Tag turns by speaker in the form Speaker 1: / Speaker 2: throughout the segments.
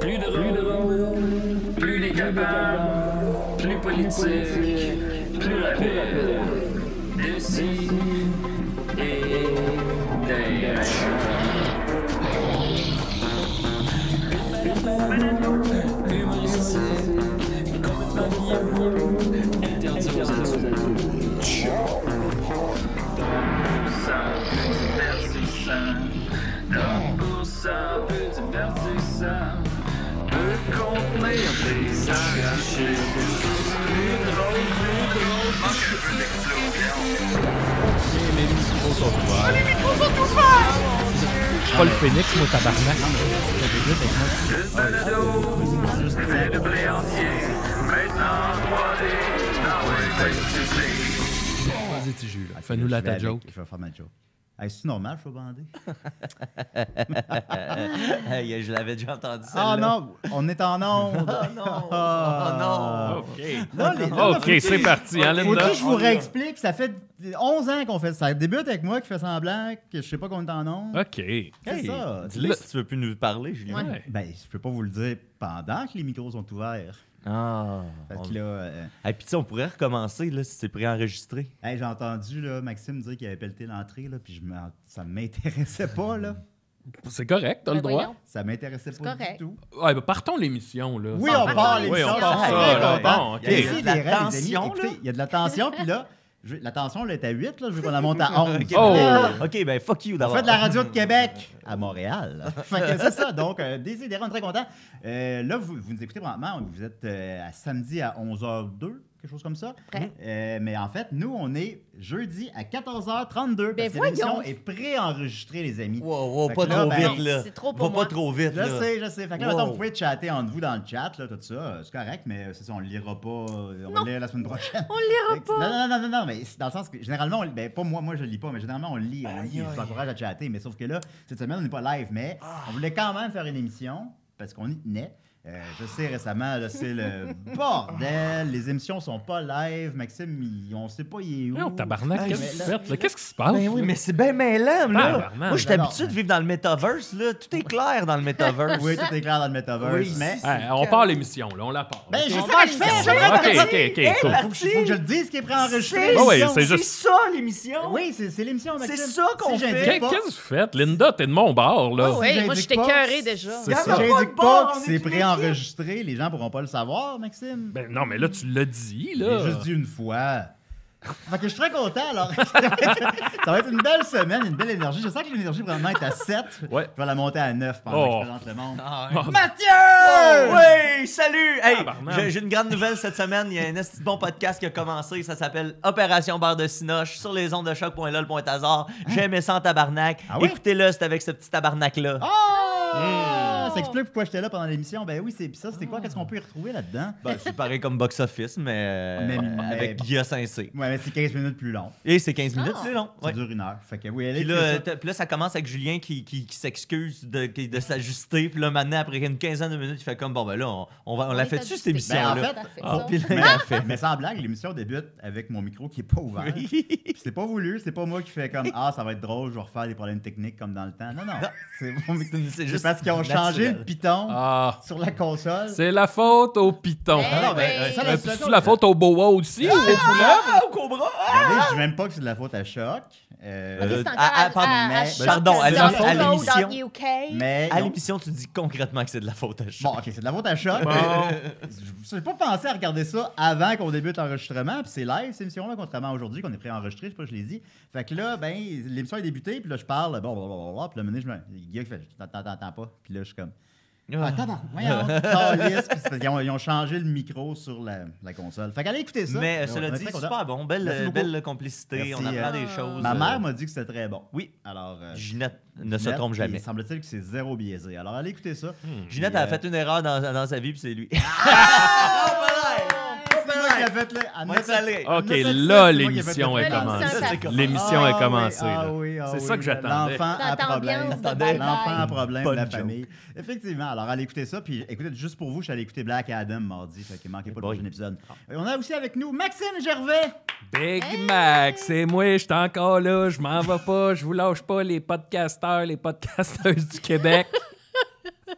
Speaker 1: Plus de rôle, plus décapable, plus politique, plus rapide. D'ici et d'ailleurs. Humoristique, comme une famille, interdit aux adultes. Ciao! ça, divertissant. Comme pour ça, peu divertissant. Peut contenir des arrachés. Plus drôle, plus drôle. Manque un peu d'explosion.
Speaker 2: Les micros sont ouverts. Je suis pas le phénix, moi, tabarnak.
Speaker 1: Le balado, fait de blé entier. Maintenant, 3D, dans le texte
Speaker 2: Vas-y, tu joues, là. Fais-nous la
Speaker 3: Je vais
Speaker 2: ta
Speaker 3: avec-
Speaker 2: joke.
Speaker 3: Je vais faire ma joke. Hey, c'est normal, je suis bandé.
Speaker 4: Aïe, Euh, je l'avais déjà entendu
Speaker 3: Ah
Speaker 4: ça.
Speaker 3: non, on est en onde.
Speaker 4: Oh non!
Speaker 3: Ah.
Speaker 4: Oh non!
Speaker 3: Là, les- là,
Speaker 2: Ok, c'est parti, hein,
Speaker 3: Faut
Speaker 2: Linda?
Speaker 3: que je vous réexplique, ça fait 11 ans qu'on fait ça. Ça débute avec moi qui fait semblant que je sais pas qu'on est en onde.
Speaker 2: Ok.
Speaker 3: Qu'est-ce que ça?
Speaker 4: Dis-le si tu veux plus nous parler, Julien.
Speaker 2: Ouais.
Speaker 3: Ben, je peux pas vous le dire pendant que les micros sont ouverts.
Speaker 4: Ah!
Speaker 3: Fait
Speaker 4: On-
Speaker 3: que là, euh,
Speaker 4: Hey, puis tu sais, on pourrait recommencer là, si c'est préenregistré.
Speaker 3: hey, j'ai entendu là, Maxime dire qu'il avait pelleté l'entrée, là, puis je m'en- ça m'intéressait pas, là.
Speaker 2: C'est correct, t'as le
Speaker 5: Ben
Speaker 2: droit.
Speaker 5: voyons.
Speaker 3: Ça m'intéressait pas
Speaker 5: correct.
Speaker 3: du tout.
Speaker 2: Ouais, ben partons l'émission, là.
Speaker 3: Oui,
Speaker 5: Ah,
Speaker 3: on
Speaker 5: ben,
Speaker 3: part
Speaker 5: oui,
Speaker 3: les
Speaker 2: oui, on
Speaker 3: choses.
Speaker 2: part
Speaker 3: Ah,
Speaker 2: ça,
Speaker 3: ouais,
Speaker 2: là.
Speaker 3: on part.
Speaker 2: Bon, ok.
Speaker 3: Il y a ici
Speaker 4: Il y a de
Speaker 3: des
Speaker 4: la
Speaker 3: règles, les amis.
Speaker 4: tension, là.
Speaker 3: Écoutez, il y a de la tension, puis là, je- la tension, elle est à 8, là, je veux qu'on la monte à 11.
Speaker 4: Ok,
Speaker 2: Oh!
Speaker 4: ben- Ok, ben fuck you
Speaker 3: On
Speaker 4: d'abord.
Speaker 3: fait euh, de la radio de Québec à Montréal. fait que c'est ça. Donc, euh, Désidérant, on est très content. Euh, là, vous, vous nous écoutez probablement. Vous êtes euh, à samedi à 11h02, quelque chose comme ça.
Speaker 5: Prêt.
Speaker 3: Euh, mais en fait, nous, on est jeudi à 14h32.
Speaker 5: Ben
Speaker 3: parce que l'émission
Speaker 5: voyons.
Speaker 3: est préenregistrée, les amis.
Speaker 4: Wow, wow,
Speaker 3: Fait
Speaker 4: pas
Speaker 3: que là,
Speaker 4: trop
Speaker 3: ben,
Speaker 4: vite, là.
Speaker 5: c'est trop
Speaker 4: Va
Speaker 5: pour moi.
Speaker 4: pas trop vite,
Speaker 3: Je
Speaker 4: là.
Speaker 3: sais, je sais. Fait que là,
Speaker 4: Wow.
Speaker 3: mettons, vous pouvez chatter entre vous dans le chat, là, tout ça. euh, C'est correct, mais euh, c'est ça, on le lira pas. euh, On
Speaker 5: Non.
Speaker 3: le lira la semaine prochaine.
Speaker 5: On le
Speaker 3: Fait
Speaker 5: lira
Speaker 3: que- Non,
Speaker 5: pas.
Speaker 3: non, non, non, non, mais c'est dans le sens que généralement, on, ben, pas moi, moi je le lis pas, mais généralement on le lit, on le lit.
Speaker 4: Aïe,
Speaker 3: Je
Speaker 4: aïe. Ah.
Speaker 3: vous encourage à chatter, mais sauf que là, cette semaine, on n'est pas live, mais on voulait quand même faire une émission parce qu'on y tenait. Euh, je sais, récemment, là, c'est le bordel. Les émissions sont pas live. Maxime, il- on sait pas, il est où.
Speaker 2: Non, tabarnak,
Speaker 4: Hey,
Speaker 2: qu'est-ce que
Speaker 3: mais
Speaker 2: tu
Speaker 3: là-
Speaker 2: fais? là? Qu'est-ce qui se passe?
Speaker 4: Ben oui, mais c'est bien mêlant, là.
Speaker 2: Ah, Tabarnak.
Speaker 4: Moi, je suis
Speaker 3: Ben
Speaker 4: habitué
Speaker 3: non.
Speaker 4: de vivre dans le metaverse, là. Tout est clair dans le metaverse.
Speaker 3: Oui, tout est clair dans le metaverse,
Speaker 4: Oui,
Speaker 3: mais.
Speaker 4: si,
Speaker 2: Hey, on part l'émission, là, on la part.
Speaker 3: Ben, je sais
Speaker 5: On
Speaker 3: pas,
Speaker 5: fait
Speaker 3: je
Speaker 5: l'émission.
Speaker 3: fais, je fais.
Speaker 2: Ah, Ok, ok, ok, cool.
Speaker 3: Faut que- Faut que je le dise qui est préenregistré.
Speaker 4: C'est
Speaker 2: Ah ouais,
Speaker 4: l'émission,
Speaker 2: c'est juste-
Speaker 4: ça, l'émission.
Speaker 3: Oui, c'est c'est l'émission,
Speaker 4: C'est
Speaker 3: Maxime.
Speaker 4: ça qu'on
Speaker 3: Si j'indique
Speaker 2: Qu'est-
Speaker 3: pas-
Speaker 2: Qu'est-ce que vous faites? Linda, t'es de mon bord, là.
Speaker 3: Oh, Si
Speaker 5: Ouais, moi, je
Speaker 3: j'indique
Speaker 5: t'ai
Speaker 3: pas,
Speaker 5: écœuré déjà.
Speaker 2: C'est
Speaker 4: Y en a
Speaker 3: Si
Speaker 2: ça.
Speaker 4: pas
Speaker 3: j'indique
Speaker 4: de
Speaker 3: pas
Speaker 4: bord,
Speaker 3: que
Speaker 4: on est
Speaker 3: c'est
Speaker 4: une équipe.
Speaker 3: préenregistré, les gens pourront pas le savoir, Maxime.
Speaker 2: Ben non, mais là, tu l'as dit, là.
Speaker 3: J'ai juste dit une fois. Fait que je suis très content, alors. ça va être une belle semaine, une belle énergie. Je sens que l'énergie vraiment est à 7.
Speaker 2: Ouais.
Speaker 3: Je vais la monter à 9 pendant
Speaker 2: Oh.
Speaker 3: que je présente le monde.
Speaker 4: Ah.
Speaker 2: Ah,
Speaker 4: Mathieu! Oui, salut!
Speaker 3: Ah,
Speaker 4: Hey,
Speaker 2: Tabarnak.
Speaker 4: j'ai- j'ai une grande nouvelle cette semaine. Il y a un esti de bon podcast qui a commencé. Ça s'appelle Opération Barre de Sinoche sur les ondes de choc.lol.hasard. J'ai aimé ça en tabarnak.
Speaker 3: Hein? Ah oui?
Speaker 4: Écoutez-le, c'est avec ce petit tabarnak-là.
Speaker 3: Ah! Ça explique pourquoi j'étais là pendant l'émission. Ben oui, c'est pis ça, c'était quoi? Qu'est-ce qu'on peut y retrouver là-dedans?
Speaker 4: Ben, c'est pareil comme Box Office, mais, euh,
Speaker 3: Mais- mais-
Speaker 4: avec Guilla Sensé.
Speaker 3: Ouais, mais c'est 15 minutes plus long.
Speaker 4: Et c'est 15 minutes,
Speaker 5: Ah.
Speaker 4: c'est long.
Speaker 3: Ça
Speaker 4: Ben. Ouais.
Speaker 3: dure une heure. Fait que oui, elle
Speaker 4: Puis
Speaker 3: est
Speaker 4: là, t'as- puis là, ça commence avec Julien qui, qui, qui s'excuse de, qui- de s'ajuster. Puis là, maintenant, après une quinzaine de minutes, il fait comme, bon, ben là, on, on va, on la
Speaker 5: est
Speaker 4: fait-tu, cette
Speaker 5: ajusté.
Speaker 4: émission-là?
Speaker 3: Ben, en fait,
Speaker 4: Ah, puis là, il
Speaker 3: Mais,
Speaker 4: l'a fait.
Speaker 3: mais sans blague, l'émission débute avec mon micro qui est pas ouvert. Puis C'est pas voulu, c'est pas moi qui fais comme Ah, ça va être drôle, je vais refaire des problèmes techniques comme dans le temps. Non, non, c'est mon micro.
Speaker 4: C'est- C'est
Speaker 3: C'est
Speaker 4: juste
Speaker 3: parce qu'ils ont changé
Speaker 4: naturel.
Speaker 3: le piton
Speaker 2: Ah,
Speaker 3: sur la console.
Speaker 2: c'est la faute au piton.
Speaker 5: Eh
Speaker 3: non, mais,
Speaker 5: oui.
Speaker 3: euh, ça,
Speaker 2: Euh, puis c'est la faute au boa aussi, ou au poulet?
Speaker 4: Ah, au cobra! Ah!
Speaker 3: Regardez, je dis même pas que c'est de la faute à Choc. euh,
Speaker 5: Ok, c'est
Speaker 4: Euh,
Speaker 5: encore
Speaker 4: ah,
Speaker 5: à-
Speaker 4: ah, pardon,
Speaker 5: à- à
Speaker 4: mais-
Speaker 5: Choc,
Speaker 4: pardon, à
Speaker 5: dans
Speaker 3: l'émission-
Speaker 5: le
Speaker 3: à
Speaker 5: Code, dans
Speaker 4: l'émission.
Speaker 5: UK.
Speaker 3: mais.
Speaker 4: À
Speaker 3: non.
Speaker 4: l'émission, tu dis concrètement que c'est de la faute à
Speaker 3: Bon,
Speaker 4: Charles.
Speaker 3: ok, c'est de la faute à Choc. mais Je n'ai pas pensé à regarder ça avant qu'on débute l'enregistrement. Puis c'est live, cette émission-là, contrairement à aujourd'hui, qu'on est préenregistré, je sais pas, je l'ai dit. Fait que là, ben, l'émission est débutée, puis là, je parle, bon, bon, bon, bon, puis là, à un moment donné, je me. Guillaume qui fait, t'entends, t'entends pas. Puis là, je suis comme. Ah, tabarnak, voyons, calisse, puis c'est parce qu'ils ont, ils ont changé le micro sur la, la console. Fait qu'allez écouter ça.
Speaker 4: Mais
Speaker 3: Ouais,
Speaker 4: euh,
Speaker 3: on
Speaker 4: cela
Speaker 3: est
Speaker 4: dit,
Speaker 3: très contents.
Speaker 4: super bon. Belle,
Speaker 3: Merci
Speaker 4: euh,
Speaker 3: beaucoup.
Speaker 4: belle complicité.
Speaker 3: Merci,
Speaker 4: on apprend
Speaker 3: euh,
Speaker 4: des choses.
Speaker 3: Ma
Speaker 4: euh,
Speaker 3: mère m'a dit que c'était très bon.
Speaker 4: Oui.
Speaker 3: Alors, euh,
Speaker 4: Ginette ne se
Speaker 3: Ginette,
Speaker 4: trompe jamais.
Speaker 3: Il
Speaker 4: Hmm.
Speaker 3: semble-t-il que c'est zéro biaisé. Alors, allez écouter ça.
Speaker 4: Ginette
Speaker 3: Puis,
Speaker 4: a
Speaker 3: euh,
Speaker 4: fait une erreur dans, dans sa vie, puis c'est lui. Ben,
Speaker 3: C'est moi qui ai fait le.
Speaker 4: On va y aller.
Speaker 2: Ok,
Speaker 3: Anne-Nette-
Speaker 2: là,
Speaker 3: c'est moi qui ai fait
Speaker 2: l'émission
Speaker 3: le-
Speaker 2: est
Speaker 5: L'émission
Speaker 2: commencée.
Speaker 5: commence.
Speaker 2: L'émission
Speaker 3: Ah
Speaker 2: est
Speaker 3: oui,
Speaker 2: commencée.
Speaker 3: ah
Speaker 2: là.
Speaker 3: oui, ah
Speaker 2: C'est
Speaker 3: oui,
Speaker 2: ça que j'attendais.
Speaker 3: L'enfant à
Speaker 5: Dans
Speaker 3: problème.
Speaker 5: l'ambiance de bye-bye.
Speaker 3: L'enfant à problème de
Speaker 4: Bonne
Speaker 3: la
Speaker 4: joke.
Speaker 3: famille. Effectivement. Alors, allez écouter ça. Puis, écoutez, juste pour vous, je suis allé écouter Black Adam mardi. Fait qu'il manquait pas le
Speaker 4: boy. Ah.
Speaker 3: prochain épisode. Et on a aussi avec nous Maxime Gervais.
Speaker 2: Big Mac, c'est moi, je suis encore là, je m'en vais pas, je vous lâche pas les podcasteurs, les podcasteuses du Québec.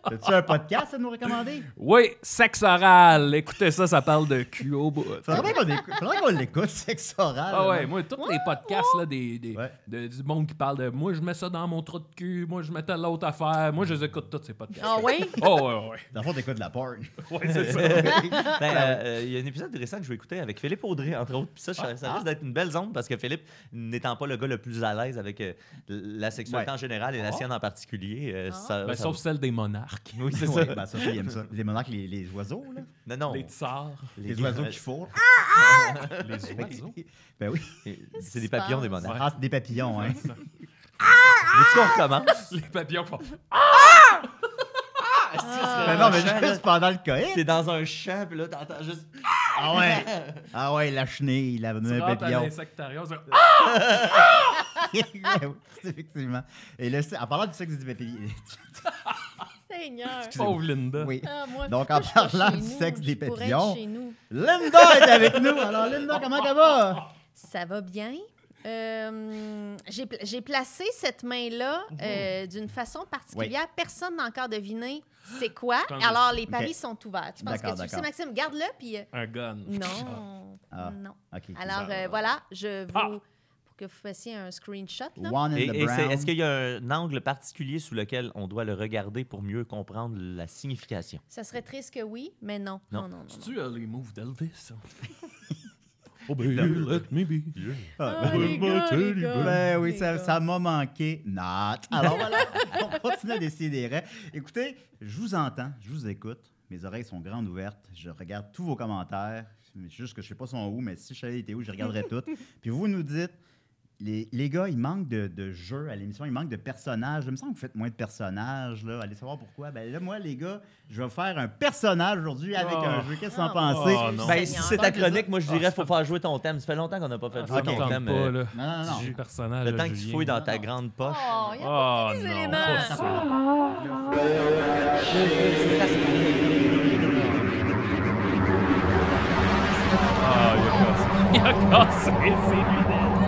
Speaker 3: T'as-tu un podcast à nous recommander?
Speaker 2: Oui, sexe oral. Écoutez ça, ça parle de cul au bout.
Speaker 3: Faudrait qu'on écoute, faudrait qu'on l'écoute, sexe oral.
Speaker 2: Ah ouais, moi, tous les podcasts là, des, des-
Speaker 3: Ouais.
Speaker 2: de- du monde qui parle de moi, je mets ça dans mon trou de cul, moi, je mets telle autre affaire. Moi, je les écoute tous ces podcasts.
Speaker 5: Ah oui?
Speaker 2: Oh, ouais, ouais.
Speaker 3: Dans le fond, t'écoutes de la porn. Ah,
Speaker 4: Ben, euh, euh, il y a un épisode récent que je vais écouter avec Philippe Audrey, entre autres. Puis ça, ça-
Speaker 3: Ah,
Speaker 4: ça risque d'être une belle zone parce que Philippe, n'étant pas le gars le plus à l'aise avec euh, la sexualité
Speaker 3: Ouais. Ah.
Speaker 4: en général et la sienne en particulier, euh, ça,
Speaker 2: Ben,
Speaker 4: ça-
Speaker 2: sauf celle des monarques,
Speaker 4: Oui, c'est
Speaker 3: Ouais,
Speaker 4: ça.
Speaker 3: ben ça, ils aiment ça. Les monarques, les, les oiseaux, là.
Speaker 4: Non, non.
Speaker 2: les tsars,
Speaker 3: Les, oiseaux qui fourrent.
Speaker 4: Ah,
Speaker 2: les oiseaux.
Speaker 3: Ben oui.
Speaker 4: C'est des papillons, des monarques.
Speaker 3: Ah, c'est des papillons, hein.
Speaker 4: Veux-tu qu'on recommence?
Speaker 2: les papillons font.
Speaker 3: Ben non, mais juste pendant le COVID.
Speaker 4: T'es dans un champ, puis là, t'entends juste...
Speaker 3: Ah ouais. Ah ouais, la chenille, la
Speaker 2: Tu
Speaker 3: venue un
Speaker 2: rentres à
Speaker 3: papillon.
Speaker 2: l'insectarium, ça-
Speaker 3: Ben oui, Effectivement. Et là, c'est- en parlant du sexe du papillon.
Speaker 5: Seigneur.
Speaker 2: pauvre Linda.
Speaker 3: Oui.
Speaker 5: Ah, moi,
Speaker 3: Donc,
Speaker 5: pourquoi
Speaker 3: en
Speaker 5: je suis pas
Speaker 3: parlant
Speaker 5: chez
Speaker 3: du
Speaker 5: nous?
Speaker 3: sexe des
Speaker 5: Je pourrais être
Speaker 3: papillons.
Speaker 5: chez nous.
Speaker 3: Linda est avec nous. Alors, Linda, comment ça va?
Speaker 5: Ça va bien? Euh, J'ai pla- j'ai placé cette main-là euh, d'une façon particulière. Personne n'a encore deviné c'est quoi.
Speaker 2: Attends,
Speaker 5: Alors, les
Speaker 3: Ok.
Speaker 5: paris sont ouverts. Tu penses que
Speaker 3: D'accord,
Speaker 5: tu le sais,
Speaker 3: d'accord.
Speaker 5: Maxime? Garde-le, puis... euh,
Speaker 2: Un gun.
Speaker 5: Non,
Speaker 3: Ah.
Speaker 5: non.
Speaker 3: OK.
Speaker 5: Alors, euh, voilà, je vous...
Speaker 2: Ah!
Speaker 5: Pour que vous fassiez un screenshot, là.
Speaker 3: One in
Speaker 4: Et,
Speaker 3: the
Speaker 4: et c'est-
Speaker 3: brown.
Speaker 4: est-ce qu'il y a un angle particulier sous lequel on doit le regarder pour mieux comprendre la signification?
Speaker 5: Ça serait triste que oui, mais non.
Speaker 4: Non.
Speaker 5: Non, non, non. non.
Speaker 2: C'est-tu euh, les moves d'Elvis? ça? oh, baby, let me be.
Speaker 3: Ah,
Speaker 5: Ah, les gars, les gars.
Speaker 3: Ben oui,
Speaker 5: Les
Speaker 3: ça
Speaker 5: gars.
Speaker 3: ça m'a manqué. Not. Alors voilà, on continue à décider des Écoutez, je vous entends, je vous écoute. Mes oreilles sont grandes ouvertes. Je regarde tous vos commentaires. C'est Juste que je sais pas sont où, mais si je savais était où, je regarderais toutes. Puis vous nous dites, les, les gars, il manque de, de jeux à l'émission, il manque de personnages. Il me semble que vous faites moins de personnages. Là. Allez savoir pourquoi. Ben là, moi, les gars, je vais faire un personnage aujourd'hui avec
Speaker 2: Oh.
Speaker 3: un jeu. Qu'est-ce que vous en
Speaker 5: Oh.
Speaker 3: pensez?
Speaker 2: Oh, non.
Speaker 4: Ben,
Speaker 5: Seigneur.
Speaker 4: si c'est ta chronique, moi, je dirais, faut faire jouer ton thème. Ça fait longtemps qu'on n'a pas fait
Speaker 2: Ça
Speaker 4: jouer
Speaker 2: me
Speaker 4: ton
Speaker 2: tente
Speaker 4: thème.
Speaker 2: Ah, pas,
Speaker 4: euh,
Speaker 2: là.
Speaker 3: Non, non, non.
Speaker 2: J'ai le personnage.
Speaker 4: Le
Speaker 2: à
Speaker 4: temps que tu
Speaker 2: Julien.
Speaker 4: fouilles dans ta grande poche.
Speaker 5: Oh, il y a
Speaker 2: Oh,
Speaker 5: des
Speaker 2: non.
Speaker 5: éléments.
Speaker 2: pas ça. Ah, il a cassé. Il a cassé ses lunettes.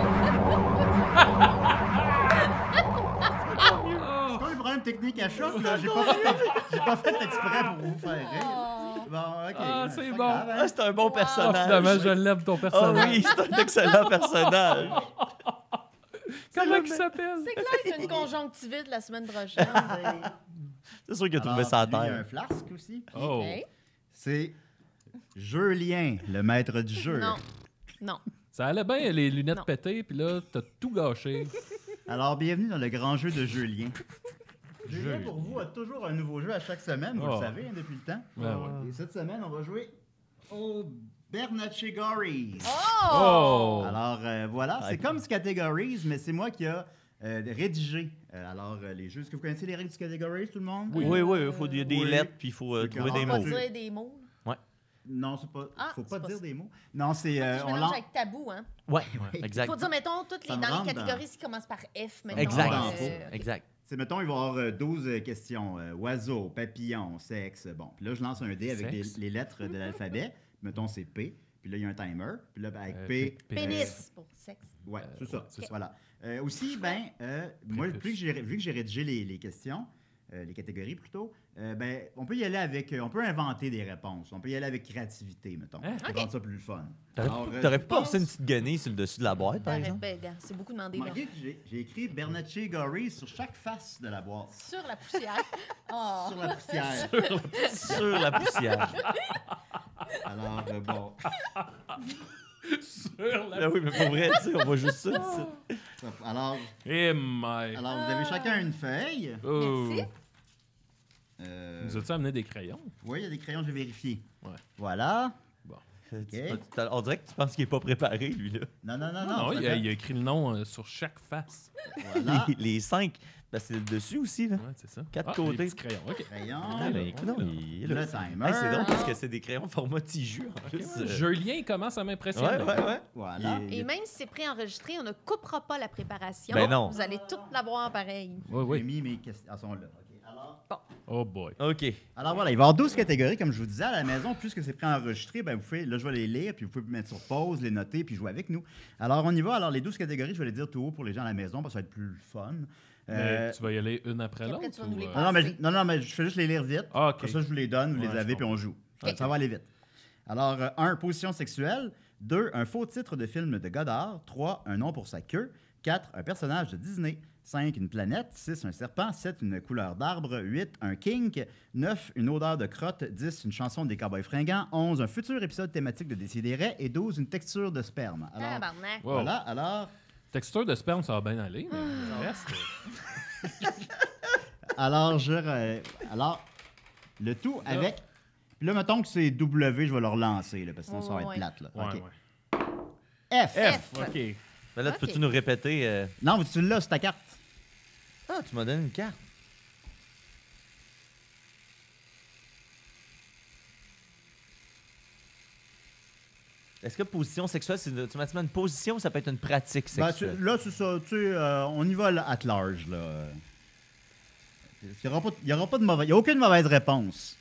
Speaker 3: C'est pas un problème technique à choc, là. J'ai pas, fait- j'ai pas fait exprès pour vous faire rire.
Speaker 5: Oh.
Speaker 3: Bon, ok.
Speaker 2: Ah, c'est bon.
Speaker 3: pas grave, hein.
Speaker 4: Ah, c'est un bon
Speaker 2: Ah, finalement,
Speaker 4: personnage.
Speaker 2: je lève ton
Speaker 4: Ah
Speaker 2: personnage.
Speaker 4: oui, c'est un excellent personnage.
Speaker 2: Comment il s'appelle?
Speaker 5: C'est clair qu'il y a une conjonctivite la semaine prochaine.
Speaker 4: C'est sûr qu'il a trouvé
Speaker 3: Alors,
Speaker 4: ça à
Speaker 3: puis lui, Il y a
Speaker 4: terre.
Speaker 3: Ah, un flasque aussi.
Speaker 2: Oh.
Speaker 5: Hey.
Speaker 3: C'est Julien, le maître du jeu.
Speaker 5: Non. Non.
Speaker 2: Ça allait bien, les lunettes
Speaker 5: Non.
Speaker 2: pétées, puis là, t'as tout gâché.
Speaker 3: Alors, bienvenue dans le grand jeu de Julien. Julien, pour vous, a toujours un nouveau jeu à chaque semaine, vous
Speaker 2: Oh.
Speaker 3: le savez, hein, depuis le temps.
Speaker 2: Ben ouais.
Speaker 3: Et cette semaine, on va jouer au Bernatchegories.
Speaker 5: Oh!
Speaker 3: Alors euh, voilà, c'est
Speaker 4: Ouais.
Speaker 3: comme ce Categories, mais c'est moi qui a euh, rédigé. Euh, alors euh, les jeux, est-ce que vous connaissez les règles du Categories, tout le monde
Speaker 4: Oui, oui, il faut il y a des
Speaker 3: Oui.
Speaker 4: lettres, puis il faut euh,
Speaker 3: C'est
Speaker 4: trouver
Speaker 3: quand
Speaker 4: des
Speaker 5: On
Speaker 3: même
Speaker 5: va
Speaker 4: mots.
Speaker 3: pas
Speaker 5: dire des mots.
Speaker 3: Non, c'est pas.
Speaker 5: Ah,
Speaker 3: faut pas
Speaker 5: c'est pas
Speaker 3: dire
Speaker 5: ça.
Speaker 3: des mots. Non, c'est. euh,
Speaker 5: Je
Speaker 3: on
Speaker 5: mélange
Speaker 3: lance-
Speaker 5: avec tabou, hein?
Speaker 4: Ouais,
Speaker 2: Ouais.
Speaker 5: Il
Speaker 4: exact.
Speaker 5: faut dire, mettons, toutes
Speaker 3: Ça
Speaker 5: les,
Speaker 3: me
Speaker 5: dans
Speaker 3: rentre
Speaker 5: les catégories qui commencent par F, mettons.
Speaker 4: Exact.
Speaker 3: dans-
Speaker 5: euh,
Speaker 4: Exact.
Speaker 3: C'est mettons, il va y avoir euh, 12 euh, questions. euh, oiseau, papillon, sexe. Bon, puis là, je lance un dé avec les,
Speaker 2: Sexe.
Speaker 3: les lettres de l'alphabet. mettons, c'est P. Puis là, il y a un timer. Puis là, ben, avec
Speaker 2: Euh,
Speaker 3: P.
Speaker 2: p-
Speaker 5: Pénis pour sexe.
Speaker 3: Ouais, c'est ça.
Speaker 2: ouais, c'est
Speaker 3: ça. Voilà. Euh, aussi, ben, euh, moi, plus que j'ai- vu que j'ai rédigé les, les questions, euh, les catégories plutôt, euh, ben, on peut y aller avec. euh, on peut inventer des réponses. On peut y aller avec créativité, mettons.
Speaker 2: Hein?
Speaker 3: Pour
Speaker 5: Ok.
Speaker 3: rendre ça plus fun. Alors,
Speaker 4: T'aurais
Speaker 3: euh,
Speaker 4: t'aurais
Speaker 3: je
Speaker 4: pas passé une
Speaker 3: pense-
Speaker 4: petite guenille sur le dessus de la boîte, par
Speaker 5: T'arrêtes,
Speaker 4: exemple?
Speaker 5: ben, gars, C'est beaucoup demandé. là.
Speaker 3: Remarquez que j'ai- J'ai écrit Bernatchez Gorry sur chaque face de la boîte.
Speaker 5: Sur la poussière. Oh.
Speaker 3: Sur la poussière.
Speaker 4: Sur la poussière.
Speaker 3: Alors, euh, bon.
Speaker 2: Sur la...
Speaker 4: Ben oui, mais pour vrai, tu sais, on voit juste ça. tu sais.
Speaker 3: ça- Alors,
Speaker 2: Eh, my.
Speaker 3: alors vous avez chacun une feuille.
Speaker 2: Oh.
Speaker 5: Merci.
Speaker 3: Euh,
Speaker 2: Nous as-tu amené des crayons?
Speaker 3: oui, il y a des crayons, j'ai vérifié.
Speaker 2: Ouais.
Speaker 3: Voilà.
Speaker 4: Euh, tu peux- tu- On dirait que tu penses qu'il est pas préparé, lui, là.
Speaker 3: Non, non,
Speaker 4: Ah,
Speaker 3: non, non.
Speaker 2: Non,
Speaker 3: ça
Speaker 2: Ah il, a,
Speaker 3: fait-
Speaker 2: il a écrit le nom euh, sur chaque face.
Speaker 3: Voilà.
Speaker 4: Les, les cinq, parce que c'est le dessus aussi, là.
Speaker 2: Ouais, c'est ça.
Speaker 4: Quatre
Speaker 2: Ah,
Speaker 4: côtés.
Speaker 2: des petits crayons, OK.
Speaker 4: Ah,
Speaker 3: Crayon.
Speaker 4: ben, écoute, non, il est là.
Speaker 3: Le timer.
Speaker 4: Hey, c'est drôle parce que c'est des crayons format tiju, en plus. euh.
Speaker 2: Julien commence à
Speaker 4: Ouais,
Speaker 2: m'impressionner.
Speaker 4: ouais, ouais.
Speaker 3: Voilà.
Speaker 4: Il-
Speaker 5: Et même si c'est préenregistré, on ne coupera pas la préparation.
Speaker 4: Ben non.
Speaker 5: Vous allez toutes l'avoir pareil.
Speaker 2: Ouais, ouais.
Speaker 3: J'ai mis mes questions. Ah, Elles sont là. OK. Alors,
Speaker 2: Oh boy.
Speaker 4: OK.
Speaker 3: alors voilà, il va y avoir 12 catégories, comme je vous disais, à la maison. Puisque c'est préenregistré, ben vous pouvez, là, je vais les lire, puis vous pouvez mettre sur pause, les noter, puis jouer avec nous. Alors, on y va. Alors, les 12 catégories, je vais les dire tout haut pour les gens à la maison, parce que ça va être plus fun.
Speaker 2: Mais
Speaker 3: Euh,
Speaker 2: tu vas y aller une après
Speaker 5: Puis
Speaker 2: l'autre?
Speaker 5: après, tu vas nous
Speaker 2: ou,
Speaker 5: les
Speaker 2: euh,
Speaker 5: passer.
Speaker 3: non, non, mais je, non, non, mais je fais juste les lire vite.
Speaker 2: Ah, ok.
Speaker 3: Comme ça, je vous les donne, vous
Speaker 2: Ouais,
Speaker 3: les
Speaker 2: je
Speaker 3: avez, puis on joue. Ça-
Speaker 5: Ok.
Speaker 3: Ça va aller vite. Alors, 1. Position sexuelle. 2. Un faux titre de film de Godard. 3. Un nom pour sa queue. 4. Un personnage de Disney. 5. Une planète. 6. Un serpent. 7. Une couleur d'arbre. 8. Un kink. 9. Une odeur de crotte. 10. Une chanson des cowboys fringants. 11. Un futur épisode thématique de Décideret. Et 12. Une texture de sperme. Alors,
Speaker 5: Tabarnak.
Speaker 2: wow.
Speaker 3: voilà. Alors,
Speaker 2: Texture de sperme, ça va bien aller, mais le reste... euh,
Speaker 3: Alors, je. re- Alors, le tout avec. Puis là, mettons que c'est W, je vais le relancer, là, parce que sinon, ça va être
Speaker 5: Ouais.
Speaker 3: plate. Là.
Speaker 2: Ouais,
Speaker 3: OK.
Speaker 2: ouais.
Speaker 3: F.
Speaker 2: F,
Speaker 5: F.
Speaker 2: OK.
Speaker 4: Mais Ben là,
Speaker 5: Ok.
Speaker 4: peux-tu nous répéter euh,
Speaker 3: Non, tu l'as, c'est ta carte.
Speaker 4: Ah, tu m'as donné une carte. Est-ce que position sexuelle, c'est une- tu m'as dit une position ou ça peut être une pratique
Speaker 3: Ben, tu-
Speaker 4: sexuelle?
Speaker 3: là, c'est ça. Tu sais, euh, on y va là, at large, là. Il n'y aura, pas de- il y aura pas de mauvaise. Il n'y a aucune mauvaise réponse.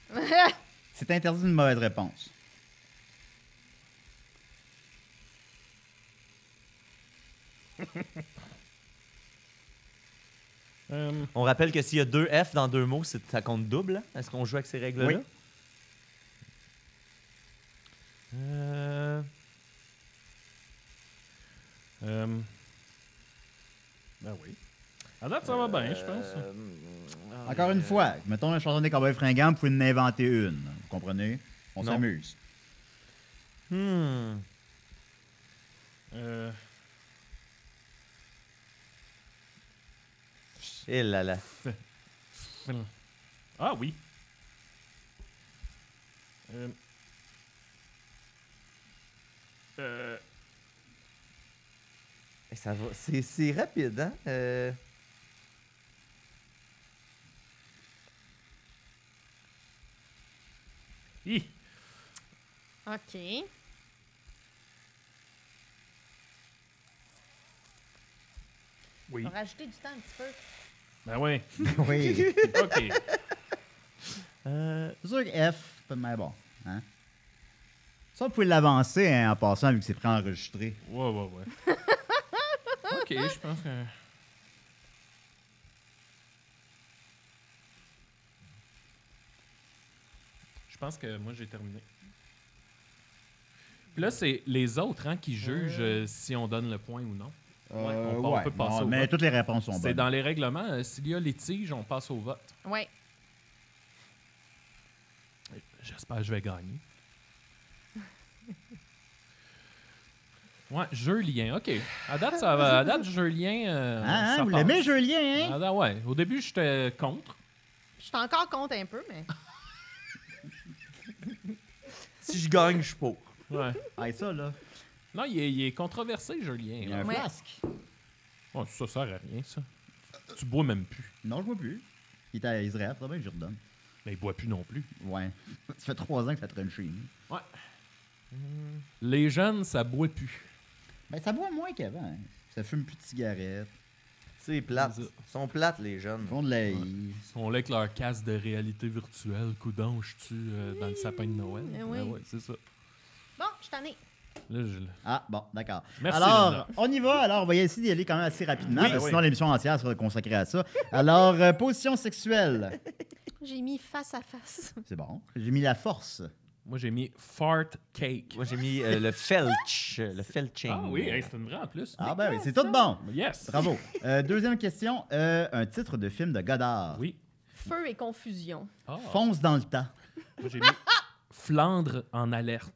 Speaker 3: c'est interdit une mauvaise réponse.
Speaker 2: Euh,
Speaker 4: On rappelle que s'il y a deux F dans deux mots, c'est- ça compte double. hein? Est-ce qu'on joue avec ces règles-là?
Speaker 3: Oui.
Speaker 4: Euh,
Speaker 2: euh, Ben oui. À date, ça va bien, je pense.
Speaker 4: euh, mm,
Speaker 3: Encore une fois, mettons la chanson des cowboys fringants, vous pouvez en inventer une. Vous comprenez? On
Speaker 4: Non.
Speaker 3: s'amuse.
Speaker 4: hmm.
Speaker 2: Euh,
Speaker 4: Eh là là.
Speaker 2: Ah oui. Euh... Euh...
Speaker 4: Eh, Ça va. C'est, c'est rapide, hein? Euh,
Speaker 2: hi.
Speaker 5: OK.
Speaker 2: Oui.
Speaker 5: On va rajouter du temps un petit peu.
Speaker 2: Ben oui.
Speaker 3: oui.
Speaker 2: OK.
Speaker 3: C'est sûr que F, mais bon. Hein? Ça, vous pouvez l'avancer hein, en passant, vu que c'est préenregistré.
Speaker 2: Ouais, ouais, ouais. OK, je pense que... Je pense que moi, j'ai terminé. Puis là, c'est les autres hein, qui jugent euh, si on donne le point ou non. on peut- on peut passer au
Speaker 3: Euh, mais
Speaker 2: vote.
Speaker 3: toutes les réponses sont
Speaker 2: C'est
Speaker 3: bonnes.
Speaker 2: dans les règlements. euh, S'il y a litige, on passe au vote.
Speaker 5: Oui.
Speaker 2: J'espère que je vais gagner. Ouais, jeu lien. OK. À date, ça va. À date, jeu lien. euh,
Speaker 3: Hein, hein,
Speaker 2: ça
Speaker 3: vous
Speaker 2: passe.
Speaker 3: l'aimez, Julien?
Speaker 2: À
Speaker 3: Hein?
Speaker 2: date, ouais. Au début, j'étais contre.
Speaker 5: Je suis encore compte un peu, mais.
Speaker 4: si je gagne, je suis pour.
Speaker 2: Ouais.
Speaker 3: Ah, et ça, là.
Speaker 2: Non, il est, il est controversé, jeu lien.
Speaker 3: Il y a un
Speaker 5: Ouais.
Speaker 3: flasque.
Speaker 2: Ouais, ça sert à rien, ça. Tu bois même plus.
Speaker 3: Non, je vois plus. Il est à Israël, ça va, je lui redonne.
Speaker 2: Mais il boit plus non plus.
Speaker 3: Ouais. ça fait trois ans que ça traîne chez nous.
Speaker 2: Ouais. Les jeunes, ça boit plus.
Speaker 3: Ben, ça boit moins qu'avant. hein. Ça fume plus de cigarettes.
Speaker 4: C'est plate. Ils sont plates, les jeunes.
Speaker 3: Ils font de la
Speaker 2: On l'a avec leur casque de réalité virtuelle, coudon, je tue dans le sapin de Noël.
Speaker 5: Eh oui.
Speaker 2: Ah ouais, c'est ça.
Speaker 5: Bon, je t'en ai.
Speaker 2: Là, je...
Speaker 3: Ah, bon, d'accord.
Speaker 2: Merci,
Speaker 3: Alors,
Speaker 2: Linda.
Speaker 3: on y va. Alors, on va essayer d'y aller quand même assez rapidement,
Speaker 2: Oui,
Speaker 3: parce que
Speaker 2: oui.
Speaker 3: sinon l'émission entière sera consacrée à ça. Alors, euh, position sexuelle.
Speaker 5: J'ai mis face à face.
Speaker 3: C'est bon. J'ai mis la force.
Speaker 2: Moi, j'ai mis fart cake.
Speaker 4: Moi, j'ai mis euh, le felch. euh, Le felching.
Speaker 2: Ah oui, hey, c'est une vraie en plus.
Speaker 3: Ah, ben oui, c'est tout bon.
Speaker 2: Yes.
Speaker 3: Bravo. Euh, deuxième question, euh, un titre de film de Godard.
Speaker 2: Oui.
Speaker 5: Feu et confusion.
Speaker 2: Ah,
Speaker 3: Fonce dans le temps.
Speaker 2: moi, j'ai mis Flandre en alerte.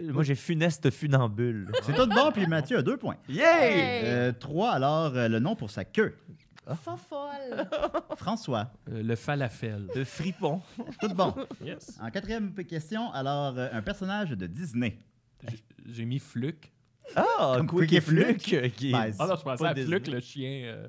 Speaker 4: Euh, Moi, j'ai funeste funambule.
Speaker 3: C'est tout bon, puis Mathieu a deux points.
Speaker 4: Yay!
Speaker 5: Hey!
Speaker 3: Euh, trois, alors, euh, le nom pour sa queue.
Speaker 5: Fofolle.
Speaker 3: François.
Speaker 2: Euh, le falafel.
Speaker 4: Le fripon.
Speaker 3: Tout bon.
Speaker 2: Yes.
Speaker 3: En quatrième question, alors, euh, un personnage de Disney.
Speaker 2: J'ai- J'ai mis Fluc.
Speaker 4: Ah,
Speaker 3: Comme
Speaker 4: Quick
Speaker 3: Quick
Speaker 4: et
Speaker 3: et Fluke.
Speaker 4: Fluke. euh, qui est-
Speaker 3: Ben,
Speaker 2: Ah non, je pensais à
Speaker 4: Disney.
Speaker 2: Fluc, le chien. euh,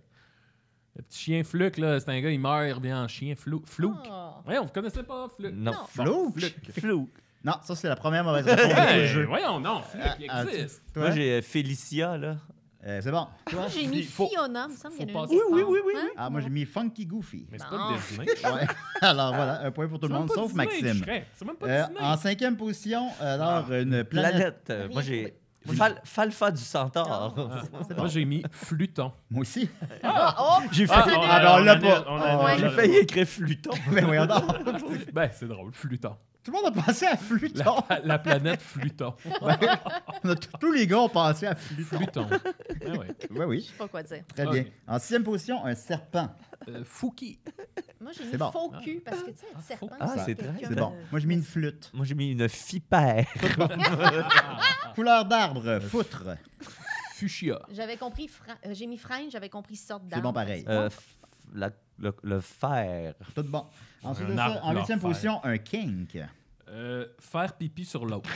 Speaker 2: le petit chien Fluc, là. C'est un gars, il meurt, il revient en chien. Flou, Flouc.
Speaker 5: Ah.
Speaker 2: Ouais, on vous connaissait pas, Fluc.
Speaker 3: Mm.
Speaker 4: Non.
Speaker 3: Flouc?
Speaker 4: Flouc.
Speaker 3: Non, ça, c'est la première mauvaise réponse de tout le
Speaker 2: Hey,
Speaker 3: jeu.
Speaker 2: voyons, non, Fluc, il
Speaker 3: Ah, tu-
Speaker 2: existe.
Speaker 3: toi?
Speaker 4: Moi, j'ai euh, Félicia, là.
Speaker 3: Euh, c'est bon.
Speaker 5: Moi, j'ai mis Fiona, il me semble
Speaker 2: faut
Speaker 5: qu'il y en a
Speaker 2: passer.
Speaker 5: une.
Speaker 2: Oui, oui, oui,
Speaker 3: Ah, moi, j'ai mis Funky Goofy.
Speaker 2: Mais c'est
Speaker 5: Non.
Speaker 2: pas de Disney.
Speaker 3: Ouais. Alors, voilà, un point pour tout
Speaker 2: C'est
Speaker 3: le
Speaker 2: même
Speaker 3: monde,
Speaker 2: pas
Speaker 3: sauf
Speaker 2: Disney,
Speaker 3: Maxime.
Speaker 2: Shrek. C'est même pas
Speaker 3: Euh,
Speaker 2: Disney. Ah.
Speaker 3: en cinquième position, alors, une planète.
Speaker 4: Planète. euh, Moi, j'ai Fal- Falfa du centaure.
Speaker 2: Moi, j'ai mis fluton.
Speaker 3: Ah, Moi aussi.
Speaker 5: Ah, oh!
Speaker 4: J'ai
Speaker 5: Ah,
Speaker 4: failli-
Speaker 5: on-
Speaker 3: Ah, ben, on l'a pas.
Speaker 1: on
Speaker 3: Ah,
Speaker 1: annule.
Speaker 4: j'ai failli écrire Fluton.
Speaker 3: Ben voyons donc.
Speaker 2: Ben, c'est drôle, fluton.
Speaker 3: Tout le monde a pensé à Fluton.
Speaker 2: La, la planète fluton.
Speaker 3: On a t- Tous les gars ont pensé à Fluton.
Speaker 2: Fluton. Ah ouais.
Speaker 3: Oui, oui,
Speaker 5: Je sais pas quoi dire.
Speaker 3: très
Speaker 2: Ok.
Speaker 3: bien. En sixième position, un serpent.
Speaker 2: Euh, Fouki.
Speaker 5: Moi, j'ai
Speaker 3: C'est
Speaker 5: mis
Speaker 3: bon. Ah.
Speaker 5: faux cul parce que tu sais, un serpent.
Speaker 4: Ah,
Speaker 5: ça
Speaker 4: c'est
Speaker 5: fait
Speaker 4: très-
Speaker 5: que-
Speaker 3: C'est bon. Moi, j'ai mis une flûte.
Speaker 4: Moi, j'ai mis une fipère.
Speaker 3: Couleur d'arbre, foutre.
Speaker 2: Fuchsia.
Speaker 5: J'avais compris, fra- euh, j'ai mis freine, j'avais compris sorte d'arbre.
Speaker 3: C'est bon pareil.
Speaker 4: Euh, f- la- le, le fer.
Speaker 3: Tout bon. Ensuite de
Speaker 2: Un
Speaker 3: ça,
Speaker 2: arbre,
Speaker 3: en
Speaker 2: là,
Speaker 3: huitième
Speaker 2: faire.
Speaker 3: position, un kink.
Speaker 2: Euh, faire pipi sur l'autre.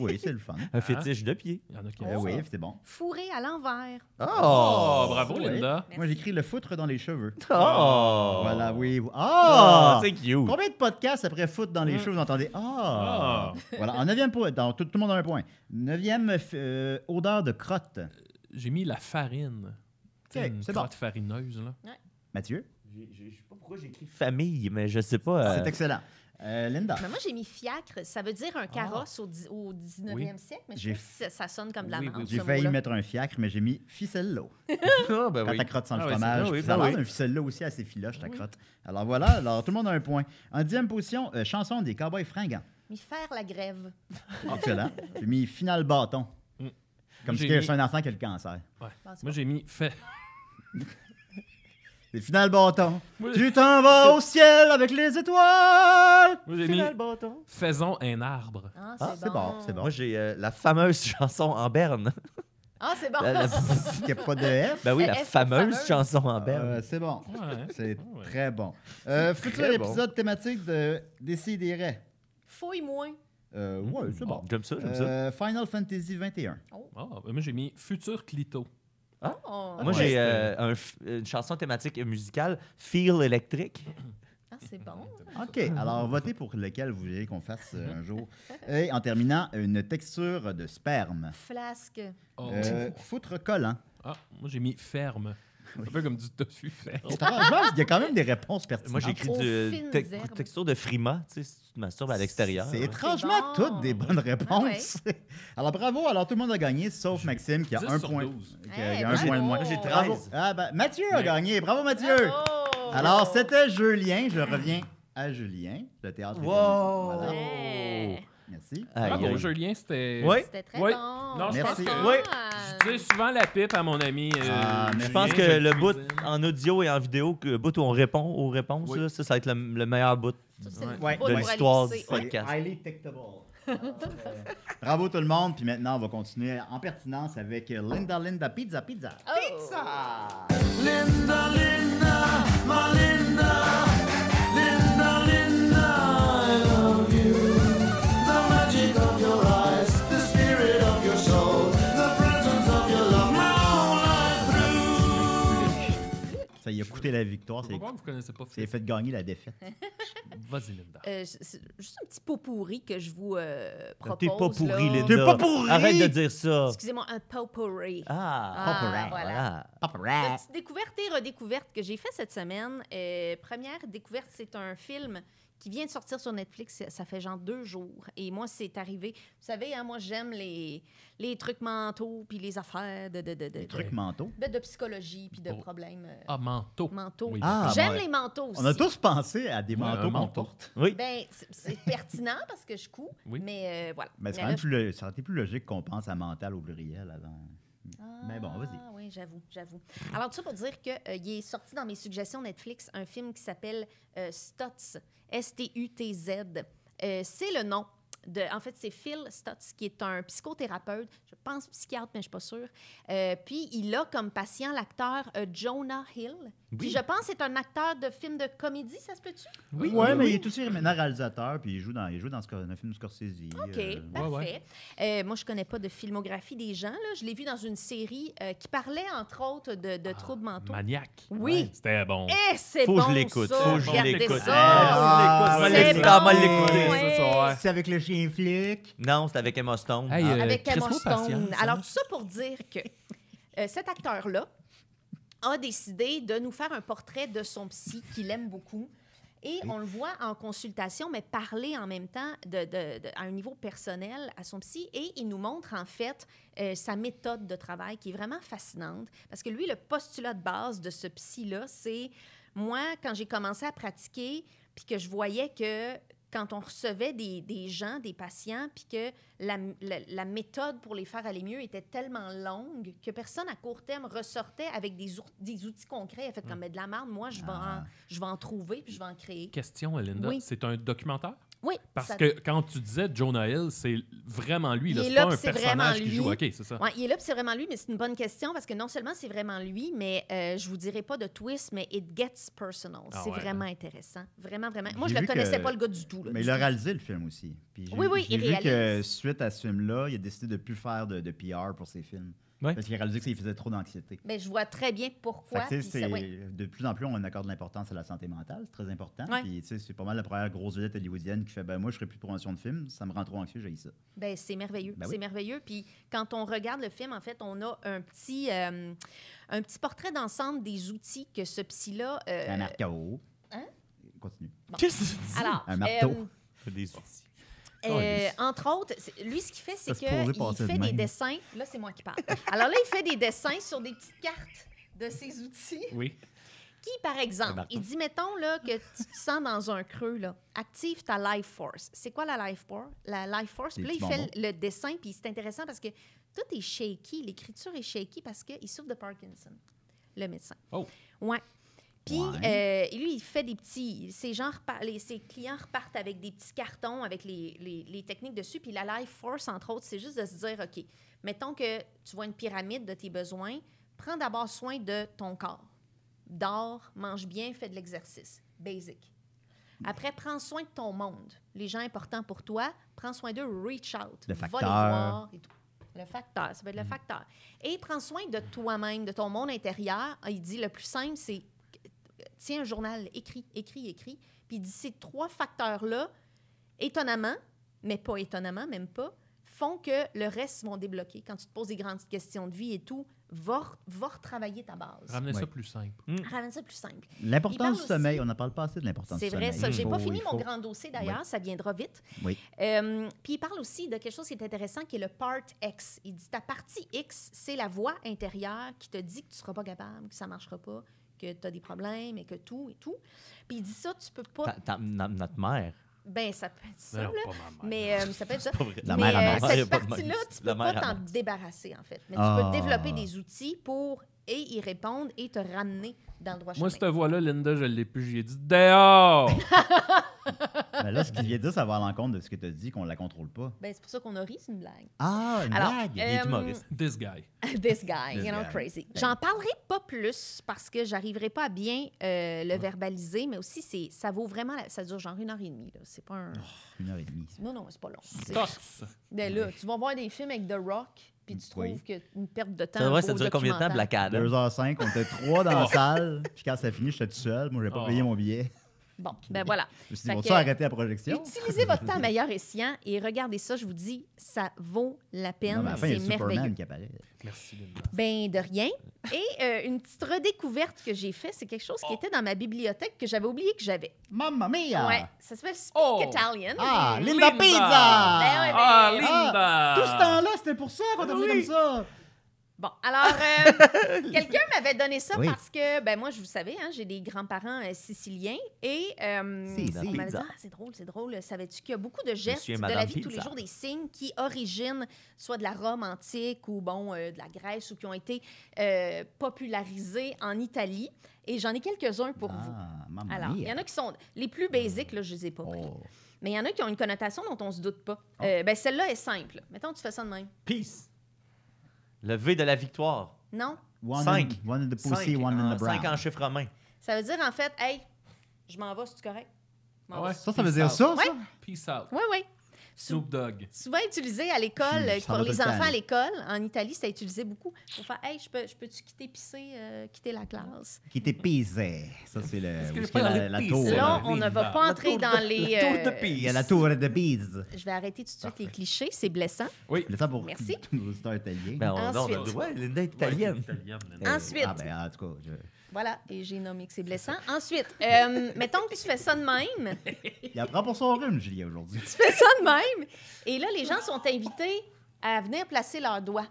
Speaker 3: Oui, c'est le fun.
Speaker 4: Un fétiche de pied.
Speaker 2: Il y en a qui
Speaker 3: Eh
Speaker 2: aiment
Speaker 3: oui,
Speaker 2: ça.
Speaker 3: c'est bon.
Speaker 5: Fourré à l'envers.
Speaker 2: Oh, bravo,
Speaker 3: Oui.
Speaker 2: Linda.
Speaker 5: Merci.
Speaker 3: Moi, j'écris le foutre dans les cheveux.
Speaker 4: Oh!
Speaker 3: Voilà, oui.
Speaker 4: Oh,
Speaker 3: Ah!
Speaker 4: c'est cute.
Speaker 3: Combien de podcasts après foutre dans les
Speaker 2: Mm.
Speaker 3: cheveux, vous entendez
Speaker 2: Ah.
Speaker 3: Ah! Voilà, en neuvième point, dans- tout, tout le monde a un point. Neuvième, f- euh, odeur de crotte.
Speaker 2: J'ai mis la farine. Tu sais,
Speaker 3: Ok,
Speaker 2: une
Speaker 3: c'est bon.
Speaker 2: crotte farineuse, là.
Speaker 3: Mathieu,
Speaker 4: J'ai- j'ai- Je sais pas pourquoi j'ai écrit famille, mais je sais pas.
Speaker 3: c'est
Speaker 4: euh,
Speaker 3: excellent. Euh, Linda,
Speaker 5: Mais moi, j'ai mis fiacre. Ça veut dire un carrosse au, dix- au 19e siècle, mais je
Speaker 3: Ah. J'ai
Speaker 5: trouve que ça, ça sonne comme de la
Speaker 2: Oui,
Speaker 5: menthe,
Speaker 2: oui,
Speaker 5: ce
Speaker 3: j'ai failli
Speaker 5: mot-là.
Speaker 3: mettre un fiacre, mais j'ai mis ficello.
Speaker 4: Ah, ben
Speaker 3: Quand
Speaker 4: oui.
Speaker 3: ta crotte sent
Speaker 4: Ah
Speaker 3: le
Speaker 4: oui, c'est-
Speaker 3: fromage,
Speaker 4: ah oui,
Speaker 3: puis ça
Speaker 4: ben
Speaker 3: a l'air
Speaker 4: oui.
Speaker 3: d'un ficello aussi assez filoche, ta crotte. Alors voilà, alors tout le monde a un point. En dixième position, euh, chanson des cowboys fringants.
Speaker 5: Mis faire la grève.
Speaker 3: Excellent. J'ai mis final bâton.
Speaker 2: Mm.
Speaker 3: Comme si
Speaker 2: J'ai
Speaker 3: t'es
Speaker 2: mis-
Speaker 3: un enfant qui a le cancer.
Speaker 5: Non, c'est
Speaker 2: Moi, j'ai mis fait.
Speaker 3: C'est final bâton.
Speaker 2: Oui.
Speaker 3: Tu t'en vas au ciel avec les étoiles.
Speaker 2: Moi, j'ai mis
Speaker 4: Final bâton.
Speaker 2: faisons un arbre.
Speaker 5: pas- Ah,
Speaker 3: Ah, c'est bon, c'est bon.
Speaker 4: Moi, j'ai euh, la fameuse chanson en berne.
Speaker 5: Ah, c'est bon.
Speaker 4: La- la-
Speaker 3: Il n'y a pas de F.
Speaker 4: ben oui,
Speaker 5: La
Speaker 4: la
Speaker 5: F,
Speaker 4: fameuse
Speaker 5: fameuse.
Speaker 4: chanson en
Speaker 3: Euh,
Speaker 4: berne.
Speaker 3: c'est bon.
Speaker 2: Ouais.
Speaker 3: C'est
Speaker 2: Ah ouais.
Speaker 3: très bon. Euh, futur
Speaker 4: très bon.
Speaker 3: épisode thématique de Décideret.
Speaker 5: Fouille-moi.
Speaker 3: Euh, ouais, c'est bon.
Speaker 4: J'aime ça, j'aime ça.
Speaker 3: Euh, Final Fantasy 21.
Speaker 2: Ah, ben, moi, j'ai mis futur clito.
Speaker 5: Oh.
Speaker 4: Moi,
Speaker 3: ouais,
Speaker 4: j'ai
Speaker 2: c'est-
Speaker 4: euh, un f- une chanson thématique musicale, Feel électrique.
Speaker 5: Ah, c'est bon.
Speaker 3: OK. Alors, votez pour lequel vous voulez qu'on fasse euh, un jour. Et en terminant, une texture de sperme.
Speaker 5: Flasque.
Speaker 2: Oh.
Speaker 3: Euh, foutre collant.
Speaker 2: Ah, moi, j'ai mis ferme. Un peu comme du tofu ferme.
Speaker 3: Je pense qu'il y a quand même des réponses pertinentes.
Speaker 4: Moi, j'ai écrit
Speaker 5: Aux
Speaker 4: du
Speaker 5: fines
Speaker 4: tec-
Speaker 5: herbes.
Speaker 4: texture de frima, tu sais, si tu te masturbes à l'extérieur.
Speaker 3: C'est
Speaker 4: Ouais.
Speaker 3: étrangement
Speaker 5: C'est bon.
Speaker 3: toutes des bonnes réponses.
Speaker 5: Ah
Speaker 3: Alors bravo, alors tout le monde a gagné sauf Maxime qui a
Speaker 2: 10
Speaker 3: un
Speaker 2: sur
Speaker 3: point.
Speaker 2: 12.
Speaker 3: qui a- qui a
Speaker 5: Eh,
Speaker 3: un
Speaker 5: bravo.
Speaker 3: point de moins.
Speaker 5: Moi, j'ai
Speaker 3: Bravo.
Speaker 4: 13.
Speaker 3: Ah, ben, Mathieu a
Speaker 2: Ouais.
Speaker 3: gagné. Bravo Mathieu.
Speaker 5: Bravo.
Speaker 3: Alors c'était Julien, je reviens à Julien, le théâtre. est terminé.
Speaker 5: Oh.
Speaker 4: Wow!
Speaker 3: Voilà. Oh.
Speaker 5: Ouais.
Speaker 3: Merci.
Speaker 4: Aïe,
Speaker 2: Bravo,
Speaker 4: aïe.
Speaker 2: Julien, c'était.
Speaker 4: Ouais.
Speaker 5: C'était très
Speaker 2: Oui.
Speaker 5: bon.
Speaker 2: Non,
Speaker 3: je pense Merci.
Speaker 2: que- Je dis souvent la pipe à mon ami. euh,
Speaker 3: Ah, mais
Speaker 4: Je pense
Speaker 2: Julien,
Speaker 4: que
Speaker 2: je
Speaker 4: le
Speaker 2: cuisine.
Speaker 4: bout en audio et en vidéo, que- le bout où on répond aux réponses,
Speaker 2: Oui.
Speaker 4: là, ça, ça va être le, le meilleur bout.
Speaker 5: Ça, c'est le
Speaker 3: Ouais.
Speaker 5: beau
Speaker 3: De
Speaker 5: pour
Speaker 4: l'histoire
Speaker 5: aller
Speaker 4: du
Speaker 5: pisser.
Speaker 4: podcast.
Speaker 3: Highly detectable. Alors, euh, Bravo tout le monde, puis maintenant on va continuer en pertinence avec Linda Linda Pizza Pizza.
Speaker 5: Oh.
Speaker 3: Pizza!
Speaker 1: Linda, Linda, my Linda, Linda, Linda, I love you. The magic of your eyes, the spirit of your soul, the presence of your love, my whole life
Speaker 3: Ça y a coûté la victoire, c'est-
Speaker 2: Pourquoi vous connaissez pas
Speaker 3: c'est
Speaker 2: Philippe?
Speaker 3: fait gagner la défaite.
Speaker 2: Vas-y, Linda.
Speaker 5: Euh, je- c'est juste un petit pot pourri que je vous euh, propose.
Speaker 4: T'es pas pourri,
Speaker 5: là.
Speaker 4: Linda.
Speaker 3: T'es pas pourri! Ah.
Speaker 4: Arrête de dire ça.
Speaker 5: Excusez-moi, un pot pourri.
Speaker 4: Ah,
Speaker 5: Ah,
Speaker 4: Popper Act,
Speaker 5: voilà.
Speaker 3: Papa
Speaker 5: Une
Speaker 3: Rat.
Speaker 5: petite découverte et redécouverte que j'ai fait cette semaine. Euh, première découverte, c'est un film qui vient de sortir sur Netflix. Ça- Ça fait genre deux jours. Et moi, c'est arrivé. Vous savez, hein, moi, j'aime les, les trucs mentaux puis les affaires de, de, de, de,
Speaker 3: Des trucs mentaux.
Speaker 5: de- de psychologie puis de
Speaker 2: Oh.
Speaker 5: problèmes euh,
Speaker 2: Ah, manteau.
Speaker 5: mentaux.
Speaker 2: Oui.
Speaker 3: Ah,
Speaker 5: j'aime
Speaker 3: ouais.
Speaker 5: les manteaux aussi.
Speaker 3: On a tous pensé à des
Speaker 2: Ouais,
Speaker 3: manteaux
Speaker 2: un
Speaker 3: qu'on
Speaker 2: manteau.
Speaker 3: porte.
Speaker 4: Oui.
Speaker 5: Ben, c'est- c'est pertinent parce que je couds,
Speaker 2: Oui.
Speaker 5: mais euh, voilà.
Speaker 3: Mais c'est
Speaker 5: Mais
Speaker 3: quand même
Speaker 5: là,
Speaker 3: plus, lo- ça aurait été plus logique qu'on pense à mental au pluriel avant. Mais bon, vas-y.
Speaker 5: Ah oui, j'avoue, j'avoue. Alors, tout ça pour dire qu'il il est sorti dans mes suggestions Netflix un film qui s'appelle euh, Stutz, S-T-U-T-Z. Euh, c'est le nom. De, en fait, c'est Phil Stutz, qui est un psychothérapeute, je pense psychiatre, mais je ne suis pas sûre. Euh, puis, il a comme patient l'acteur euh, Jonah Hill, qui,
Speaker 4: Oui.
Speaker 5: je pense, est un acteur de film de comédie, ça se peut-tu?
Speaker 2: Oui,
Speaker 3: ouais,
Speaker 2: oui,
Speaker 3: mais
Speaker 2: oui.
Speaker 3: il est aussi maintenant réalisateur, puis il joue dans, il joue dans Scor- un film de Scorsese.
Speaker 5: OK,
Speaker 3: euh,
Speaker 5: parfait.
Speaker 2: ouais.
Speaker 5: Euh, moi, je ne connais pas de filmographie des gens. Là. Je l'ai vu dans une série euh, qui parlait, entre autres, de,
Speaker 3: Ah,
Speaker 5: de troubles mentaux.
Speaker 2: Maniaque.
Speaker 5: Oui.
Speaker 2: C'était bon.
Speaker 5: Eh, c'est
Speaker 4: Faut
Speaker 5: bon
Speaker 4: que je l'écoute.
Speaker 5: ça.
Speaker 4: Faut que je
Speaker 5: Regardez
Speaker 4: l'écoute.
Speaker 5: ça.
Speaker 3: Ah,
Speaker 4: Faut que je
Speaker 5: c'est
Speaker 4: l'écoute. Ah, moi,
Speaker 5: bon.
Speaker 4: l'écouter.
Speaker 5: Ouais.
Speaker 3: C'est avec le chien flic.
Speaker 4: Non, c'est avec Emma Stone.
Speaker 2: Hey,
Speaker 4: Ah,
Speaker 2: euh,
Speaker 5: Avec Emma
Speaker 2: Crispo
Speaker 5: Stone.
Speaker 2: Patience,
Speaker 5: Alors,
Speaker 2: hein?
Speaker 5: tout ça pour dire que euh, cet acteur-là a décidé de nous faire un portrait de son psy qu'il aime beaucoup. Et on le voit en consultation, mais parler en même temps de, de- de- à un niveau personnel à son psy. Et il nous montre en fait euh, sa méthode de travail qui est vraiment fascinante. Parce que lui, le postulat de base de ce psy-là, c'est moi, quand j'ai commencé à pratiquer, puis que je voyais que quand on recevait des, des gens, des patients, puis que la, la- la méthode pour les faire aller mieux était tellement longue que personne à court terme ressortait avec des, our- des outils concrets. Elle fait
Speaker 3: Mm.
Speaker 5: comme, mais de la marde, moi, je vais,
Speaker 3: Ah.
Speaker 5: en, je vais en trouver, puis je vais en créer.
Speaker 2: Question, Linda.
Speaker 5: Oui.
Speaker 2: C'est un documentaire?
Speaker 5: Oui.
Speaker 2: Parce
Speaker 5: ça-
Speaker 2: que quand tu disais Jonah Hill, c'est vraiment lui.
Speaker 5: Il
Speaker 2: là.
Speaker 5: est
Speaker 2: C'est
Speaker 5: là,
Speaker 2: pas un
Speaker 5: puis c'est vraiment
Speaker 2: personnage qui
Speaker 5: lui.
Speaker 2: joue. OK, c'est ça.
Speaker 5: Ouais, il est là, puis c'est vraiment lui, mais c'est une bonne question parce que non seulement c'est vraiment lui, mais euh, je vous dirai pas de twist, mais it gets personal.
Speaker 2: Ah
Speaker 5: c'est
Speaker 2: ouais.
Speaker 5: vraiment intéressant. Vraiment, vraiment. Moi,
Speaker 3: hein. J'ai
Speaker 5: je
Speaker 3: vu
Speaker 5: le connaissais
Speaker 3: que-
Speaker 5: pas, le gars du tout. là,
Speaker 3: Mais
Speaker 5: du
Speaker 3: il a
Speaker 5: tout.
Speaker 3: réalisé le film aussi. Puis j'ai-
Speaker 5: Oui, oui,
Speaker 3: j'ai
Speaker 5: il
Speaker 3: vu que
Speaker 5: réalise.
Speaker 3: suite à ce film-là, il a décidé de plus faire de, de PR pour ses films.
Speaker 4: Ouais.
Speaker 3: Parce qu'il a réalisé que ça lui faisait trop d'anxiété.
Speaker 5: Ben, je vois très bien
Speaker 3: Fait
Speaker 5: pourquoi.
Speaker 3: que, tu sais,
Speaker 5: puis ça-
Speaker 3: c'est-
Speaker 5: ouais.
Speaker 3: De plus en plus, on accorde de l'importance à la santé mentale, c'est très important.
Speaker 5: Ouais.
Speaker 3: Puis tu sais, c'est pas mal la première grosse vedette hollywoodienne qui fait ben moi je ferai plus de promotion de film, ça me rend trop anxieux, j'ai ça.
Speaker 5: Ben, c'est merveilleux.
Speaker 3: Ben oui.
Speaker 5: C'est merveilleux. Puis quand on regarde le film, en fait, on a un petit, euh, un petit portrait d'ensemble des outils que ce psy-là. euh,
Speaker 3: Un arcao.
Speaker 5: hein?
Speaker 3: Continue.
Speaker 4: Qu'est-ce que tu dis?
Speaker 5: alors,
Speaker 3: Un marteau.
Speaker 5: euh,
Speaker 4: Des outils.
Speaker 5: Euh,
Speaker 4: Oh, lui.
Speaker 5: entre autres, c'est- lui, ce qu'il fait, c'est
Speaker 3: Ça se pourrait
Speaker 5: qu'il
Speaker 3: passer de
Speaker 5: fait des
Speaker 3: même.
Speaker 5: dessins. Là, c'est moi qui parle. Alors là, il fait des dessins sur des petites cartes de ses outils.
Speaker 2: Oui.
Speaker 5: Qui, par
Speaker 4: Un
Speaker 5: exemple,
Speaker 4: marteau.
Speaker 5: il dit, mettons là, que tu te sens dans un creux, là, active ta life force. C'est quoi la life force? La life force.
Speaker 3: Des
Speaker 5: Puis là, il
Speaker 3: petits
Speaker 5: fait
Speaker 3: bonbons.
Speaker 5: le dessin, puis c'est intéressant parce que tout est shaky. L'écriture est shaky parce qu'il souffre de Parkinson, le médecin.
Speaker 2: Oh.
Speaker 5: Ouais. Puis
Speaker 3: Ouais.
Speaker 5: euh, lui, il fait des petits. Ses, gens repa- les- ses clients repartent avec des petits cartons avec les, les- les techniques dessus. Puis la Life Force, entre autres, c'est juste de se dire OK, mettons que tu vois une pyramide de tes besoins, prends d'abord soin de ton corps. Dors, mange bien, fais de l'exercice. Basic. Après, prends soin de ton monde. Les gens importants pour toi, prends soin d'eux, reach out.
Speaker 3: Le
Speaker 5: Va les
Speaker 3: facteur. Mm.
Speaker 5: voir et tout. Le facteur, ça peut être le facteur. Et prends soin de toi-même, de ton monde intérieur. Ah, Il dit le plus simple, c'est tiens un journal, écris, écris, écris. Puis il dit ces trois facteurs-là, étonnamment, mais pas étonnamment, même pas, font que le reste vont débloquer. Quand tu te poses des grandes questions de vie et tout, va, re- va retravailler ta base.
Speaker 2: Ramenez ça
Speaker 3: Ouais.
Speaker 2: plus simple.
Speaker 5: Ramène ça plus simple. Il parle
Speaker 3: L'importance du
Speaker 5: aussi-
Speaker 3: sommeil, on n'en parle pas assez de l'importance du
Speaker 5: C'est
Speaker 3: sommeil.
Speaker 5: vrai, ça. J'ai
Speaker 3: Il
Speaker 4: Oh,
Speaker 5: pas
Speaker 3: faut-
Speaker 5: fini
Speaker 3: il
Speaker 5: mon
Speaker 3: faut-
Speaker 5: grand dossier d'ailleurs, ça viendra vite.
Speaker 3: Oui.
Speaker 5: Euh, puis il parle aussi de quelque chose qui est intéressant, qui est le part X. Il dit ta partie X, c'est la voix intérieure qui te dit que tu seras pas capable, que ça marchera pas, que tu as des problèmes et que tout et tout. Puis il dit ça, tu peux pas.
Speaker 4: Ta- ta- na- Notre mère.
Speaker 5: Ben, ça peut être ça,
Speaker 2: Non,
Speaker 5: là.
Speaker 2: pas ma mère.
Speaker 5: Mais euh, ça peut être ça.
Speaker 4: pas vrai.
Speaker 3: La
Speaker 5: Mais
Speaker 3: mère à
Speaker 5: euh,
Speaker 3: mort.
Speaker 5: cette
Speaker 4: Pas de
Speaker 5: partie-là,
Speaker 4: mort.
Speaker 5: tu
Speaker 4: La
Speaker 5: peux pas
Speaker 4: mère à
Speaker 5: t'en
Speaker 4: mort.
Speaker 5: débarrasser, en fait. Mais
Speaker 3: Ah.
Speaker 5: tu peux développer des outils pour et y répondre et te ramener dans le droit chemin.
Speaker 2: Moi, cette voix-là, Linda, je l'ai plus. J'ai dit dehors!
Speaker 3: Ben là, ce qu'il vient de dire, ça va à l'encontre de ce que tu as dit, qu'on la contrôle pas.
Speaker 5: Ben, c'est pour ça qu'on a ri, c'est une blague.
Speaker 3: Ah, une
Speaker 5: Alors,
Speaker 3: blague!
Speaker 5: euh,
Speaker 4: Il est humoriste.
Speaker 2: This guy.
Speaker 5: This guy,
Speaker 3: This
Speaker 5: you know,
Speaker 3: guy.
Speaker 5: crazy. J'en parlerai pas plus parce que j'arriverai pas à bien euh, le verbaliser, mais aussi, c'est, ça vaut vraiment... la- ça dure genre une heure et demie, là. C'est pas un...
Speaker 3: Une heure et demie.
Speaker 5: Non, non, c'est pas long. C'est-
Speaker 2: Tots.
Speaker 5: Ben là, tu vas voir des films avec The Rock, puis tu
Speaker 3: Oui.
Speaker 5: trouves que une perte de temps...
Speaker 4: Ça devrait
Speaker 5: vaut
Speaker 4: ça dure combien de temps,
Speaker 5: documentaire.
Speaker 4: Black Adam? Oh.
Speaker 3: 2h05, on était trois dans la salle. Puis quand ça finit, j'étais tout seul. Moi, j'ai pas
Speaker 2: Oh.
Speaker 3: payé mon billet.
Speaker 5: Bon, ben voilà.
Speaker 3: Je me suis
Speaker 5: Fait
Speaker 3: dit, vont-tu
Speaker 5: que-
Speaker 3: arrêter la projection?
Speaker 5: Utilisez votre temps meilleur et sien et regardez ça, je vous dis, ça vaut la peine.
Speaker 3: Non, mais à la fin, il y
Speaker 5: c'est
Speaker 3: a
Speaker 5: merveilleux.
Speaker 3: Superman qui apparaît.
Speaker 2: Merci, Linda.
Speaker 5: Ben de rien. Et euh, une petite redécouverte que j'ai faite, c'est quelque chose qui était dans ma bibliothèque que j'avais oublié que j'avais.
Speaker 3: Mamma mia!
Speaker 5: Ouais, ça s'appelle Speak
Speaker 2: Oh!
Speaker 5: Italian.
Speaker 3: Ah,
Speaker 5: Ben
Speaker 3: Linda
Speaker 2: Linda!
Speaker 3: Pizza!
Speaker 5: ouais, ben-
Speaker 2: Ah,
Speaker 5: Ah,
Speaker 2: Linda!
Speaker 3: Tout ce temps-là, c'était pour ça qu'on
Speaker 2: Oui.
Speaker 3: devenait comme ça!
Speaker 5: Bon, alors, euh, quelqu'un m'avait donné ça
Speaker 3: Oui.
Speaker 5: parce que, ben moi, je vous savais, hein, j'ai des grands-parents euh, siciliens et euh,
Speaker 3: Si,
Speaker 5: on
Speaker 3: si.
Speaker 5: m'avait dit, ah, c'est drôle, c'est drôle, savais-tu qu'il y a beaucoup de gestes
Speaker 4: et
Speaker 5: de
Speaker 4: Madame
Speaker 5: la vie de tous les
Speaker 4: Pizza.
Speaker 5: jours, des signes qui originent soit de la Rome antique ou, bon, euh, de la Grèce ou qui ont été euh, popularisés en Italie. Et j'en ai quelques-uns pour vous.
Speaker 3: Ah, mamma
Speaker 5: Alors, il y
Speaker 3: mia!
Speaker 5: en a qui sont les plus basiques, là, je les ai pas pris.
Speaker 3: Oh.
Speaker 5: Mais il y en a qui ont une connotation dont on se doute pas. Euh, ben, celle-là est simple. Mettons, tu fais ça de même.
Speaker 4: Peace. Le V de la victoire.
Speaker 5: Non?
Speaker 3: One
Speaker 4: Cinq.
Speaker 3: In, one in the
Speaker 4: Cinq
Speaker 3: pussy, one in
Speaker 4: en-
Speaker 3: the brown.
Speaker 4: cinq en chiffre romain.
Speaker 5: Ça veut dire, en fait, hey, je m'en vais, c'est-tu correct? Je m'en
Speaker 2: Ah
Speaker 5: vais.
Speaker 2: ouais?
Speaker 3: Ça, ça veut dire ça, ça?
Speaker 2: Peace out.
Speaker 5: Oui, oui. Sou-
Speaker 2: Snoop Dogg.
Speaker 5: souvent utilisé à l'école,
Speaker 3: Hmm, Je- je
Speaker 5: pour
Speaker 3: savais
Speaker 5: les
Speaker 3: pas le
Speaker 5: enfants à
Speaker 3: temps.
Speaker 5: l'école. En Italie, ça utilisé beaucoup. Pour faire, hey, je peux- je peux-tu quitter pisser, euh, quitter la classe?
Speaker 3: Qui était pisé. Ça, c'est le,
Speaker 2: que
Speaker 3: où
Speaker 2: je
Speaker 3: est-ce qu'il y a
Speaker 2: parle
Speaker 3: la, la
Speaker 2: de
Speaker 3: tour.
Speaker 2: pisé?
Speaker 5: Là,
Speaker 3: là.
Speaker 2: la
Speaker 5: on ne
Speaker 2: rive,
Speaker 5: va pas
Speaker 4: la
Speaker 5: entrer
Speaker 4: tour de-
Speaker 5: dans les.
Speaker 4: la tour de
Speaker 5: euh,
Speaker 4: Pise.
Speaker 3: Il y a la tour de bise.
Speaker 5: Je vais arrêter tout de suite les clichés, c'est blessant.
Speaker 3: Le temps pour
Speaker 5: Merci.
Speaker 3: tous nos auditeurs italiens.
Speaker 4: Ben, on, on a le
Speaker 5: Ensuite.
Speaker 4: droit, Linda est italienne.
Speaker 2: Italienne, Linda.
Speaker 3: Euh,
Speaker 5: ensuite.
Speaker 3: Ah, ben, en tout cas, je-
Speaker 5: Voilà, et j'ai nommé que c'est blessant. Ensuite, euh, mettons que tu fais ça de même. Tu
Speaker 3: Il apprend pour son rhume, Julien, aujourd'hui.
Speaker 5: fais ça de même. Et là, les gens sont invités à venir placer leurs doigts.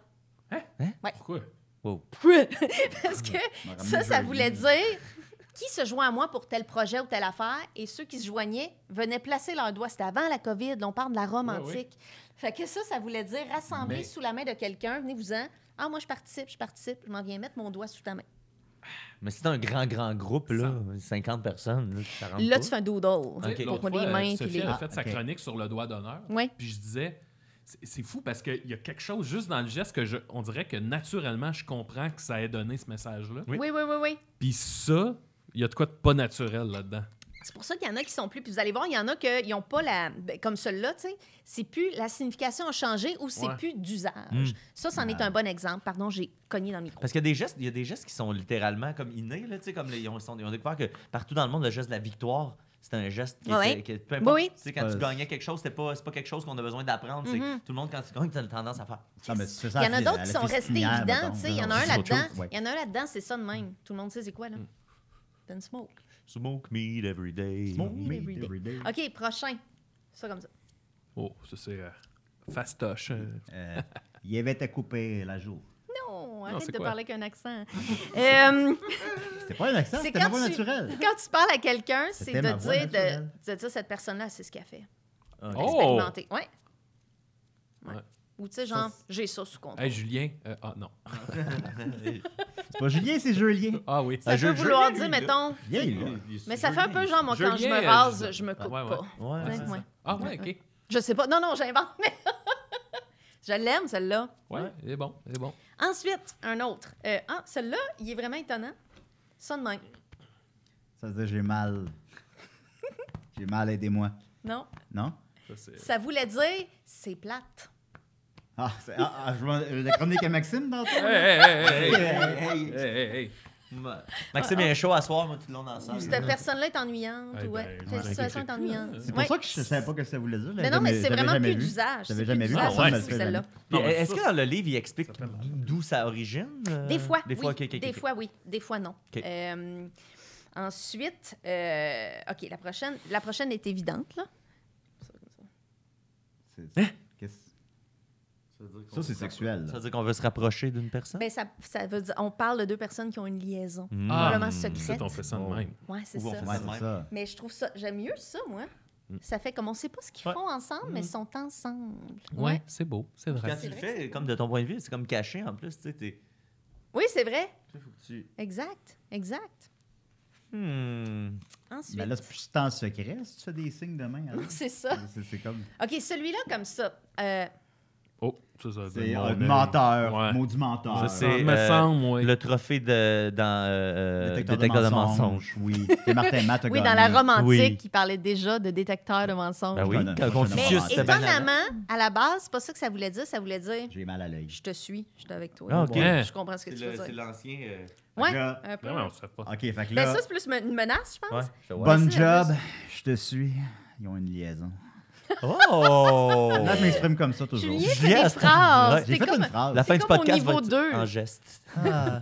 Speaker 2: Pourquoi?
Speaker 5: Parce que
Speaker 2: Ah,
Speaker 5: ça, ça voulait
Speaker 3: dire.
Speaker 5: dire qui se joint à moi pour tel projet ou telle affaire. Et ceux qui se joignaient venaient placer leurs doigts. C'était avant la COVID. là, on parle de la Rome
Speaker 2: Ouais,
Speaker 5: antique. Fait que ça, ça voulait dire rassembler
Speaker 2: Mais-
Speaker 5: sous la main de quelqu'un. Venez-vous-en. Ah, moi, je participe, je participe. Je m'en viens mettre mon doigt sous ta main.
Speaker 4: Euh, Mais c'est un grand, grand groupe, là, 50 personnes, là, ça rentre
Speaker 5: Là,
Speaker 4: pas.
Speaker 5: tu fais un doodle.
Speaker 4: Ok.
Speaker 2: L'autre
Speaker 5: Pour les
Speaker 2: fois, euh,
Speaker 5: mains,
Speaker 2: Sophie
Speaker 5: puis les-
Speaker 2: elle a fait sa
Speaker 3: Ok.
Speaker 2: chronique sur le doigt d'honneur.
Speaker 5: Ouais.
Speaker 2: Puis je disais, c'est c'est fou parce qu'il y a quelque chose juste dans le geste que je, on dirait que naturellement, je comprends que ça ait donné ce message-là.
Speaker 4: Oui.
Speaker 5: oui, oui, oui. oui.
Speaker 2: Puis ça, il y a de quoi de pas naturel là-dedans.
Speaker 5: C'est pour ça qu'il y en a qui sont plus. Puis vous allez voir, il y en a qui n'ont pas la. ben, Comme celui-là, tu sais. C'est plus. La signification a changé ou c'est
Speaker 2: Ouais. Hmm. Ah.
Speaker 5: plus d'usage.
Speaker 4: Mm.
Speaker 5: Ça, c'en est un bon exemple. Pardon, j'ai cogné dans le micro.
Speaker 4: Parce qu'il y a des gestes, il y a des gestes qui sont littéralement comme innés, là, tu sais, comme les- ils ont, ils sont- ils ont découvert que partout dans le monde, le geste de la victoire, c'était un geste qui
Speaker 5: Ouais.
Speaker 4: était, que peu importe,
Speaker 5: Oui.
Speaker 4: tu sais, quand
Speaker 3: Ouais.
Speaker 4: tu gagnais quelque chose, c'était pas, c'est pas quelque chose qu'on a besoin d'apprendre, c'est
Speaker 5: Mhm.
Speaker 4: tout le monde quand tu gagnes, t'as tendance à faire.
Speaker 5: Il y en a d'autres qui sont restés évidents, tu sais. Il y en a un là-dedans. Il y en a un là-dedans, c'est ça de même. Tout le monde sait c'est quoi, là.
Speaker 2: Hmm.
Speaker 5: Then smoke.
Speaker 4: Smoke meat every day.
Speaker 5: OK, prochain. Ça comme ça.
Speaker 2: Oh, ça c'est euh, fastoche. euh.
Speaker 3: Il avait été coupé la jour.
Speaker 5: Non, arrête
Speaker 2: c'est
Speaker 5: de
Speaker 2: quoi?
Speaker 5: parler avec un accent. Euh,
Speaker 3: C'était pas un accent,
Speaker 5: c'est
Speaker 3: c'était
Speaker 5: quand,
Speaker 3: pas
Speaker 5: tu-
Speaker 3: naturel.
Speaker 5: quand tu parles à quelqu'un, c'est
Speaker 3: C'était
Speaker 5: de
Speaker 3: ma voix
Speaker 5: dire, de,
Speaker 3: naturelle.
Speaker 5: de dire cette personne-là, c'est ce qu'elle fait.
Speaker 2: Oh!
Speaker 5: Expérimenter. Ouais. Ouais.
Speaker 2: Ouais.
Speaker 5: Ou tu sais, genre, j'ai ça sous contrôle.
Speaker 2: Hey, Julien. euh, ah non.
Speaker 3: C'est pas Julien, c'est Julien.
Speaker 2: Ah oui.
Speaker 5: Ça
Speaker 4: Ah,
Speaker 5: peut
Speaker 4: je- je
Speaker 5: vouloir
Speaker 4: l'ai
Speaker 5: dire,
Speaker 4: eu, là.
Speaker 5: mettons,
Speaker 3: Julien, il est là.
Speaker 5: mais ça fait un peu genre, moi,
Speaker 2: Je
Speaker 5: quand je
Speaker 2: l'ai,
Speaker 5: me
Speaker 2: euh,
Speaker 5: rase,
Speaker 2: je-
Speaker 5: je me coupe
Speaker 2: Ouais, ouais.
Speaker 5: pas.
Speaker 4: Ouais,
Speaker 5: Ouais,
Speaker 4: c'est
Speaker 5: ouais.
Speaker 2: Ah ouais, ok.
Speaker 5: Je sais pas. Non, non, j'invente, mais je l'aime, celle-là.
Speaker 2: Ouais, c'est bon, c'est bon.
Speaker 5: Ensuite, un autre. Euh, ah, celui-là, il est vraiment étonnant. Ça de même.
Speaker 3: Ça veut dire j'ai mal. J'ai mal, aidez-moi.
Speaker 5: Non.
Speaker 3: Non?
Speaker 2: Ça, c'est-
Speaker 5: Ça voulait dire c'est plate.
Speaker 3: Ah, c'est- ah, ah, je vais la chronique à Maxime tantôt.
Speaker 2: Hey, hey, hey, hey, hey.
Speaker 3: Hey, hey.
Speaker 2: Hey, hey, hey.
Speaker 4: Ouais. Maxime est chaud à soir, moi, tout le long dans la salle.
Speaker 5: Cette personne-là est ennuyante.
Speaker 2: Eh ben,
Speaker 5: ouais.
Speaker 2: je
Speaker 5: Cette
Speaker 2: sais
Speaker 5: situation
Speaker 2: que
Speaker 5: est ennuyante.
Speaker 3: C'est pour
Speaker 5: Ouais.
Speaker 3: ça que je savais pas que ça voulait dire.
Speaker 5: Mais non, mais c'est vraiment
Speaker 3: du
Speaker 5: plus d'usage.
Speaker 3: J'avais
Speaker 5: C'est
Speaker 3: jamais
Speaker 5: plus
Speaker 3: vu, Ah,
Speaker 5: d'usage,
Speaker 2: personne ne
Speaker 3: le fait
Speaker 5: celle-là.
Speaker 4: Puis,
Speaker 2: Non, mais
Speaker 4: Est-ce
Speaker 2: ça,
Speaker 4: que dans le livre, il explique
Speaker 2: ça fait mal.
Speaker 4: d'où sa origine? euh,
Speaker 5: Des fois,
Speaker 4: Des fois,
Speaker 5: oui.
Speaker 4: ok, ok,
Speaker 5: des
Speaker 4: ok.
Speaker 5: fois, oui. Des fois, non.
Speaker 4: Ok.
Speaker 5: Euh, ensuite, euh, OK, la prochaine, la prochaine est évidente,
Speaker 4: Hein?
Speaker 5: là.
Speaker 3: C'est- qu'est-ce- Ça, c'est sexuel.
Speaker 4: Ça
Speaker 3: là.
Speaker 4: veut dire qu'on veut se rapprocher d'une personne?
Speaker 5: Ben, ça, ça veut dire, on parle de deux personnes qui ont une liaison.
Speaker 4: Hmm.
Speaker 5: Probablement
Speaker 2: Ça,
Speaker 5: secrète.
Speaker 2: Ah, on fait ça de
Speaker 3: Oh.
Speaker 2: même.
Speaker 5: Ouais, c'est
Speaker 4: Ou on
Speaker 5: ça.
Speaker 4: fait
Speaker 3: Ouais,
Speaker 4: ça de
Speaker 3: c'est
Speaker 4: même.
Speaker 3: ça.
Speaker 5: Mais je trouve ça, j'aime mieux ça, moi. Ça fait comme on sait pas ce qu'ils
Speaker 2: Ouais.
Speaker 5: font ensemble, mais ils sont ensemble.
Speaker 2: Ouais, c'est beau, c'est
Speaker 4: Quand
Speaker 2: vrai.
Speaker 4: tu le
Speaker 5: C'est vrai
Speaker 4: fais, comme de ton point de vue, c'est comme caché en plus. Tu sais, t'es.
Speaker 5: Oui, c'est vrai.
Speaker 4: tu sais, faut que tu-
Speaker 5: Exact. Exact.
Speaker 4: Hmm.
Speaker 5: Ensuite.
Speaker 3: Mais Ben là, Mm. c'est plus tant secret si tu fais des signes de main. alors.
Speaker 5: c'est ça.
Speaker 3: C'est- C'est comme.
Speaker 5: OK, celui-là, comme ça. Euh,
Speaker 2: Oh, ça, ça veut
Speaker 3: C'est
Speaker 2: dire mon
Speaker 3: un
Speaker 2: œil.
Speaker 3: menteur. hein.
Speaker 2: Ouais.
Speaker 3: Maudit menteur.
Speaker 2: Je sais,
Speaker 4: euh,
Speaker 2: me semble, oui.
Speaker 4: Le trophée de, dans euh, euh,
Speaker 3: Détecteur,
Speaker 4: Détecteur
Speaker 3: de, mensonges. Oui. Et Martin Matt a
Speaker 5: oui, dans
Speaker 3: gagné.
Speaker 5: la Rome antique,
Speaker 4: Oui.
Speaker 5: il parlait déjà de détecteur de mensonges.
Speaker 4: Ben oui,
Speaker 3: Prochaine
Speaker 4: quand
Speaker 3: prochaine
Speaker 5: Mais
Speaker 4: Confucius,
Speaker 3: avance.
Speaker 4: c'était bien avant.
Speaker 5: étonnamment, à la base, c'est pas ça que ça voulait dire. Ça voulait dire
Speaker 3: J'ai mal à l'œil.
Speaker 5: je te suis, je suis avec toi.
Speaker 4: Ah, OK.
Speaker 5: Ouais, Je comprends ce que
Speaker 4: C'est
Speaker 5: tu
Speaker 4: le-
Speaker 5: veux
Speaker 4: c'est
Speaker 5: dire.
Speaker 4: l'ancien. euh,
Speaker 5: Ouais,
Speaker 3: Fait que là-
Speaker 5: un peu.
Speaker 2: Non, mais on sait pas.
Speaker 3: OK, fait que
Speaker 5: Ben,
Speaker 3: là,
Speaker 5: ça, c'est plus me- une menace, je pense.
Speaker 4: Ouais, je te vois.
Speaker 3: bonne
Speaker 5: c'est la
Speaker 3: job, je te suis. Ils ont une liaison.
Speaker 4: Oh!
Speaker 3: Là, je m'exprime comme ça toujours.
Speaker 5: Julien fait
Speaker 4: Julien,
Speaker 5: des
Speaker 4: c'est-
Speaker 5: phrases.
Speaker 4: Ouais,
Speaker 3: J'ai
Speaker 5: T'es
Speaker 3: fait
Speaker 5: comme...
Speaker 3: une phrase.
Speaker 4: La fin
Speaker 5: c'est
Speaker 4: du
Speaker 5: comme au
Speaker 4: podcast va
Speaker 5: niveau
Speaker 4: être
Speaker 5: deux.
Speaker 4: en geste.
Speaker 3: Ah.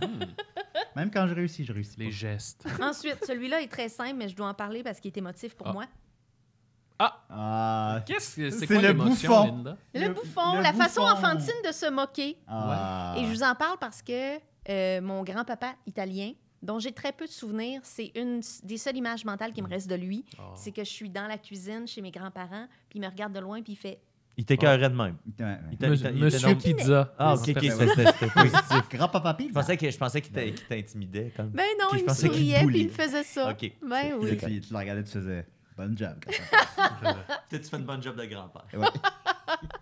Speaker 3: Même quand je réussis, je réussis.
Speaker 2: Les
Speaker 3: pas.
Speaker 2: gestes.
Speaker 5: Ensuite, celui-là est très simple, mais je dois en parler parce qu'il est émotif pour
Speaker 2: Ah.
Speaker 5: moi.
Speaker 3: Ah,
Speaker 2: Qu'est-ce que
Speaker 3: C'est
Speaker 2: c'est quoi
Speaker 3: le
Speaker 2: l'émotion,
Speaker 3: bouffon.
Speaker 2: Linda?
Speaker 5: Le,
Speaker 3: Le-
Speaker 5: bouffon,
Speaker 3: le
Speaker 5: la façon
Speaker 3: bouffon.
Speaker 5: enfantine de se moquer.
Speaker 3: ah.
Speaker 5: Et je vous en parle parce que euh, mon grand-papa italien, dont j'ai très peu de souvenirs, c'est une des seules images mentales qui
Speaker 4: Mm.
Speaker 5: me reste de lui.
Speaker 4: Ah.
Speaker 2: Oh.
Speaker 5: C'est que je suis dans la cuisine chez mes grands-parents, puis il me regarde de loin, puis il fait
Speaker 4: Il t'écœurait de même.
Speaker 3: Putain, ouais.
Speaker 4: Il t'a- il
Speaker 2: Monsieur,
Speaker 4: t'a- il t'a
Speaker 2: Monsieur
Speaker 4: donc-
Speaker 2: Pizza.
Speaker 4: Ah, ok, ok,
Speaker 2: Personne.
Speaker 4: c'était- c'était c'était positif.
Speaker 3: Grand-papa
Speaker 4: Je
Speaker 3: Pete,
Speaker 4: pensais que- je pensais qu'il t'a- qu'il t'intimidait. comme.
Speaker 5: Ben non,
Speaker 4: Puis je
Speaker 5: il me
Speaker 4: pensais qu'il
Speaker 5: souriait, puis
Speaker 3: boulait.
Speaker 5: il me faisait ça.
Speaker 4: Ok.
Speaker 5: Ben
Speaker 3: là,
Speaker 5: oui.
Speaker 3: tu, tu le regardais, tu faisais bonne job. grand-papa.
Speaker 4: Peut-être tu fais une bonne job de grand-père.
Speaker 3: Ouais.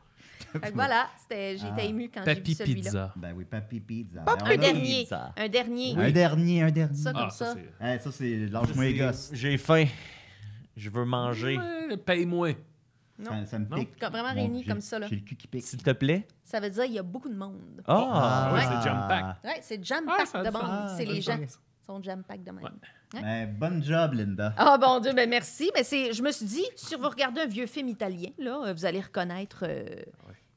Speaker 5: Fait que voilà, c'était- j'étais
Speaker 3: Ah.
Speaker 5: émue quand j'ai vu
Speaker 2: Papy
Speaker 5: celui-là.
Speaker 2: Pizza.
Speaker 3: ben oui, Papi Pete.
Speaker 5: Un dernier.
Speaker 4: Ah, Pizza.
Speaker 5: Un dernier.
Speaker 3: Un dernier, un dernier.
Speaker 5: Ça, comme
Speaker 2: Ah,
Speaker 5: ça.
Speaker 2: ça, c'est...
Speaker 3: Eh, ça, c'est lâche-moi les gosses.
Speaker 4: J'ai faim. Je veux manger.
Speaker 2: Ouais, Paye-moi.
Speaker 5: Non.
Speaker 3: Ça, ça me
Speaker 2: Non.
Speaker 3: pique.
Speaker 5: Comme- vraiment
Speaker 3: Mon-
Speaker 5: réunis
Speaker 3: j'ai-
Speaker 5: comme ça, là.
Speaker 3: J'ai le cul qui pique.
Speaker 4: S'il te plaît.
Speaker 5: Ça veut dire il y a beaucoup de monde.
Speaker 4: Ah!
Speaker 2: Ah, ouais, c'est jump pack.
Speaker 5: Ouais, c'est jam
Speaker 2: Ah,
Speaker 5: pack
Speaker 2: ça a
Speaker 5: de
Speaker 2: du
Speaker 5: monde.
Speaker 3: sens.
Speaker 5: c'est
Speaker 3: Ah,
Speaker 5: les
Speaker 3: ça a
Speaker 5: gens
Speaker 3: du
Speaker 5: qui sont jam pack de même. Ouais.
Speaker 3: Mais Eh, bonne job, Linda.
Speaker 5: Ah bon Dieu, ben merci. Mais c'est, je me suis dit, si vous regardez un vieux film italien, là, euh, vous allez reconnaître euh,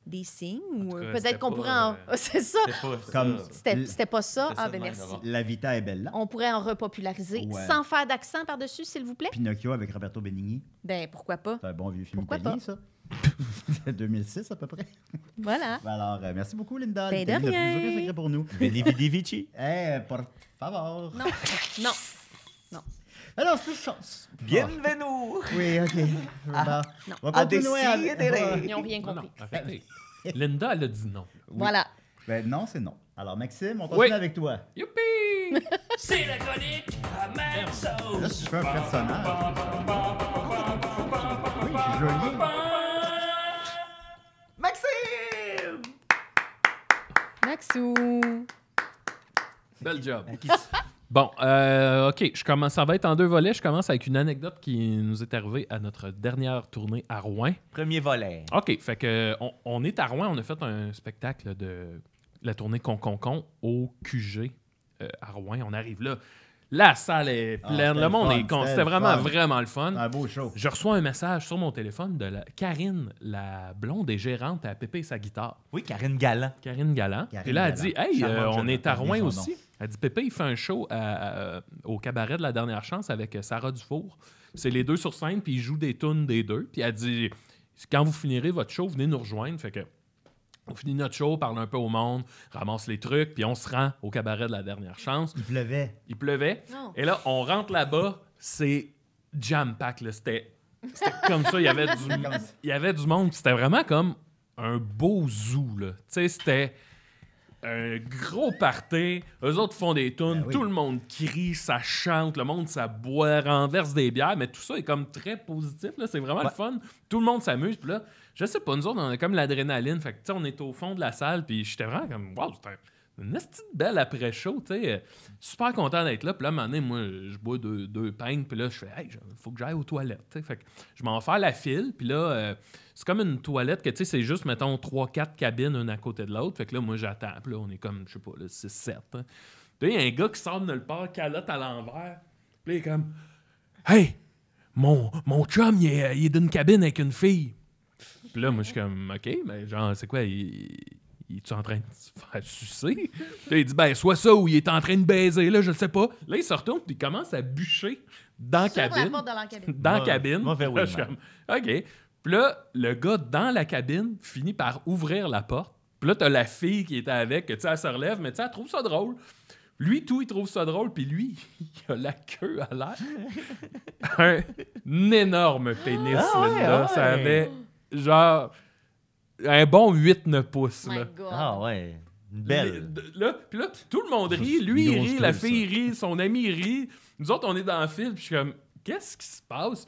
Speaker 5: des signes ou
Speaker 2: Ah tout
Speaker 5: euh,
Speaker 2: cas, c'était
Speaker 5: peut-être qu'on
Speaker 2: pas,
Speaker 5: pourrait en.
Speaker 2: euh,
Speaker 5: c'est ça!
Speaker 4: C'était pas ça.
Speaker 3: Comme-
Speaker 5: C'était c'était pas ça.
Speaker 4: C'était
Speaker 5: Ah,
Speaker 4: ça
Speaker 5: ben
Speaker 4: de même,
Speaker 5: merci.
Speaker 4: d'abord.
Speaker 3: La Vita est belle.
Speaker 5: On pourrait en repopulariser
Speaker 3: Ouais.
Speaker 5: sans faire d'accent par-dessus, s'il vous plaît?
Speaker 3: Pinocchio avec Roberto Benigni.
Speaker 5: Ben pourquoi pas?
Speaker 3: C'est un bon vieux film
Speaker 5: Pourquoi
Speaker 3: italien, ça. 2006 à peu près.
Speaker 5: Voilà.
Speaker 3: Alors, euh, merci beaucoup, Linda.
Speaker 5: Ben, de
Speaker 3: L'Italie n'a plus
Speaker 5: rien.
Speaker 3: aucun secret pour nous.
Speaker 4: Vidi Vidi Vici.
Speaker 3: Eh, por favor.
Speaker 5: Non, non.
Speaker 3: Alors, c'est tout chance. Ah,
Speaker 4: Bienvenue!
Speaker 3: Oui, OK. Bah,
Speaker 5: non.
Speaker 3: On
Speaker 4: Ah,
Speaker 3: va continuer à...
Speaker 4: décidérez.
Speaker 5: Ils n'ont rien
Speaker 2: Non,
Speaker 5: compris.
Speaker 2: non, arrêtez. Linda, elle a dit non.
Speaker 5: Voilà.
Speaker 3: Ben non, c'est non. Alors, Maxime, on
Speaker 2: Oui.
Speaker 3: continue avec toi.
Speaker 2: Youpi!
Speaker 6: C'est la chronique à Maxo.
Speaker 3: Là, si je fais un personnage. Oui, je suis joli.
Speaker 4: Maxime!
Speaker 5: Maxou.
Speaker 2: Bel job.
Speaker 3: Ben,
Speaker 2: Bon, euh, OK, je commence, ça va être en deux volets. Je commence avec une anecdote qui nous est arrivée à notre dernière tournée à Rouen.
Speaker 4: Premier volet.
Speaker 2: OK, fait que on, on est à Rouen, on a fait un spectacle de la tournée Conconcon au QG euh, à Rouen. On arrive là, la salle est
Speaker 3: Ah,
Speaker 2: pleine,
Speaker 3: c'était
Speaker 2: le
Speaker 3: le
Speaker 2: monde
Speaker 3: fun,
Speaker 2: est con.
Speaker 3: c'était
Speaker 2: C'était
Speaker 3: le
Speaker 2: vraiment,
Speaker 3: fun. Ah.
Speaker 2: vraiment le fun.
Speaker 3: Un beau show.
Speaker 2: Je reçois un message sur mon téléphone de la Karine, la blonde et gérante à Pépé et sa guitare.
Speaker 4: Oui, Karine Galland.
Speaker 2: Karine Galland.
Speaker 3: Karine
Speaker 2: Puis là, elle
Speaker 3: Galland.
Speaker 2: dit Hey,
Speaker 3: Charmante
Speaker 2: euh, on
Speaker 3: jeune
Speaker 2: est à
Speaker 3: femme,
Speaker 2: Rouen
Speaker 3: disons
Speaker 2: aussi. Elle dit Pépé, il fait un show à- à- au cabaret de la dernière chance avec euh, Sarah Dufour. C'est les deux sur scène, puis ils jouent des tunes des deux. Puis elle dit Quand vous finirez votre show, venez nous rejoindre. Fait que. On finit notre show, parle un peu au monde, ramasse les trucs, puis on se rend au cabaret de la dernière chance.
Speaker 3: Il pleuvait.
Speaker 2: Il pleuvait.
Speaker 5: Non.
Speaker 2: Et là, on rentre là-bas, c'est jam-pack. là. C'était c'était comme ça, il y avait du, il y avait du monde. puis C'était vraiment comme un beau zoo. là. Tu sais, c'était un gros party. Eux autres font des tunes,
Speaker 3: Ben oui.
Speaker 2: tout le monde crie, ça chante, le monde, ça boit, renverse des bières, mais tout ça est comme très positif. là. C'est vraiment le fun. Tout le monde s'amuse. Puis là, je sais pas, nous autres, on a comme l'adrénaline. Fait que, tu sais, on est au fond de la salle, puis j'étais vraiment comme, wow, c'était une esti de belle après-show, tu sais. euh, Super content d'être là. Puis là, à un moment donné, moi, je bois deux, deux pintes, puis là, je fais, hey, je- faut que j'aille aux toilettes, tu sais. Fait que je m'en fais à la file, puis là, euh, c'est comme une toilette que, tu sais, c'est juste, mettons, trois, quatre cabines, une à côté de l'autre. Fait que là, moi, j'attends. Puis là, on est comme, je sais pas, là, hein. 6, 7. Puis là, il y a un gars qui sort de nulle part, calotte à l'envers. Puis là, il est comme, hey, mon, mon chum, il est, il est d'une cabine avec une fille. Puis là, moi, je suis comme, OK, mais genre, c'est quoi, il, il est en train de se faire sucer? Puis là, il dit, ben, soit ça ou il est en train de baiser, là, je le sais pas. Là, il se retourne, puis il commence à bûcher dans la
Speaker 5: Sur la
Speaker 2: cabine.
Speaker 5: porte de l'encabine.
Speaker 2: Dans la
Speaker 4: Mauvais-
Speaker 2: cabine.
Speaker 4: mauvais
Speaker 2: Puis là, je suis
Speaker 4: wingman.
Speaker 2: comme, OK. Puis là, le gars dans la cabine finit par ouvrir la porte. Puis là, t'as la fille qui était avec, que tu sais, elle se relève, mais tu sais, elle trouve ça drôle. Lui, tout, il trouve ça drôle, puis lui, il a la queue à l'air. Un énorme pénis,
Speaker 4: Ah ouais,
Speaker 2: Linda.
Speaker 4: ouais.
Speaker 2: Ça avait, genre, un bon 8-9 pouces,
Speaker 5: My
Speaker 2: là.
Speaker 5: God.
Speaker 4: Ah ouais. Une belle.
Speaker 2: Les- là, puis là, tout le monde rit. Lui, il
Speaker 4: Grosse
Speaker 2: rit, la
Speaker 4: queue,
Speaker 2: fille rit, son ami rit. Nous autres, on est dans le fil, puis je suis comme, qu'est-ce qui se passe?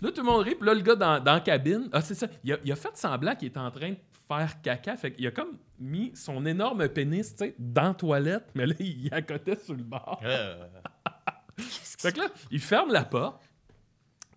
Speaker 2: Là, tout le monde rit, puis là, le gars dans, dans la cabine, ah, c'est ça, il a, il a fait semblant qu'il était en train de faire caca. Fait qu'il a comme mis son énorme pénis, tu sais, dans la toilette, mais là, il accotait sur le bord. Fait que là, il ferme la porte.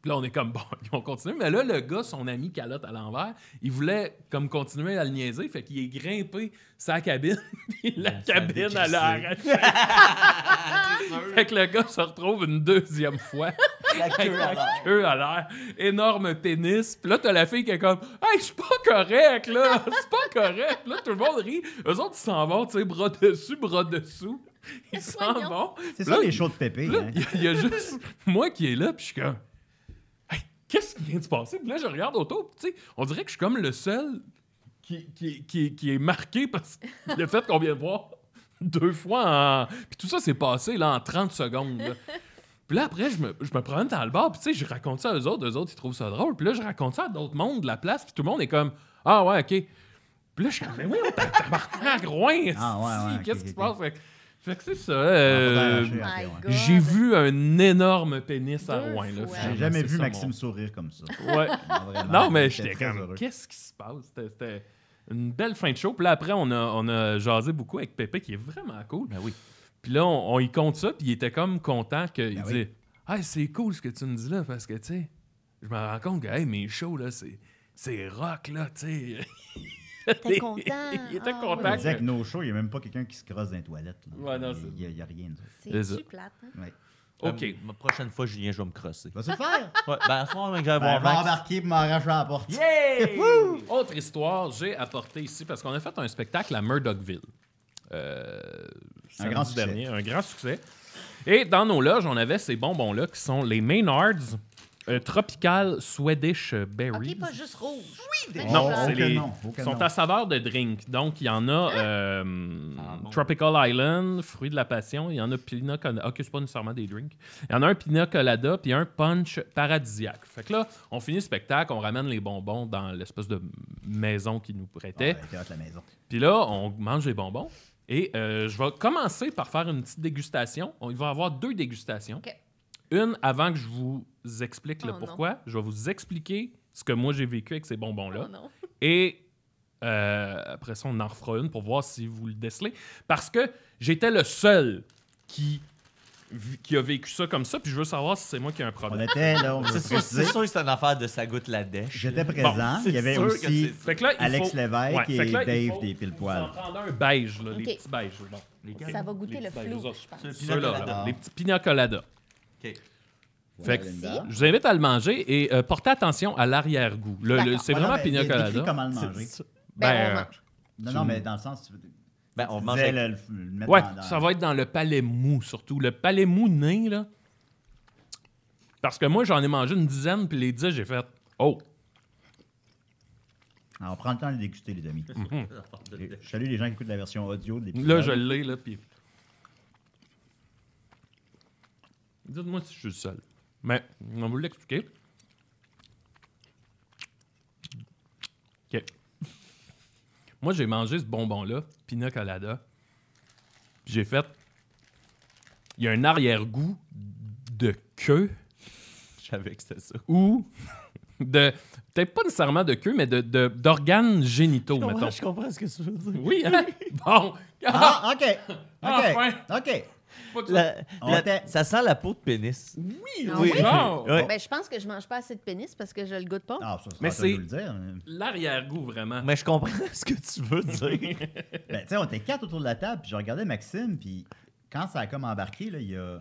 Speaker 2: Puis là, on est comme, bon, ils ont continué. Mais là, le gars, son ami calotte à l'envers, il voulait comme continuer à le niaiser. Fait qu'il est grimpé sa cabine. Puis la
Speaker 4: ça a
Speaker 2: cabine, elle a
Speaker 4: décrissé.
Speaker 2: arraché. fait que le gars se retrouve une deuxième fois.
Speaker 4: La queue à l'air.
Speaker 2: Eux à l'air. Énorme pénis. Puis là, t'as la fille qui est comme, hey, je suis pas correct, là. C'est pas correct. Puis là, tout le monde rit. Eux autres, ils s'en vont, tu sais, bras dessus, bras dessous. Ils s'en
Speaker 5: Voyons.
Speaker 2: vont.
Speaker 3: C'est
Speaker 2: Puis
Speaker 3: ça
Speaker 2: là,
Speaker 3: les shows de
Speaker 2: puis
Speaker 3: Pépé.
Speaker 2: là,
Speaker 3: hein.
Speaker 2: il y a- il y, a juste moi qui est là, puis je suis comme, Hey, qu'est-ce qui vient de se passer? Puis là, je regarde autour, puis tu sais, on dirait que je suis comme le seul qui, qui, qui, qui est marqué parce que le fait qu'on vient de voir deux fois en. Puis tout ça s'est passé là, en 30 secondes. là. Puis là, après, je me, je me promène dans le bar, puis tu sais, je raconte ça aux autres, eux autres, ils trouvent ça drôle. Puis là, je raconte ça à d'autres mondes de la place, puis tout le monde est comme, ah ouais, ok. Puis là, je suis comme, mais oui, on t'a marqué à Rouen,
Speaker 3: Ah, ouais, ouais,
Speaker 2: esti,
Speaker 3: ok,
Speaker 2: qu'est-ce
Speaker 3: ok,
Speaker 2: qui se
Speaker 3: ok.
Speaker 2: passe? Fait que- Fait que c'est ça. euh,
Speaker 3: Ah, faut
Speaker 5: My
Speaker 3: Ok,
Speaker 5: God.
Speaker 2: j'ai vu un énorme pénis à
Speaker 5: Deux
Speaker 2: Rouen. là.
Speaker 5: fois.
Speaker 3: J'ai
Speaker 2: Finalement,
Speaker 3: jamais
Speaker 2: Ah, ben, c'est
Speaker 3: vu
Speaker 2: ça,
Speaker 3: Maxime
Speaker 2: mon-
Speaker 3: sourire comme ça.
Speaker 2: Ouais.
Speaker 3: Vraiment,
Speaker 2: non, mais
Speaker 3: j'étais
Speaker 2: j'étais
Speaker 3: très
Speaker 2: comme,
Speaker 3: heureux.
Speaker 2: qu'est-ce qui se passe? C'était- C'était une belle fin de show. Puis là, après, on a, on a jasé beaucoup avec Pépé, qui est vraiment cool.
Speaker 4: Ben oui.
Speaker 2: Puis là, on, on y compte ça, puis il était comme content qu'il
Speaker 3: Ben
Speaker 2: dit Hey, c'est cool ce que tu me dis là, parce que, tu sais, je me rends compte que, hey, mes shows, là, c'est, c'est rock, là, tu sais.
Speaker 5: T'es content.
Speaker 2: Il était
Speaker 5: Ah,
Speaker 2: content.
Speaker 3: Il
Speaker 5: ouais.
Speaker 3: disait que nos shows, il n'y a même pas quelqu'un qui se crosse dans les toilettes. là.
Speaker 2: Ouais, non,
Speaker 3: il n'y a, il y a rien. nous autres.
Speaker 2: C'est
Speaker 5: C'est
Speaker 2: ça.
Speaker 5: tu plate. hein?
Speaker 3: Ouais.
Speaker 2: OK.
Speaker 4: Euh, ma prochaine fois, Julien, je vais me crosser.
Speaker 3: Va se faire.
Speaker 4: Ouais, ben, à ce moment-là, que j'allais
Speaker 3: Ben,
Speaker 4: voir
Speaker 3: je vais
Speaker 4: Max.
Speaker 3: embarquer pour m'arracher à la porte.
Speaker 4: Yeah!
Speaker 2: Autre histoire, j'ai apporté ici parce qu'on a fait un spectacle à Murdochville. Euh, samedi
Speaker 3: grand succès.
Speaker 2: dernier, un grand succès. Et dans nos loges, on avait ces bonbons-là qui sont les Maynards euh, Tropical Swedish Berries.
Speaker 5: OK, pas juste rouge.
Speaker 2: Non,
Speaker 3: Oh,
Speaker 2: c'est
Speaker 3: aucun
Speaker 2: les.
Speaker 3: nom, aucun
Speaker 2: sont
Speaker 3: nom.
Speaker 2: à saveur de drink. Donc, il y en a euh,
Speaker 3: Ah,
Speaker 2: Tropical Island, Fruit de la Passion, il y en a Pina Colada. Ah, Ok, c'est pas nécessairement des drinks. Il y en a un Pina Colada, puis un Punch Paradisiaque. Fait que là, on finit le spectacle, on ramène les bonbons dans l'espèce de maison qu'ils nous prêtaient.
Speaker 3: Ah, ben, t'es hâte, la maison.
Speaker 2: Puis là, on mange les bonbons. Et euh, je vais commencer par faire une petite dégustation. On- Il va y avoir deux dégustations.
Speaker 5: OK.
Speaker 2: Une avant que je vous explique le
Speaker 5: Oh non.
Speaker 2: pourquoi. Je vais vous expliquer ce que moi j'ai vécu avec ces bonbons-là.
Speaker 5: Oh non.
Speaker 2: Et euh, après ça, on en refera une pour voir si vous le décelez. Parce que j'étais le seul qui, vi- qui a vécu ça comme ça. Puis je veux savoir si c'est moi qui ai un
Speaker 3: On
Speaker 2: problème.
Speaker 3: était là, on va
Speaker 4: C'est
Speaker 3: le
Speaker 4: sûr, c'est
Speaker 3: préciser.
Speaker 4: sûr que c'est une affaire de ça goûte la dèche.
Speaker 3: J'étais présent.
Speaker 4: c'est
Speaker 3: Il y avait
Speaker 4: sûr que
Speaker 3: aussi
Speaker 4: c'est ça.
Speaker 2: Fait que là, il
Speaker 3: Alex
Speaker 2: faut-
Speaker 3: Lévesque
Speaker 2: Ouais,
Speaker 3: et
Speaker 2: fait que là, il
Speaker 3: Dave
Speaker 2: faut-
Speaker 3: des pile poil.
Speaker 2: Vous en prendre un beige, là, les
Speaker 5: Ok.
Speaker 2: petits beiges. là.
Speaker 4: Lesquels?
Speaker 5: Ça va goûter
Speaker 2: Les
Speaker 5: le
Speaker 2: petits beige,
Speaker 5: flou,
Speaker 2: eux autres.
Speaker 5: je pense.
Speaker 4: Ceux-
Speaker 2: Ceux-là,
Speaker 4: Pina
Speaker 2: là,
Speaker 3: colada.
Speaker 2: les petits pina colada.
Speaker 4: OK.
Speaker 2: Fait que-
Speaker 3: Linda.
Speaker 2: Je vous invite à le manger et euh, portez attention à l'arrière-goût. Le- le-
Speaker 5: D'accord.
Speaker 2: C'est
Speaker 3: Voilà,
Speaker 2: vraiment
Speaker 3: ben,
Speaker 2: pina
Speaker 3: dé- décris
Speaker 2: colada.
Speaker 3: comment le manger.
Speaker 5: Ben, on
Speaker 2: Ben,
Speaker 5: mange.
Speaker 3: Non, non, mais dans le sens, tu tu
Speaker 4: Ben, on mange
Speaker 3: disais
Speaker 4: avec...
Speaker 3: le, le- le mettre
Speaker 2: Ouais,
Speaker 3: dans, dans-
Speaker 2: ça va être dans le palais mou, surtout. Le palais mou nain, là. Parce que moi, j'en ai mangé une dizaine, puis les dix, j'ai fait Oh,
Speaker 3: Ah, on prend le temps de le déguster, les amis. Et Je salue les gens qui écoutent la version audio de l'épisode.
Speaker 2: là, je l'ai, là, puis. Dites-moi si je suis le seul. Mais, on va vous l'expliquer. OK. Moi, j'ai mangé ce bonbon-là, Pina Colada. puis j'ai fait. Il y a un arrière-goût de queue.
Speaker 4: Je savais que c'était ça.
Speaker 2: ou de peut-être pas nécessairement de queue, mais de, de- d'organes génitaux, mettons.
Speaker 4: comprends ce que tu veux dire.
Speaker 2: Oui, hein? bon.
Speaker 3: Ah, OK. OK.
Speaker 2: Enfin.
Speaker 3: OK.
Speaker 2: Pas de-
Speaker 4: La-
Speaker 3: On
Speaker 4: la-
Speaker 3: était-
Speaker 4: ça sent la peau de pénis.
Speaker 2: Oui,
Speaker 5: Ah oui?
Speaker 2: genre.
Speaker 4: Ouais.
Speaker 5: Ben, je pense que je mange pas assez de pénis parce que je le goûte pas.
Speaker 3: Ah, ça, ça
Speaker 2: Mais
Speaker 3: va
Speaker 2: c'est-
Speaker 3: nous le dire. hein.
Speaker 2: L'arrière-goût, vraiment.
Speaker 4: Mais je comprends ce que tu veux dire.
Speaker 3: Ben, tu sais, on était quatre autour de la table, puis je regardais Maxime, puis quand ça a comme embarqué, là, il a,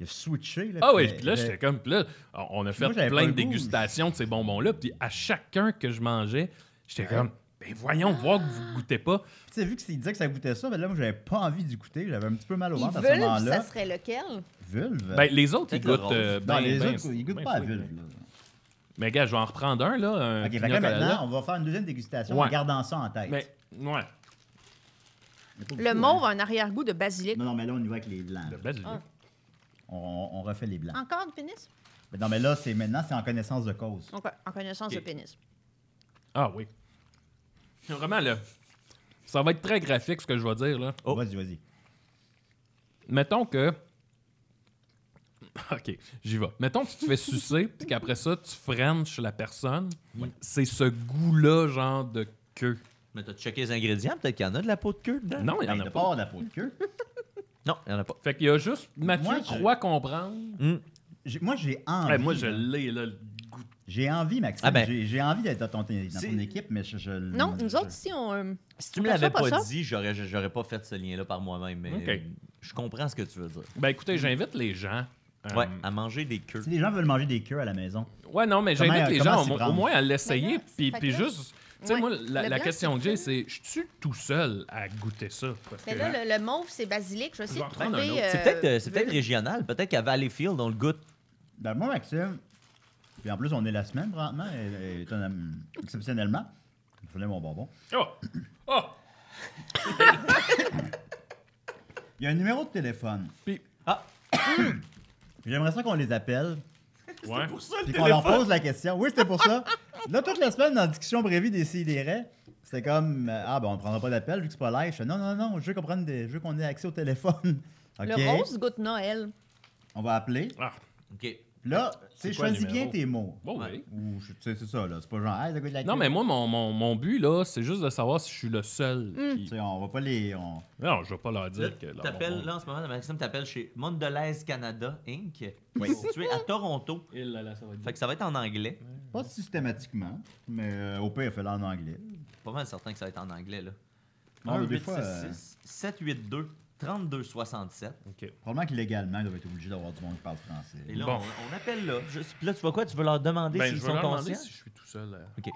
Speaker 3: il a switché. Là,
Speaker 2: Ah oui,
Speaker 3: mais-
Speaker 2: puis là,
Speaker 3: mais-
Speaker 2: j'étais comme... Puis là, on a fait
Speaker 3: Moi, j'avais
Speaker 2: plein
Speaker 3: pas
Speaker 2: de
Speaker 3: le goût.
Speaker 2: dégustations de ces bonbons-là, puis à chacun que je mangeais, j'étais comme... Ben voyons, voir que vous goûtez pas.
Speaker 3: Tu sais, vu qu'il disait que ça goûtait ça, ben là, moi, j'avais pas envie d'y goûter. J'avais un petit peu mal au
Speaker 5: Ils
Speaker 3: ventre à ce
Speaker 5: veulent, puis
Speaker 3: moment-là.
Speaker 5: ça serait lequel?
Speaker 3: Vulve.
Speaker 2: Ben, les autres, ils
Speaker 4: Peut-être le
Speaker 2: goûtent...
Speaker 4: rose.
Speaker 2: euh,
Speaker 3: non,
Speaker 2: ben,
Speaker 3: les
Speaker 2: ben,
Speaker 3: autres, ils goûtent
Speaker 2: ben,
Speaker 3: pas à
Speaker 2: oui,
Speaker 3: vulve. Là.
Speaker 2: Mais gars, je vais en reprendre un, là. Un
Speaker 3: Ok, fait que
Speaker 2: pina
Speaker 3: là,
Speaker 2: colada.
Speaker 3: maintenant, on va faire une deuxième dégustation
Speaker 2: Ouais.
Speaker 3: en gardant ça en tête.
Speaker 2: Mais, ouais.
Speaker 3: Il y a pas
Speaker 5: Le
Speaker 3: beaucoup,
Speaker 5: mauve
Speaker 3: hein.
Speaker 5: a un arrière-goût de basilic.
Speaker 3: Non, non, mais là, on y va avec les blancs.
Speaker 2: Le bel-
Speaker 5: Ah.
Speaker 3: On, on refait les blancs.
Speaker 5: Encore du pénis?
Speaker 3: Mais non, mais là, c'est maintenant, c'est en connaissance de cause.
Speaker 5: Encore, en connaissance
Speaker 2: Ok.
Speaker 5: de pénis.
Speaker 2: Ah oui. Vraiment, là. Ça va être très graphique, ce que je vais dire, là.
Speaker 4: Oh.
Speaker 3: Vas-y, vas-y.
Speaker 2: Mettons que. OK, j'y vais. Mettons que tu te fais sucer, puis qu'après ça, tu frenches la personne. C'est ce goût-là, genre de queue.
Speaker 4: Mais t'as checké les ingrédients? Peut-être qu'il y en a de la peau de queue dedans?
Speaker 2: Non, il n'y
Speaker 3: Ben,
Speaker 2: en
Speaker 3: de
Speaker 2: a pas.
Speaker 3: part de la peau de queue.
Speaker 4: Non, il n'y en a pas.
Speaker 2: Fait qu'il y a juste. Mathieu
Speaker 3: Moi, je-
Speaker 2: croit comprendre.
Speaker 3: J'ai- Moi, j'ai
Speaker 2: Eh,
Speaker 3: envie.
Speaker 2: moi, je
Speaker 3: là.
Speaker 2: l'ai, là, le goût.
Speaker 3: J'ai envie, Maxime.
Speaker 4: Ah ben.
Speaker 3: J'ai- J'ai envie d'être dans ton, dans
Speaker 4: C'est-
Speaker 3: ton équipe, mais je. je-
Speaker 5: Non,
Speaker 3: Mm, je-
Speaker 5: nous autres, ici, on... euh,
Speaker 4: Si tu me
Speaker 5: On perçoit
Speaker 4: l'avais
Speaker 5: pas
Speaker 4: pas,
Speaker 5: ça?
Speaker 4: dit, j'aurais, j'aurais pas fait ce lien-là par moi-même. Mais
Speaker 2: Ok.
Speaker 4: je comprends ce que tu veux dire.
Speaker 2: Ben écoutez, j'invite les gens. euh,
Speaker 4: Ouais, à manger des queues.
Speaker 3: Si les gens veulent manger des queues à la maison,
Speaker 2: Ouais, non, mais
Speaker 3: Comment-
Speaker 2: j'invite les
Speaker 3: comment
Speaker 2: gens
Speaker 3: s'y
Speaker 2: au,
Speaker 3: prendre?
Speaker 2: au moins à l'essayer.
Speaker 5: Mais là,
Speaker 2: Puis
Speaker 5: fait
Speaker 2: puis
Speaker 5: que là-
Speaker 2: juste, tu sais,
Speaker 5: Ouais.
Speaker 2: moi, la,
Speaker 5: Le
Speaker 2: la
Speaker 5: blanc,
Speaker 2: question que j'ai, c'est
Speaker 5: c'est-
Speaker 2: je suis tout seul à goûter ça. Parce
Speaker 5: Mais
Speaker 2: que-
Speaker 5: là, le, le mauve, c'est basilic. Je vais essayer
Speaker 2: Je vais
Speaker 5: de
Speaker 2: en prendre un
Speaker 5: trouver...
Speaker 2: autre.
Speaker 4: C'est
Speaker 5: euh,
Speaker 4: peut-être, euh, c'est peut-être
Speaker 5: veut-
Speaker 4: régional. Peut-être qu'à Valleyfield, on le goûte.
Speaker 3: ben moi, Maxime, puis en plus, on est la semaine, vraiment, et- et- étonnamment- exceptionnellement. Il fallait mon bonbon.
Speaker 2: Oh! Oh!
Speaker 3: Il y a un numéro de téléphone.
Speaker 2: Puis,
Speaker 4: Ah,
Speaker 3: Puis J'aimerais ça qu'on les appelle,
Speaker 2: ouais.
Speaker 3: puis qu'on leur pose la question. Oui, c'était pour ça. Là, toute la semaine, dans la discussion brévie des CIDR, c'était comme euh, Ah, ben, on prendra pas d'appel vu que c'est pas live. Je fais, non, non, non, je veux qu'on prenne des. Je veux qu'on ait accès au téléphone. OK.
Speaker 5: Le rose goûte Noël.
Speaker 3: On va appeler.
Speaker 2: Ah,
Speaker 4: OK.
Speaker 3: Puis Là, tu sais,
Speaker 2: C'est quoi le
Speaker 3: choisis bien
Speaker 2: numéro?
Speaker 3: tes mots.
Speaker 2: bon, oui.
Speaker 3: Ou, je- tu sais, c'est ça, là. C'est pas genre, hey, ça goûte la
Speaker 2: Non,
Speaker 3: queue.
Speaker 2: mais moi, mon, mon, mon but, là, c'est juste de savoir si je suis le seul.
Speaker 3: Tu
Speaker 5: Hmm.
Speaker 2: Qui...
Speaker 3: sais, on va pas les. on-
Speaker 2: Non, je vais pas leur
Speaker 4: Là,
Speaker 2: dire que. leur
Speaker 4: t'appelles,
Speaker 2: bonbon-
Speaker 4: là, en ce moment, Maxime, t'appelles chez Mondelez Canada Inc.
Speaker 3: Oui.
Speaker 4: situé à Toronto.
Speaker 2: Il, là, là, ça va être
Speaker 4: Fait que ça va être en anglais.
Speaker 3: Pas systématiquement, mais euh, au pire, fais-le en anglais.
Speaker 4: Pas mal certain que ça va être en anglais, là.
Speaker 3: Ah,
Speaker 4: Bon,
Speaker 3: des fois,
Speaker 4: 782 3267.
Speaker 2: OK.
Speaker 3: Probablement que légalement, ils doivent être obligés d'avoir du monde qui parle français.
Speaker 4: Et là,
Speaker 2: Bon.
Speaker 4: on, on appelle là. Je- puis là, tu vois quoi? Tu veux leur demander
Speaker 2: Ben,
Speaker 4: s'ils
Speaker 2: je vais
Speaker 4: sont
Speaker 2: leur demander
Speaker 4: conscients?
Speaker 2: si je suis tout seul. euh.
Speaker 4: OK.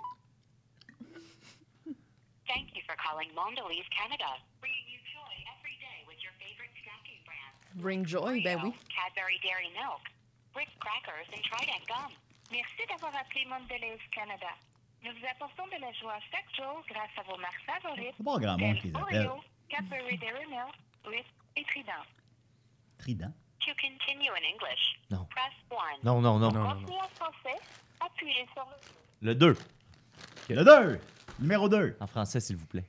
Speaker 7: Thank you for calling Mondelez Canada. Bringing you joy every day with your favorite snacking brands.
Speaker 5: Bring joy, ben oui.
Speaker 7: Cadbury Dairy Milk, Ritz Crackers and Trident Gum. Merci d'avoir appelé Mondelez Canada. Nous vous apportons de la joie chaque jour grâce à vos marques favorites.
Speaker 3: C'est pas grand monde qui les
Speaker 7: telles
Speaker 3: appelle.
Speaker 7: Oreo, Cadbury Dairy Milk, Ritz et Trident.
Speaker 3: Trident.
Speaker 7: To continue in English,
Speaker 4: Non.
Speaker 7: press 1.
Speaker 4: Non, non,
Speaker 2: Non,
Speaker 4: non.
Speaker 2: non, non.
Speaker 7: Continuez en français, appuyez sur le...
Speaker 4: Le 2,
Speaker 3: Le 2! Numéro 2.
Speaker 4: en français, s'il vous plaît.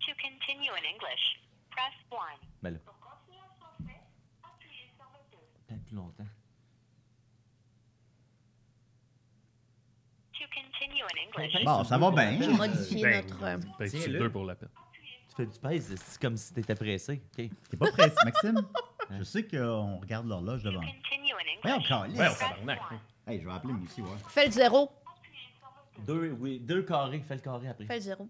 Speaker 7: To continue in English, press 1.
Speaker 4: Ben là,
Speaker 7: Pour continuer en français, appuyez sur le 2.
Speaker 4: peut-être plus longtemps.
Speaker 7: To continue in English,
Speaker 3: Bon, ça va bien.
Speaker 5: J'ai modifié
Speaker 2: Ben,
Speaker 5: notre. euh,
Speaker 2: ben, c'est
Speaker 4: Tiens-le.
Speaker 2: deux pour la peine.
Speaker 4: Tu fais du pèse, c'est comme si t'étais pressé. OK.
Speaker 3: T'es pas pressé, Maxime? Je sais qu'on regarde l'horloge devant.
Speaker 7: continue in English.
Speaker 3: Ouais, encore.
Speaker 2: Ouais, on tabarnak.
Speaker 3: Hey, je vais appeler moi aussi, ouais.
Speaker 5: Fais le zéro.
Speaker 4: Deux, oui, deux carrés. Fais le carré après.
Speaker 5: Fais le zéro.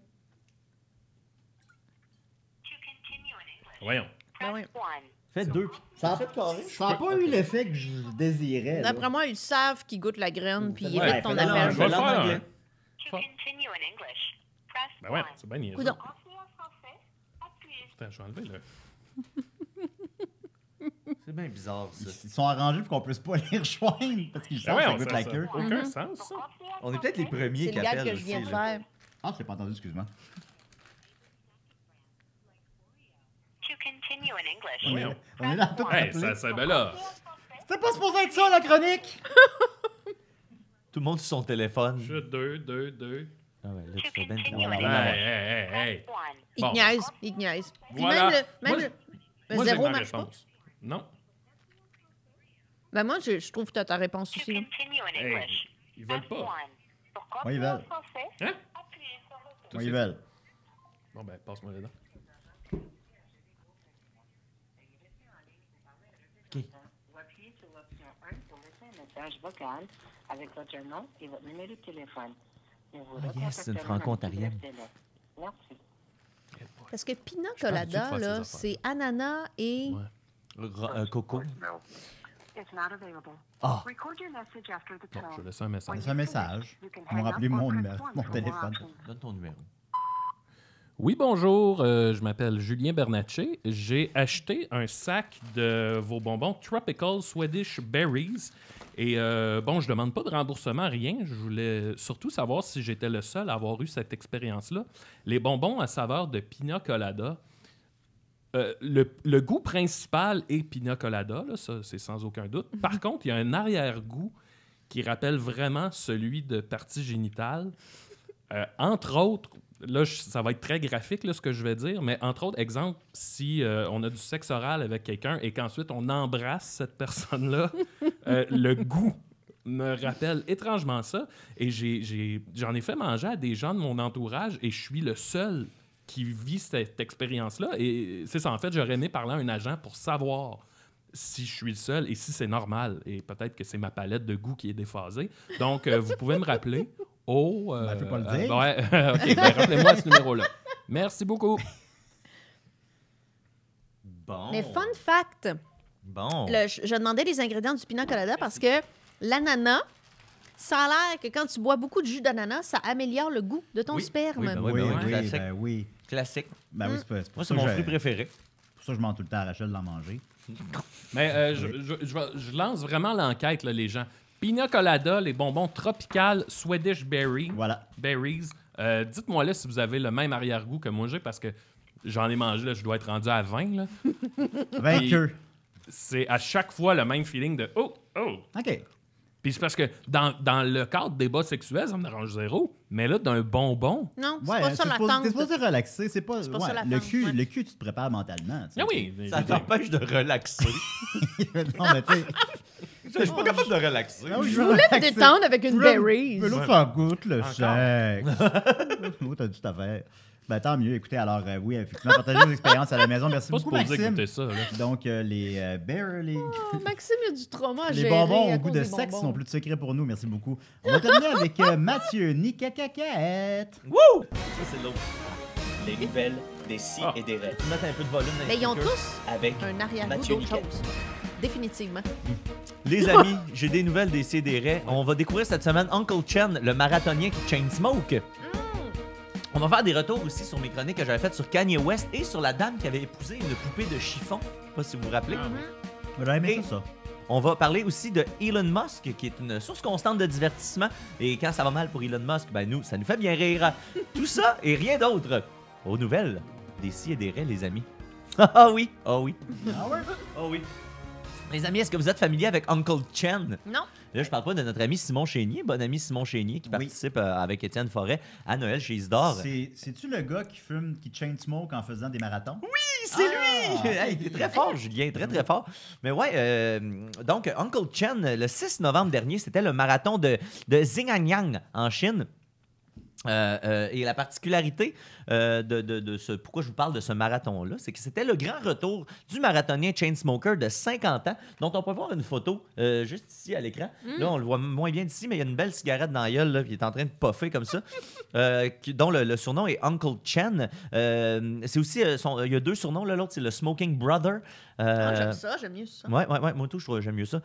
Speaker 7: To continue in English,
Speaker 2: Voyons.
Speaker 5: Ben oui.
Speaker 4: Fais
Speaker 7: press 1.
Speaker 4: deux.
Speaker 3: Ça n'a pas eu l'effet que je désirais.
Speaker 5: D'après moi, ils savent qu'ils goûtent la graine puis ils
Speaker 3: Ouais,
Speaker 5: évitent ton
Speaker 3: fais-le en
Speaker 5: appel.
Speaker 2: Je vais le faire.
Speaker 4: en
Speaker 2: hein.
Speaker 4: anglais.
Speaker 7: To
Speaker 2: Fuck.
Speaker 7: continue in English, press
Speaker 2: Ben ouais,
Speaker 7: 1.
Speaker 2: c'est bien niaiseux.
Speaker 5: Coudon.
Speaker 7: Continuez en français, appuyez sur
Speaker 2: Putain, je vais enlever le.
Speaker 4: C'est bien bizarre, ça.
Speaker 3: Ils sont arrangés pour qu'on puisse pas les rejoindre parce
Speaker 2: Ben
Speaker 3: qu'ils savent
Speaker 2: ouais,
Speaker 3: que ça
Speaker 2: on
Speaker 3: goûte
Speaker 2: ça
Speaker 3: la
Speaker 2: ça-
Speaker 3: queue.
Speaker 2: Aucun
Speaker 5: Mm-hmm.
Speaker 2: sens, ça.
Speaker 7: continuez en
Speaker 4: On est peut-être les
Speaker 7: français,
Speaker 4: premiers
Speaker 5: C'est
Speaker 4: qui
Speaker 5: le gag
Speaker 4: appellent
Speaker 5: que je viens de
Speaker 4: aussi, là.
Speaker 5: faire.
Speaker 3: Ah, je t'ai pas entendu, excuse-moi.
Speaker 7: To continue in English,
Speaker 3: On est,
Speaker 2: Ben Voyons.
Speaker 3: on est là à tout
Speaker 2: Hey,
Speaker 3: appeler.
Speaker 2: ça, ça, ben là.
Speaker 3: C'était pas supposé être ça, la chronique!
Speaker 4: Tout le monde sur son téléphone.
Speaker 2: Je deux, deux, deux.
Speaker 4: Ah ouais, là,
Speaker 7: to
Speaker 4: tu fais bien
Speaker 7: continue in
Speaker 4: bizarre.
Speaker 2: Hey,
Speaker 7: English,
Speaker 2: hey, hey, hey.
Speaker 7: press 1.
Speaker 5: Ils
Speaker 2: Bon.
Speaker 5: te niaisent. Ils te niaisent. Puis
Speaker 2: Voilà.
Speaker 5: Même le, même
Speaker 2: Moi,
Speaker 5: le- le
Speaker 2: Moi, j'ai
Speaker 5: zéro
Speaker 2: ma
Speaker 5: marche pas.
Speaker 2: réponse. Non.
Speaker 5: Ben moi, je, je trouve que tu as ta réponse
Speaker 7: To
Speaker 5: aussi. là.
Speaker 7: continue in
Speaker 2: Hey,
Speaker 7: English,
Speaker 2: ils
Speaker 7: press
Speaker 2: veulent pas.
Speaker 7: 1. Pour
Speaker 3: Ouais, ils
Speaker 7: continuer en
Speaker 3: veulent.
Speaker 7: français,
Speaker 2: Hein?
Speaker 7: appuyez sur le 2.
Speaker 3: Ouais, ils veulent.
Speaker 2: Bon, ben, passe-moi là-dedans.
Speaker 8: Ou appuyez sur l'option 1 pour laisser un message vocal avec votre nom et votre numéro de téléphone. Nous vous
Speaker 3: Oh,
Speaker 4: Ah, yes,
Speaker 8: recontacterons
Speaker 4: c'est une
Speaker 8: dans un
Speaker 4: franco-ontarienne.
Speaker 8: bref délai. Merci.
Speaker 5: Parce que Pina
Speaker 2: habitué de
Speaker 5: Colada,
Speaker 2: faire ces
Speaker 5: là,
Speaker 2: affaires.
Speaker 5: c'est ananas et.
Speaker 2: Ouais.
Speaker 4: Ra- euh, Coco.
Speaker 8: It's not available.
Speaker 4: Ah.
Speaker 8: Record your message after the
Speaker 2: Bon, je vais
Speaker 8: tone.
Speaker 2: laisser un message.
Speaker 3: C'est un message. On m'a rappelé mon, numéro- mon téléphone.
Speaker 4: Donne ton numéro.
Speaker 2: Oui, bonjour. euh, je m'appelle Julien Bernatchez. J'ai acheté un sac de vos bonbons Tropical Swedish Berries. Et euh, bon, je demande pas de remboursement, rien. Je voulais surtout savoir si j'étais le seul à avoir eu cette expérience-là. Les bonbons à saveur de pina colada. Euh, le, le goût principal est pina colada, là, ça c'est sans aucun doute. Par contre, il y a un arrière-goût qui rappelle vraiment celui de partie génitale. Euh, entre autres, là, je- ça va être très graphique là, ce que je vais dire, mais entre autres, exemple, si euh, on a du sexe oral avec quelqu'un et qu'ensuite on embrasse cette personne-là, euh, le goût me rappelle étrangement ça. Et j'ai- j'ai- j'en ai, fait manger à des gens de mon entourage et je suis le seul qui vit cette expérience-là. Et c'est ça, en fait, j'aurais aimé parler à un agent pour savoir si je suis le seul et si c'est normal. Et peut-être que c'est ma palette de goût qui est déphasée. Donc, euh, vous pouvez me rappeler. Oh, euh,
Speaker 3: Ben, je peux pas le
Speaker 2: euh,
Speaker 3: dire.
Speaker 2: ouais, ok, ben, rappelez-moi ce numéro-là. Merci beaucoup.
Speaker 4: Bon.
Speaker 2: Oh.
Speaker 5: Mais fun fact,
Speaker 4: Bon.
Speaker 5: le- je, je demandais les ingrédients du Pina Colada parce que l'ananas, ça a l'air que quand tu bois beaucoup de jus d'ananas, ça améliore le goût de ton
Speaker 4: Oui.
Speaker 5: sperme.
Speaker 4: Oui, ben
Speaker 3: Oui,
Speaker 4: Ouais, ben ouais,
Speaker 3: oui,
Speaker 4: classique.
Speaker 3: ben oui.
Speaker 4: Classique.
Speaker 3: Ben oui, c'est pas- c'est
Speaker 4: Moi,
Speaker 3: pour,
Speaker 4: c'est
Speaker 3: ça
Speaker 4: mon
Speaker 3: que
Speaker 4: fruit
Speaker 3: je-
Speaker 4: préféré.
Speaker 3: pour ça que je demande tout le temps à Rachel d'en manger.
Speaker 2: Mais euh, je, je- je vais- je lance vraiment l'enquête, là, les gens. Pina colada, les bonbons tropicales Swedish berry,
Speaker 3: Voilà.
Speaker 2: berries. Euh, Dites-moi là si vous avez le même arrière-goût que moi j'ai parce que j'en ai mangé, là, je dois être rendu à 20. là.
Speaker 3: Vainqueux.
Speaker 2: C'est à chaque fois le même feeling de oh, oh.
Speaker 3: OK.
Speaker 2: Puis c'est parce que dans, dans le cadre des débats sexuels, ça me dérange zéro. Mais là, d'un bonbon.
Speaker 5: Non, c'est
Speaker 3: Ouais, hein,
Speaker 5: pas ça
Speaker 3: c'est supposé- T'es supposé
Speaker 5: l'attente.
Speaker 3: relaxer, c'est pas.
Speaker 5: pas
Speaker 3: ouais, Ben
Speaker 5: ça
Speaker 3: le,
Speaker 5: l'attente,
Speaker 3: cul,
Speaker 5: ouais.
Speaker 3: le cul, tu te prépares mentalement. tu sais.
Speaker 2: Ah oui!
Speaker 4: Ça t'empêche de relaxer.
Speaker 3: non, mais tu sais.
Speaker 4: Je suis pas capable de relaxer.
Speaker 3: ah oui,
Speaker 5: Je
Speaker 3: veux
Speaker 5: voulais me
Speaker 3: relaxer.
Speaker 5: détendre avec
Speaker 3: Je
Speaker 5: une
Speaker 3: veux-
Speaker 5: berries.
Speaker 3: Je veux l'autre en goûte, le sexe. Oh, t'as dû t'affaire. Ben tant mieux. Écoutez, alors, euh, oui, effectivement, partagez vos expériences à la maison. Merci
Speaker 2: pas
Speaker 3: beaucoup,
Speaker 2: supposé
Speaker 3: Maxime.
Speaker 2: goûter ça. Là.
Speaker 3: Donc, euh, les euh, bear- les-
Speaker 5: Oh, Maxime, il y a du trauma à
Speaker 3: les
Speaker 5: gérer
Speaker 3: bonbons
Speaker 5: à
Speaker 3: au goût
Speaker 5: cause
Speaker 3: de
Speaker 5: des
Speaker 3: sexe
Speaker 5: bonbons.
Speaker 3: sont plus de secret pour nous. Merci beaucoup. On va terminer avec euh, Mathieu Nika Cacaette.
Speaker 4: Wouh! Ça, c'est l'autre.
Speaker 9: les nouvelles des si
Speaker 2: Ah.
Speaker 9: et des rêves.
Speaker 4: Mettre un peu de volume dans les
Speaker 5: Mais Ben, ils ont
Speaker 4: speakers.
Speaker 5: tous
Speaker 9: Avec
Speaker 5: un arrière-goût
Speaker 9: Mathieu
Speaker 5: d'autre
Speaker 9: Niquette.
Speaker 5: chose. Définitivement.
Speaker 4: Les amis, j'ai des nouvelles des CDR. On va découvrir cette semaine Uncle Chen, le marathonien qui chainsmoke.
Speaker 5: Mmh.
Speaker 4: On va faire des retours aussi sur mes chroniques que j'avais faites sur Kanye West et sur la dame qui avait épousé une poupée de chiffon. Je sais pas si vous vous rappelez.
Speaker 5: Mhm.
Speaker 3: J'aurais aimé
Speaker 4: Et-
Speaker 3: ça, ça.
Speaker 4: On va parler aussi de Elon Musk, qui est une source constante de divertissement. Et quand ça va mal pour Elon Musk, ben nous, ça nous fait bien rire. Tout ça et rien d'autre. Aux nouvelles, des si et des raies, les amis. Ah oui, ah oui,
Speaker 3: Ah ouais?
Speaker 4: ah oui. Les amis, est-ce que vous êtes familiers avec Uncle Chen?
Speaker 5: Non?
Speaker 4: Là, je parle pas de notre ami Simon Chénier, bon ami Simon Chénier, qui participe euh, avec Étienne Forêt à Noël chez Isidore.
Speaker 3: C'est- C'est-tu le gars qui fume, qui chain smoke en faisant des marathons?
Speaker 4: c'est
Speaker 3: Ah!
Speaker 4: lui! Hey, il est très fort, Julien, très, très fort. Mais ouais, euh, donc, Uncle Chen, le 6 novembre dernier, c'était le marathon de, de Xinjiang en Chine. Euh, euh, et la particularité euh, de, de- de ce, pourquoi je vous parle de ce marathon-là, c'est que c'était le grand retour du marathonien Chainsmoker de 50 ans, dont on peut voir une photo euh, juste ici à l'écran.
Speaker 5: Hmm.
Speaker 4: Là, on le voit moins bien d'ici, mais il y a une belle cigarette dans la gueule, là, puis il est en train de puffer comme ça, euh, qui- dont le, le surnom est Uncle Chen. Euh, c'est aussi, euh, son- il y a deux surnoms, là, l'autre c'est le Smoking Brother.
Speaker 5: Ah,
Speaker 4: Euh,
Speaker 5: j'aime ça, j'aime mieux ça.
Speaker 4: Ouais, ouais, ouais, moi tout, je trouve j'aime mieux ça.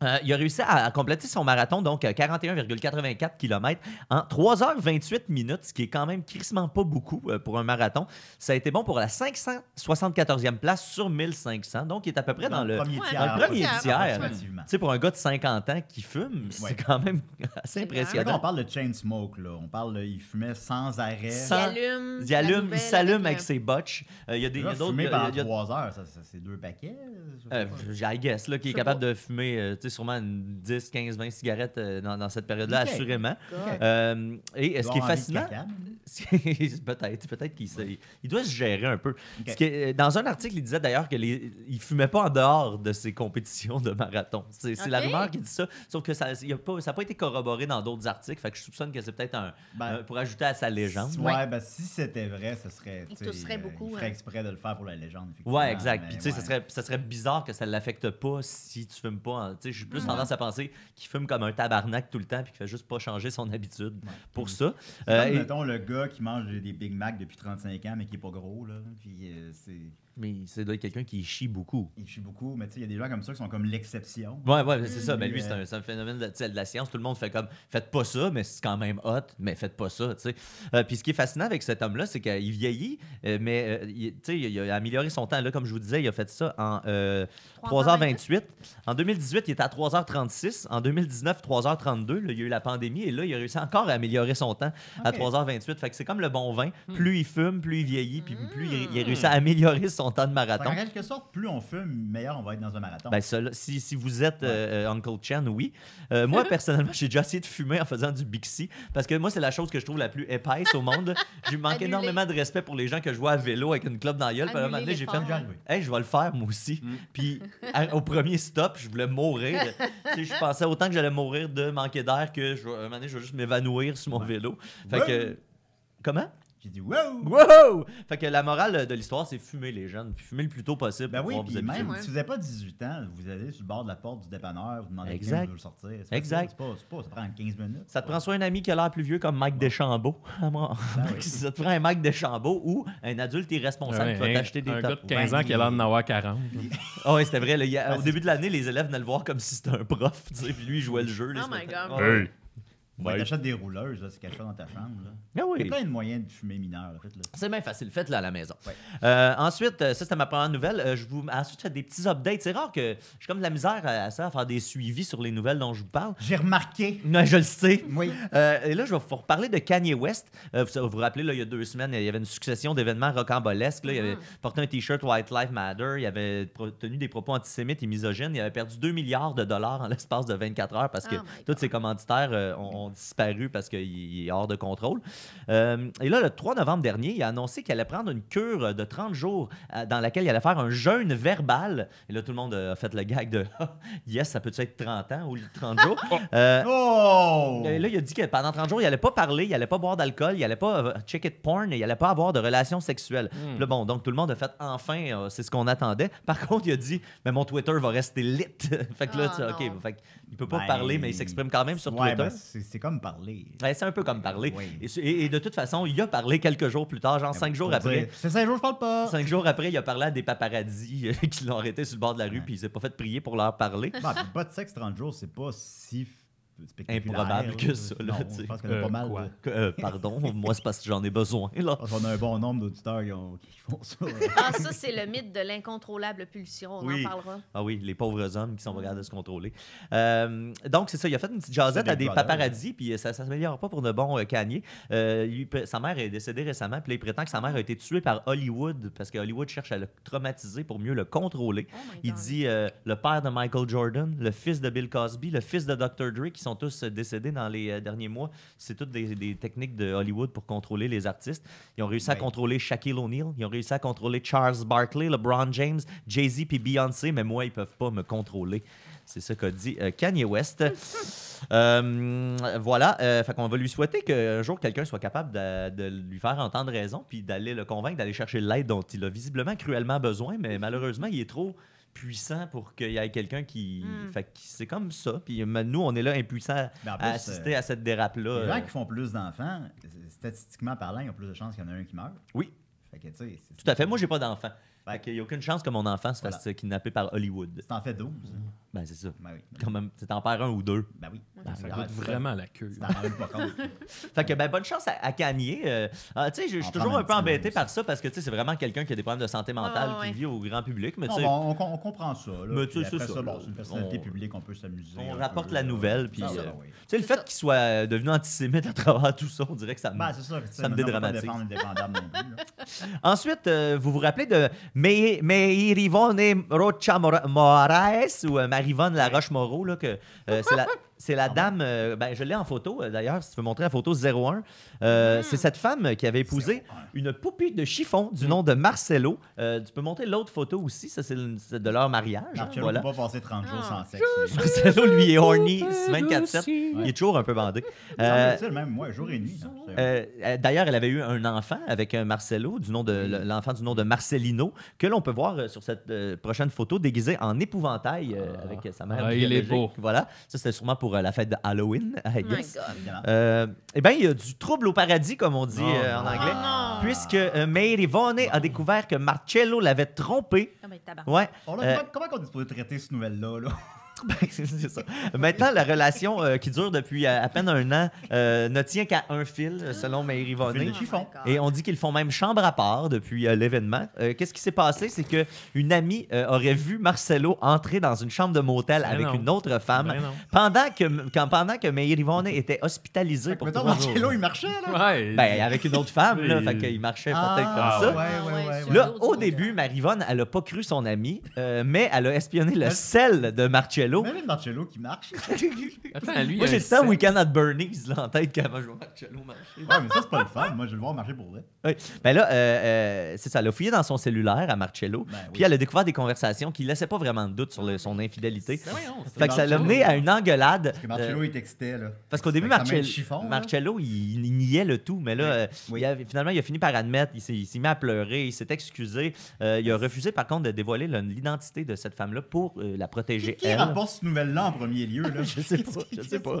Speaker 4: Euh, il a réussi à, à compléter son marathon, donc euh, 41,84 km, en 3h28 minutes, ce qui est quand même crissement pas beaucoup euh, pour un marathon. Ça a été bon pour la 574e place sur 1500, donc il est à peu près dans, le.
Speaker 3: premier
Speaker 5: Ouais,
Speaker 3: tiers.
Speaker 5: dans
Speaker 4: le premier
Speaker 3: approximativement.
Speaker 4: tiers.
Speaker 3: Approximativement.
Speaker 4: Tu sais, pour un gars de 50 ans qui fume, c'est
Speaker 3: Ouais.
Speaker 4: quand même assez
Speaker 3: Là,
Speaker 5: C'est
Speaker 3: on
Speaker 4: impressionnant.
Speaker 3: parle de chain smoke, là. On parle, de- il fumait sans arrêt.
Speaker 5: Il
Speaker 4: Sans-
Speaker 5: allume.
Speaker 4: Il allume, il
Speaker 5: nouvelle
Speaker 4: s'allume avec
Speaker 5: un-
Speaker 4: ses botches. Euh, Il y a des il y a
Speaker 3: Là,
Speaker 4: d'autres. il
Speaker 3: fumer
Speaker 4: y a-
Speaker 3: pendant
Speaker 4: il y a-
Speaker 3: 3 heures, ça, ça, c'est deux paquets? je sais
Speaker 4: Euh,
Speaker 3: pas.
Speaker 4: I guess, là, qui est
Speaker 5: Je sais
Speaker 4: capable
Speaker 5: pas.
Speaker 4: de fumer, euh, tu sais, sûrement une 10, 15, 20 cigarettes euh, dans, dans cette période-là,
Speaker 3: Ok.
Speaker 4: assurément.
Speaker 3: Ok.
Speaker 4: Euh, et euh, ce
Speaker 3: Ils ont
Speaker 4: qui est
Speaker 3: envie de
Speaker 4: fascinant,
Speaker 3: caca, mais-
Speaker 4: c'est- peut-être, peut-être qu'il se- il doit se gérer un peu.
Speaker 3: Ok.
Speaker 4: Ce qui est- euh, dans un article, il disait d'ailleurs qu'il ne fumait pas en dehors de ses compétitions de marathon. C'est c'est la
Speaker 5: Ok.
Speaker 4: rumeur qui dit ça, sauf que ça n'a pas, ça a pas été corroboré dans d'autres articles, fait que je soupçonne que c'est peut-être un,
Speaker 3: Ben,
Speaker 4: un- pour ajouter à sa légende.
Speaker 3: Ouais,
Speaker 5: Ouais.
Speaker 3: ben si c'était vrai, ce serait.
Speaker 5: Il
Speaker 3: tu sais,
Speaker 5: tousserait
Speaker 3: euh,
Speaker 5: beaucoup,
Speaker 3: Il ferait
Speaker 5: hein.
Speaker 3: exprès de le faire pour la légende, effectivement.
Speaker 4: Ouais, exact.
Speaker 3: Ah, mais
Speaker 4: Puis, tu sais, ça
Speaker 3: ouais.
Speaker 4: serait, ça serait bizarre que ça ne l'affecte pas si tu fumes pas. en- Tu sais, j'ai plus tendance à penser qu'il fume comme un tabarnak tout le temps puis qu'il fait juste pas changer son habitude pour ça.
Speaker 3: Mm-hmm. C'est
Speaker 4: Euh,
Speaker 3: comme,
Speaker 4: et-
Speaker 3: mettons, le gars qui mange des Big Mac depuis 35 ans, mais qui est pas gros, là. Puis euh, c'est.
Speaker 4: mais c'est doit être quelqu'un qui chie beaucoup.
Speaker 3: Il chie beaucoup, mais tu sais, il y a des gens comme ça qui sont comme l'exception.
Speaker 4: Ouais, ouais, c'est ça. Mais lui,
Speaker 3: Mais,
Speaker 4: c'est un, c'est un phénomène de, tu sais, de la science. Tout le monde fait comme, faites pas ça, mais c'est quand même hot, mais faites pas ça, tu sais. Euh, Puis ce qui est fascinant avec cet homme-là, c'est qu'il vieillit, euh, mais euh, il- tu sais, il a amélioré son temps. Là, comme je vous disais, il a fait ça en euh, 3h28. En 2018, il était à 3h36. En 2019, 3h32. là, il y a eu la pandémie et là, il a réussi encore à améliorer son temps à
Speaker 3: Ok.
Speaker 4: 3h28. Fait que c'est comme le bon vin. Plus il fume, plus il vieillit, puis plus il, il a réussi à améliorer son temps de
Speaker 3: Fait qu'en
Speaker 4: marathon.
Speaker 3: quelque sorte, plus on fume, meilleur on va être dans un marathon.
Speaker 4: Ben, ça, là, si, si vous êtes euh, euh, Uncle Chen, oui. Euh, moi, personnellement, j'ai déjà essayé de fumer en faisant du Bixi parce que moi, c'est la chose que je trouve la plus épaisse au monde. Je manque
Speaker 5: Annuler.
Speaker 4: énormément de respect pour les gens que je vois à vélo avec une clope dans la gueule. Puis à un
Speaker 5: Annuler
Speaker 4: moment donné, j'ai fait
Speaker 5: l'effort.
Speaker 4: Hey, je vais le faire moi aussi.
Speaker 3: Mm.
Speaker 4: Puis à- au premier stop, je voulais mourir. Tu sais, je pensais autant que j'allais mourir de manquer d'air que je, vais- un moment donné, je vais juste m'évanouir sur mon vélo. Fait que.
Speaker 3: Ouais.
Speaker 4: Comment?
Speaker 3: J'ai dit, wow!
Speaker 4: Wow! Fait que la morale de l'histoire, c'est fumer les jeunes. Puis fumer le plus tôt possible.
Speaker 3: Ben
Speaker 4: pour
Speaker 3: oui,
Speaker 4: pouvoir vous
Speaker 3: puis
Speaker 4: habituer.
Speaker 3: même
Speaker 5: habituer.
Speaker 3: si vous n'avez pas 18 ans, vous allez sur le bord de la porte du dépanneur, vous demandez à
Speaker 4: Exact.
Speaker 3: quelqu'un de le sortir. C'est facile,
Speaker 4: Exact.
Speaker 3: C'est pas, c'est pas, ça prend 15 minutes.
Speaker 4: Ça te prend soit un ami qui a l'air plus vieux comme Mike Deschambault, à moi.
Speaker 3: Ben oui.
Speaker 4: ça te prend un Mike Deschambault ou un adulte irresponsable qui va
Speaker 2: un-
Speaker 4: t'acheter des
Speaker 2: un gars
Speaker 4: tops.
Speaker 2: de 15 ans qui a l'air d'en avoir 40.
Speaker 4: Ah ouais, c'était vrai. là, il y a-
Speaker 3: Ouais,
Speaker 4: au
Speaker 3: c'est-
Speaker 4: début de l'année, les élèves venaient le voir comme si c'était un prof. tu sais, Puis lui, il jouait le jeu. les
Speaker 5: Oh my
Speaker 4: spectacles.
Speaker 2: Euh.
Speaker 5: God.
Speaker 4: Ouais.
Speaker 3: Ben,
Speaker 4: Ouais.
Speaker 3: T'achètes des rouleuses, là, c'est quelque chose dans ta chambre. Là.
Speaker 4: Ah
Speaker 3: Il y
Speaker 4: oui.
Speaker 3: a plein de moyens de fumer mineur, en fait. Là.
Speaker 4: C'est bien facile, faites-le à la maison.
Speaker 3: Ouais.
Speaker 4: Euh, ensuite, euh, ça c'était ma première nouvelle. Euh, je vous... Ensuite, je fais des petits updates. C'est rare que j'ai comme de la misère à, à ça, à faire des suivis sur les nouvelles dont je vous parle.
Speaker 3: J'ai remarqué.
Speaker 4: Mais je le sais.
Speaker 3: Oui.
Speaker 4: Euh, et là, je vais vous reparler de Kanye West. Euh, vous vous vous rappelez, là, il y a deux semaines, il y avait une succession d'événements rocambolesques. là. Il avait
Speaker 5: Mm-hmm.
Speaker 4: porté un T-shirt White Life Matter. Il avait pro- tenu des propos antisémites et misogynes. Il avait perdu 2 milliards de dollars en l'espace de 24 heures parce que
Speaker 5: Oh my
Speaker 4: tous ses commanditaires euh, ont, ont disparu parce qu'il il est hors de contrôle. Euh, et là, le 3 novembre dernier, il a annoncé qu'il allait prendre une cure de 30 jours euh, dans laquelle il allait faire un jeûne verbal. Et là, tout le monde a fait le gag de Yes, ça peut-tu être 30 ans ou 30 jours? Euh,
Speaker 3: Oh!
Speaker 4: euh, Là, il a dit que pendant 30 jours, il allait pas parler, il allait pas boire d'alcool, il allait pas euh, check it porn, et il allait pas avoir de relations sexuelles.
Speaker 3: Hmm.
Speaker 4: Là, bon, donc tout le monde a fait enfin, euh, c'est ce qu'on attendait. Par contre, il a dit, mais mon Twitter va rester lit. fait que là,
Speaker 5: Ah,
Speaker 4: tu- ok,
Speaker 5: non.
Speaker 4: fait que il peut pas
Speaker 3: Ben,
Speaker 4: parler, mais il s'exprime quand même sur
Speaker 3: ouais,
Speaker 4: Twitter.
Speaker 3: ben, c'est c'est c'est comme parler.
Speaker 4: Ouais, c'est un peu comme parler.
Speaker 3: Oui. Ben,
Speaker 4: Et ce- Et, et de toute façon, il a parlé quelques jours plus tard, genre cinq jours
Speaker 3: Pour
Speaker 4: après.
Speaker 3: dire, Ah. C'est cinq jours, je parle pas.
Speaker 4: Cinq jours après, il a parlé à des paparazzis euh, qui l'ont arrêté sur le bord de la rue,
Speaker 3: Ouais.
Speaker 4: puis il s'est pas fait prier pour leur parler.
Speaker 3: Bon, Bah, puis pas de sexe 30 jours, c'est pas si f- spectaculaire.
Speaker 4: Improbable
Speaker 3: là.
Speaker 4: que ça, là,
Speaker 3: Non,
Speaker 4: tu sais.
Speaker 3: je pense qu'on a
Speaker 2: Euh,
Speaker 3: pas mal.
Speaker 2: quoi?
Speaker 3: de-
Speaker 4: Que, euh, pardon, moi, c'est parce que j'en ai besoin. Là.
Speaker 3: Je pense qu'on a un bon nombre d'auditeurs qui, ont- qui font ça.
Speaker 5: Ah, ça, c'est le mythe de l'incontrôlable pulsion. On
Speaker 4: Oui.
Speaker 5: en parlera.
Speaker 4: Ah oui, les pauvres hommes qui sont pas capables de se contrôler. Euh, donc, c'est ça, il a fait une petite jasette
Speaker 3: C'est
Speaker 4: à
Speaker 3: Big
Speaker 4: des
Speaker 3: Brother.
Speaker 4: paparazzis, puis euh, ça ne s'améliore pas pour de bons euh, Kanye. Euh, lui, pr- sa mère est décédée récemment, puis là, il prétend que sa mère a été tuée par Hollywood, parce que Hollywood cherche à le traumatiser pour mieux le contrôler.
Speaker 5: Oh my
Speaker 4: Il
Speaker 5: God.
Speaker 4: dit euh, le père de Michael Jordan, le fils de Bill Cosby, le fils de Dr. Dre, qui sont tous euh, décédés dans les euh, derniers mois. C'est toutes des, des techniques de Hollywood pour contrôler les artistes. Ils ont réussi à
Speaker 3: Ouais.
Speaker 4: contrôler Shaquille O'Neal, ils ont réussi à contrôler Charles Barkley, LeBron James, Jay-Z puis Beyoncé, mais moi, ils peuvent pas me contrôler. C'est ça qu'a dit euh, Kanye West. Euh, voilà, euh, fait qu'on va lui souhaiter qu'un jour quelqu'un soit capable de, de lui faire entendre raison puis d'aller le convaincre d'aller chercher l'aide dont il a visiblement cruellement besoin, mais malheureusement, il est trop puissant pour qu'il y ait quelqu'un qui.
Speaker 5: Mm.
Speaker 4: Fait que c'est comme ça. Puis mais nous, on est là impuissants
Speaker 3: Mais en plus,
Speaker 4: à assister
Speaker 3: euh,
Speaker 4: à cette dérape-là.
Speaker 3: Les gens
Speaker 4: euh,
Speaker 3: qui font plus d'enfants, statistiquement parlant, ils ont plus de chances qu'il y en a un qui meurt.
Speaker 4: Oui.
Speaker 3: Fait que, tu sais, c'est-
Speaker 4: Tout à fait. Moi, j'ai pas d'enfant.
Speaker 3: Ouais.
Speaker 4: Fait qu'il n'y a aucune chance que mon enfant se fasse kidnapper par Hollywood.
Speaker 3: Si t'en fais 12, hein,
Speaker 4: Ben, c'est ça.
Speaker 3: ben oui.
Speaker 4: Quand même, tu t'en perds un ou deux.
Speaker 3: Ben oui.
Speaker 5: Ouais,
Speaker 3: Ben,
Speaker 2: Ça
Speaker 3: t'en
Speaker 2: coûte
Speaker 3: rends-
Speaker 2: vraiment la queue.
Speaker 3: Tu t'en rends même pas compte.
Speaker 4: Fait que ben, bonne chance à, à Kanye. Euh, ah, tu sais, je je suis
Speaker 3: On
Speaker 4: toujours
Speaker 3: prend
Speaker 4: un
Speaker 3: un
Speaker 4: peu
Speaker 3: petit
Speaker 4: embêté
Speaker 3: moment
Speaker 4: par ça parce que tu sais, c'est vraiment quelqu'un qui a des problèmes de santé mentale
Speaker 5: Ah, ouais.
Speaker 4: qui vit au grand public. Mais tu
Speaker 3: Non,
Speaker 4: sais,
Speaker 3: ben, on, on- on comprend ça. Là,
Speaker 4: Mais tu
Speaker 3: Puis
Speaker 4: sais,
Speaker 3: après
Speaker 4: c'est
Speaker 3: ça,
Speaker 4: ça,
Speaker 3: bon,
Speaker 4: là.
Speaker 3: c'est une personnalité
Speaker 4: On-
Speaker 3: publique, on peut s'amuser.
Speaker 4: on
Speaker 3: un
Speaker 4: rapporte
Speaker 3: peu,
Speaker 4: la
Speaker 3: là.
Speaker 4: nouvelle. Puis,
Speaker 3: Ah,
Speaker 4: euh,
Speaker 3: ben oui.
Speaker 4: tu sais, le
Speaker 5: C'est
Speaker 4: fait
Speaker 5: ça.
Speaker 4: qu'il soit euh, devenu antisémite à travers tout ça, on dirait que ça me
Speaker 3: Ben, c'est ça. tu sais,
Speaker 4: Ça me
Speaker 3: maintenant, on peut pas
Speaker 4: dédramatise.
Speaker 3: défendre l'indépendable non plus, là.
Speaker 4: Ensuite, euh, vous vous rappelez de Mei- Meirivone Rocha Mora- Moraes ou euh, Marivonne Laroche Moreau, là, que euh, c'est la. C'est
Speaker 3: Ah,
Speaker 4: la dame, euh, ben, je l'ai en photo euh, d'ailleurs, si tu veux montrer la photo 01.
Speaker 5: Ah.
Speaker 4: Euh, C'est cette femme qui avait épousé une poupée de chiffon
Speaker 2: Mm.
Speaker 4: du nom de Marcelo. Euh, tu peux montrer l'autre photo aussi, ça c'est le- c'est de leur mariage. hein,
Speaker 3: Marcello
Speaker 4: voilà.
Speaker 3: peut pas passer 30 jours sans sexe. c'est-
Speaker 4: Marcelo, lui, est horny 24-7.
Speaker 2: aussi.
Speaker 4: Il est toujours un peu bandé.
Speaker 3: Ça
Speaker 4: Euh,
Speaker 3: me dit-il, même moi, jour et nuit. là, c'est-
Speaker 4: euh, euh, D'ailleurs, elle avait eu un enfant avec un Marcelo, du nom de
Speaker 2: Mm.
Speaker 4: le- l'enfant du nom de Marcelino, que l'on peut voir euh, sur cette euh, prochaine photo déguisé en épouvantail euh,
Speaker 2: Ah.
Speaker 4: avec euh, sa mère.
Speaker 2: Ah, il est
Speaker 4: biologique.
Speaker 2: beau.
Speaker 4: Voilà, ça c'était sûrement pour euh, la fête de Halloween. I
Speaker 5: Oh My
Speaker 4: guess.
Speaker 5: God.
Speaker 3: évidemment.
Speaker 4: Euh, eh bien, il y a du trouble au paradis, comme on dit
Speaker 2: Oh,
Speaker 4: euh, en
Speaker 2: non.
Speaker 4: anglais,
Speaker 5: Ah.
Speaker 4: puisque euh, Mary Vaughan a découvert que Marcello l'avait trompé.
Speaker 5: Ah, ben, tabarnak.
Speaker 4: Ouais.
Speaker 3: Oh là,
Speaker 4: euh,
Speaker 3: comment- Comment on est supposé traiter cette nouvelle-là? là?
Speaker 4: Ben, c'est- c'est ça. Maintenant, la relation euh, qui dure depuis à, à peine un an euh, ne tient qu'à un fil, euh, selon Mary Vaughan.
Speaker 3: Fil de
Speaker 5: Oh my
Speaker 3: chiffon.
Speaker 5: God.
Speaker 4: Et on dit qu'ils font même chambre à part depuis euh, l'événement. Euh, Qu'est-ce qui s'est passé? C'est que une amie euh, aurait vu Marcelo entrer dans une chambre de motel
Speaker 2: Ben
Speaker 4: avec
Speaker 2: non.
Speaker 4: une autre femme
Speaker 2: Ben non.
Speaker 4: pendant que, quand, pendant que Meir Yvonne était hospitalisée pour
Speaker 3: Mettons,
Speaker 4: trois jours.
Speaker 3: Marcello, il marchait, là.
Speaker 2: Ouais.
Speaker 4: Ben, avec une autre femme, là,
Speaker 2: Oui.
Speaker 4: fait qu'il marchait peut-être comme
Speaker 3: Ah,
Speaker 4: ça.
Speaker 3: ouais, ouais, ouais, ouais.
Speaker 4: Là,
Speaker 5: L'autre
Speaker 4: au
Speaker 5: du
Speaker 4: début,
Speaker 5: motel.
Speaker 4: Marivonne, elle a pas cru son amie, euh, mais elle a espionné le sel de Marcello.
Speaker 3: Même Marcello qui marche.
Speaker 2: Attends, lui, il
Speaker 4: Moi,
Speaker 2: a
Speaker 4: j'ai
Speaker 2: un
Speaker 4: le temps
Speaker 2: set.
Speaker 4: Weekend at Bernie's là, en tête qu'avant je vois Marcello marcher.
Speaker 3: Ouais, mais ça, c'est pas le fun. Moi, je vais le voir marcher pour vrai.
Speaker 4: Oui. Ben là, euh, euh, c'est ça, elle a fouillé dans son cellulaire à Marcello,
Speaker 3: Ben oui.
Speaker 4: puis elle a découvert des conversations qui laissaient pas vraiment de doute sur le- son infidélité.
Speaker 2: Ben voyons, c'est
Speaker 4: Fait que ça l'a
Speaker 2: Marcello.
Speaker 4: mené à une engueulade.
Speaker 3: Parce que Marcello, il textait, là.
Speaker 4: euh, parce qu'au début,
Speaker 3: Fait que ça met
Speaker 4: Marcello,
Speaker 3: le chiffon, là.
Speaker 4: Marcello, il, il niait le tout, mais là,
Speaker 3: Oui.
Speaker 4: euh,
Speaker 3: Oui.
Speaker 4: il avait- finalement, il a fini par admettre, il s'est, il s'est mis à pleurer, il s'est excusé. euh, il a refusé, par contre, de dévoiler le- l'identité de cette femme-là pour euh, la protéger,
Speaker 3: Qui, qui
Speaker 4: elle.
Speaker 3: rapporte cette nouvelle-là en premier lieu, là?
Speaker 4: Je sais pas, je sais pas. Euh,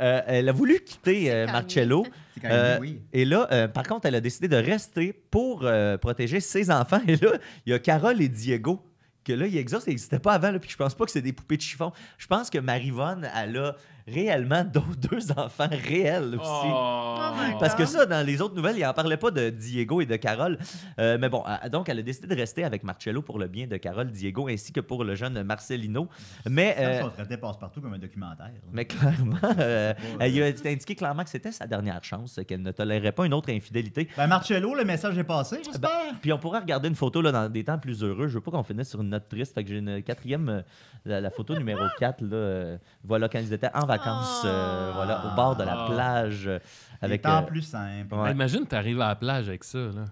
Speaker 4: euh, elle a voulu quitter euh,
Speaker 5: calmé.
Speaker 4: Marcello.
Speaker 3: C'est quand même,
Speaker 4: Euh,
Speaker 3: oui.
Speaker 4: Et là, euh, par contre, elle a décidé de rester pour euh, protéger ses enfants. Et là, il y a Carole et Diego. Que là, ils existent, ils n'existaient pas avant. là, puis je pense pas que c'est des poupées de chiffon. Je pense que Marivonne, elle a réellement d'autres- deux enfants réels aussi.
Speaker 2: Oh.
Speaker 5: Oh my God.
Speaker 4: Parce
Speaker 3: Ah.
Speaker 4: que ça, dans les autres nouvelles, il n'en parlait pas de Diego et de Carole. Euh, mais bon, euh, donc, elle a décidé de rester avec Marcello pour le bien de Carole, Diego, ainsi que pour le jeune Marcelino. Mais.
Speaker 3: Comme
Speaker 4: euh,
Speaker 3: si on traitait passe-partout comme un documentaire. là.
Speaker 4: mais clairement, euh,
Speaker 3: pas,
Speaker 4: elle a indiqué clairement que c'était sa dernière chance, qu'elle ne tolérait pas une autre infidélité.
Speaker 3: Ben, Marcello, le message est
Speaker 4: ben,
Speaker 3: passé, j'espère.
Speaker 4: Puis on pourrait regarder une photo là, dans des temps plus heureux. Je veux pas qu'on finisse sur une note triste. Fait que j'ai une quatrième, euh, la, la photo numéro 4, là, euh, voilà, quand ils étaient en vacances, euh,
Speaker 5: Ah.
Speaker 4: voilà, au bord de la
Speaker 2: Ah.
Speaker 4: plage. euh,
Speaker 3: Avec
Speaker 4: avec
Speaker 3: temps
Speaker 4: euh,
Speaker 3: plus simple.
Speaker 4: ouais.
Speaker 2: Ben, Imagine, t'arrives à la plage avec ça. Là.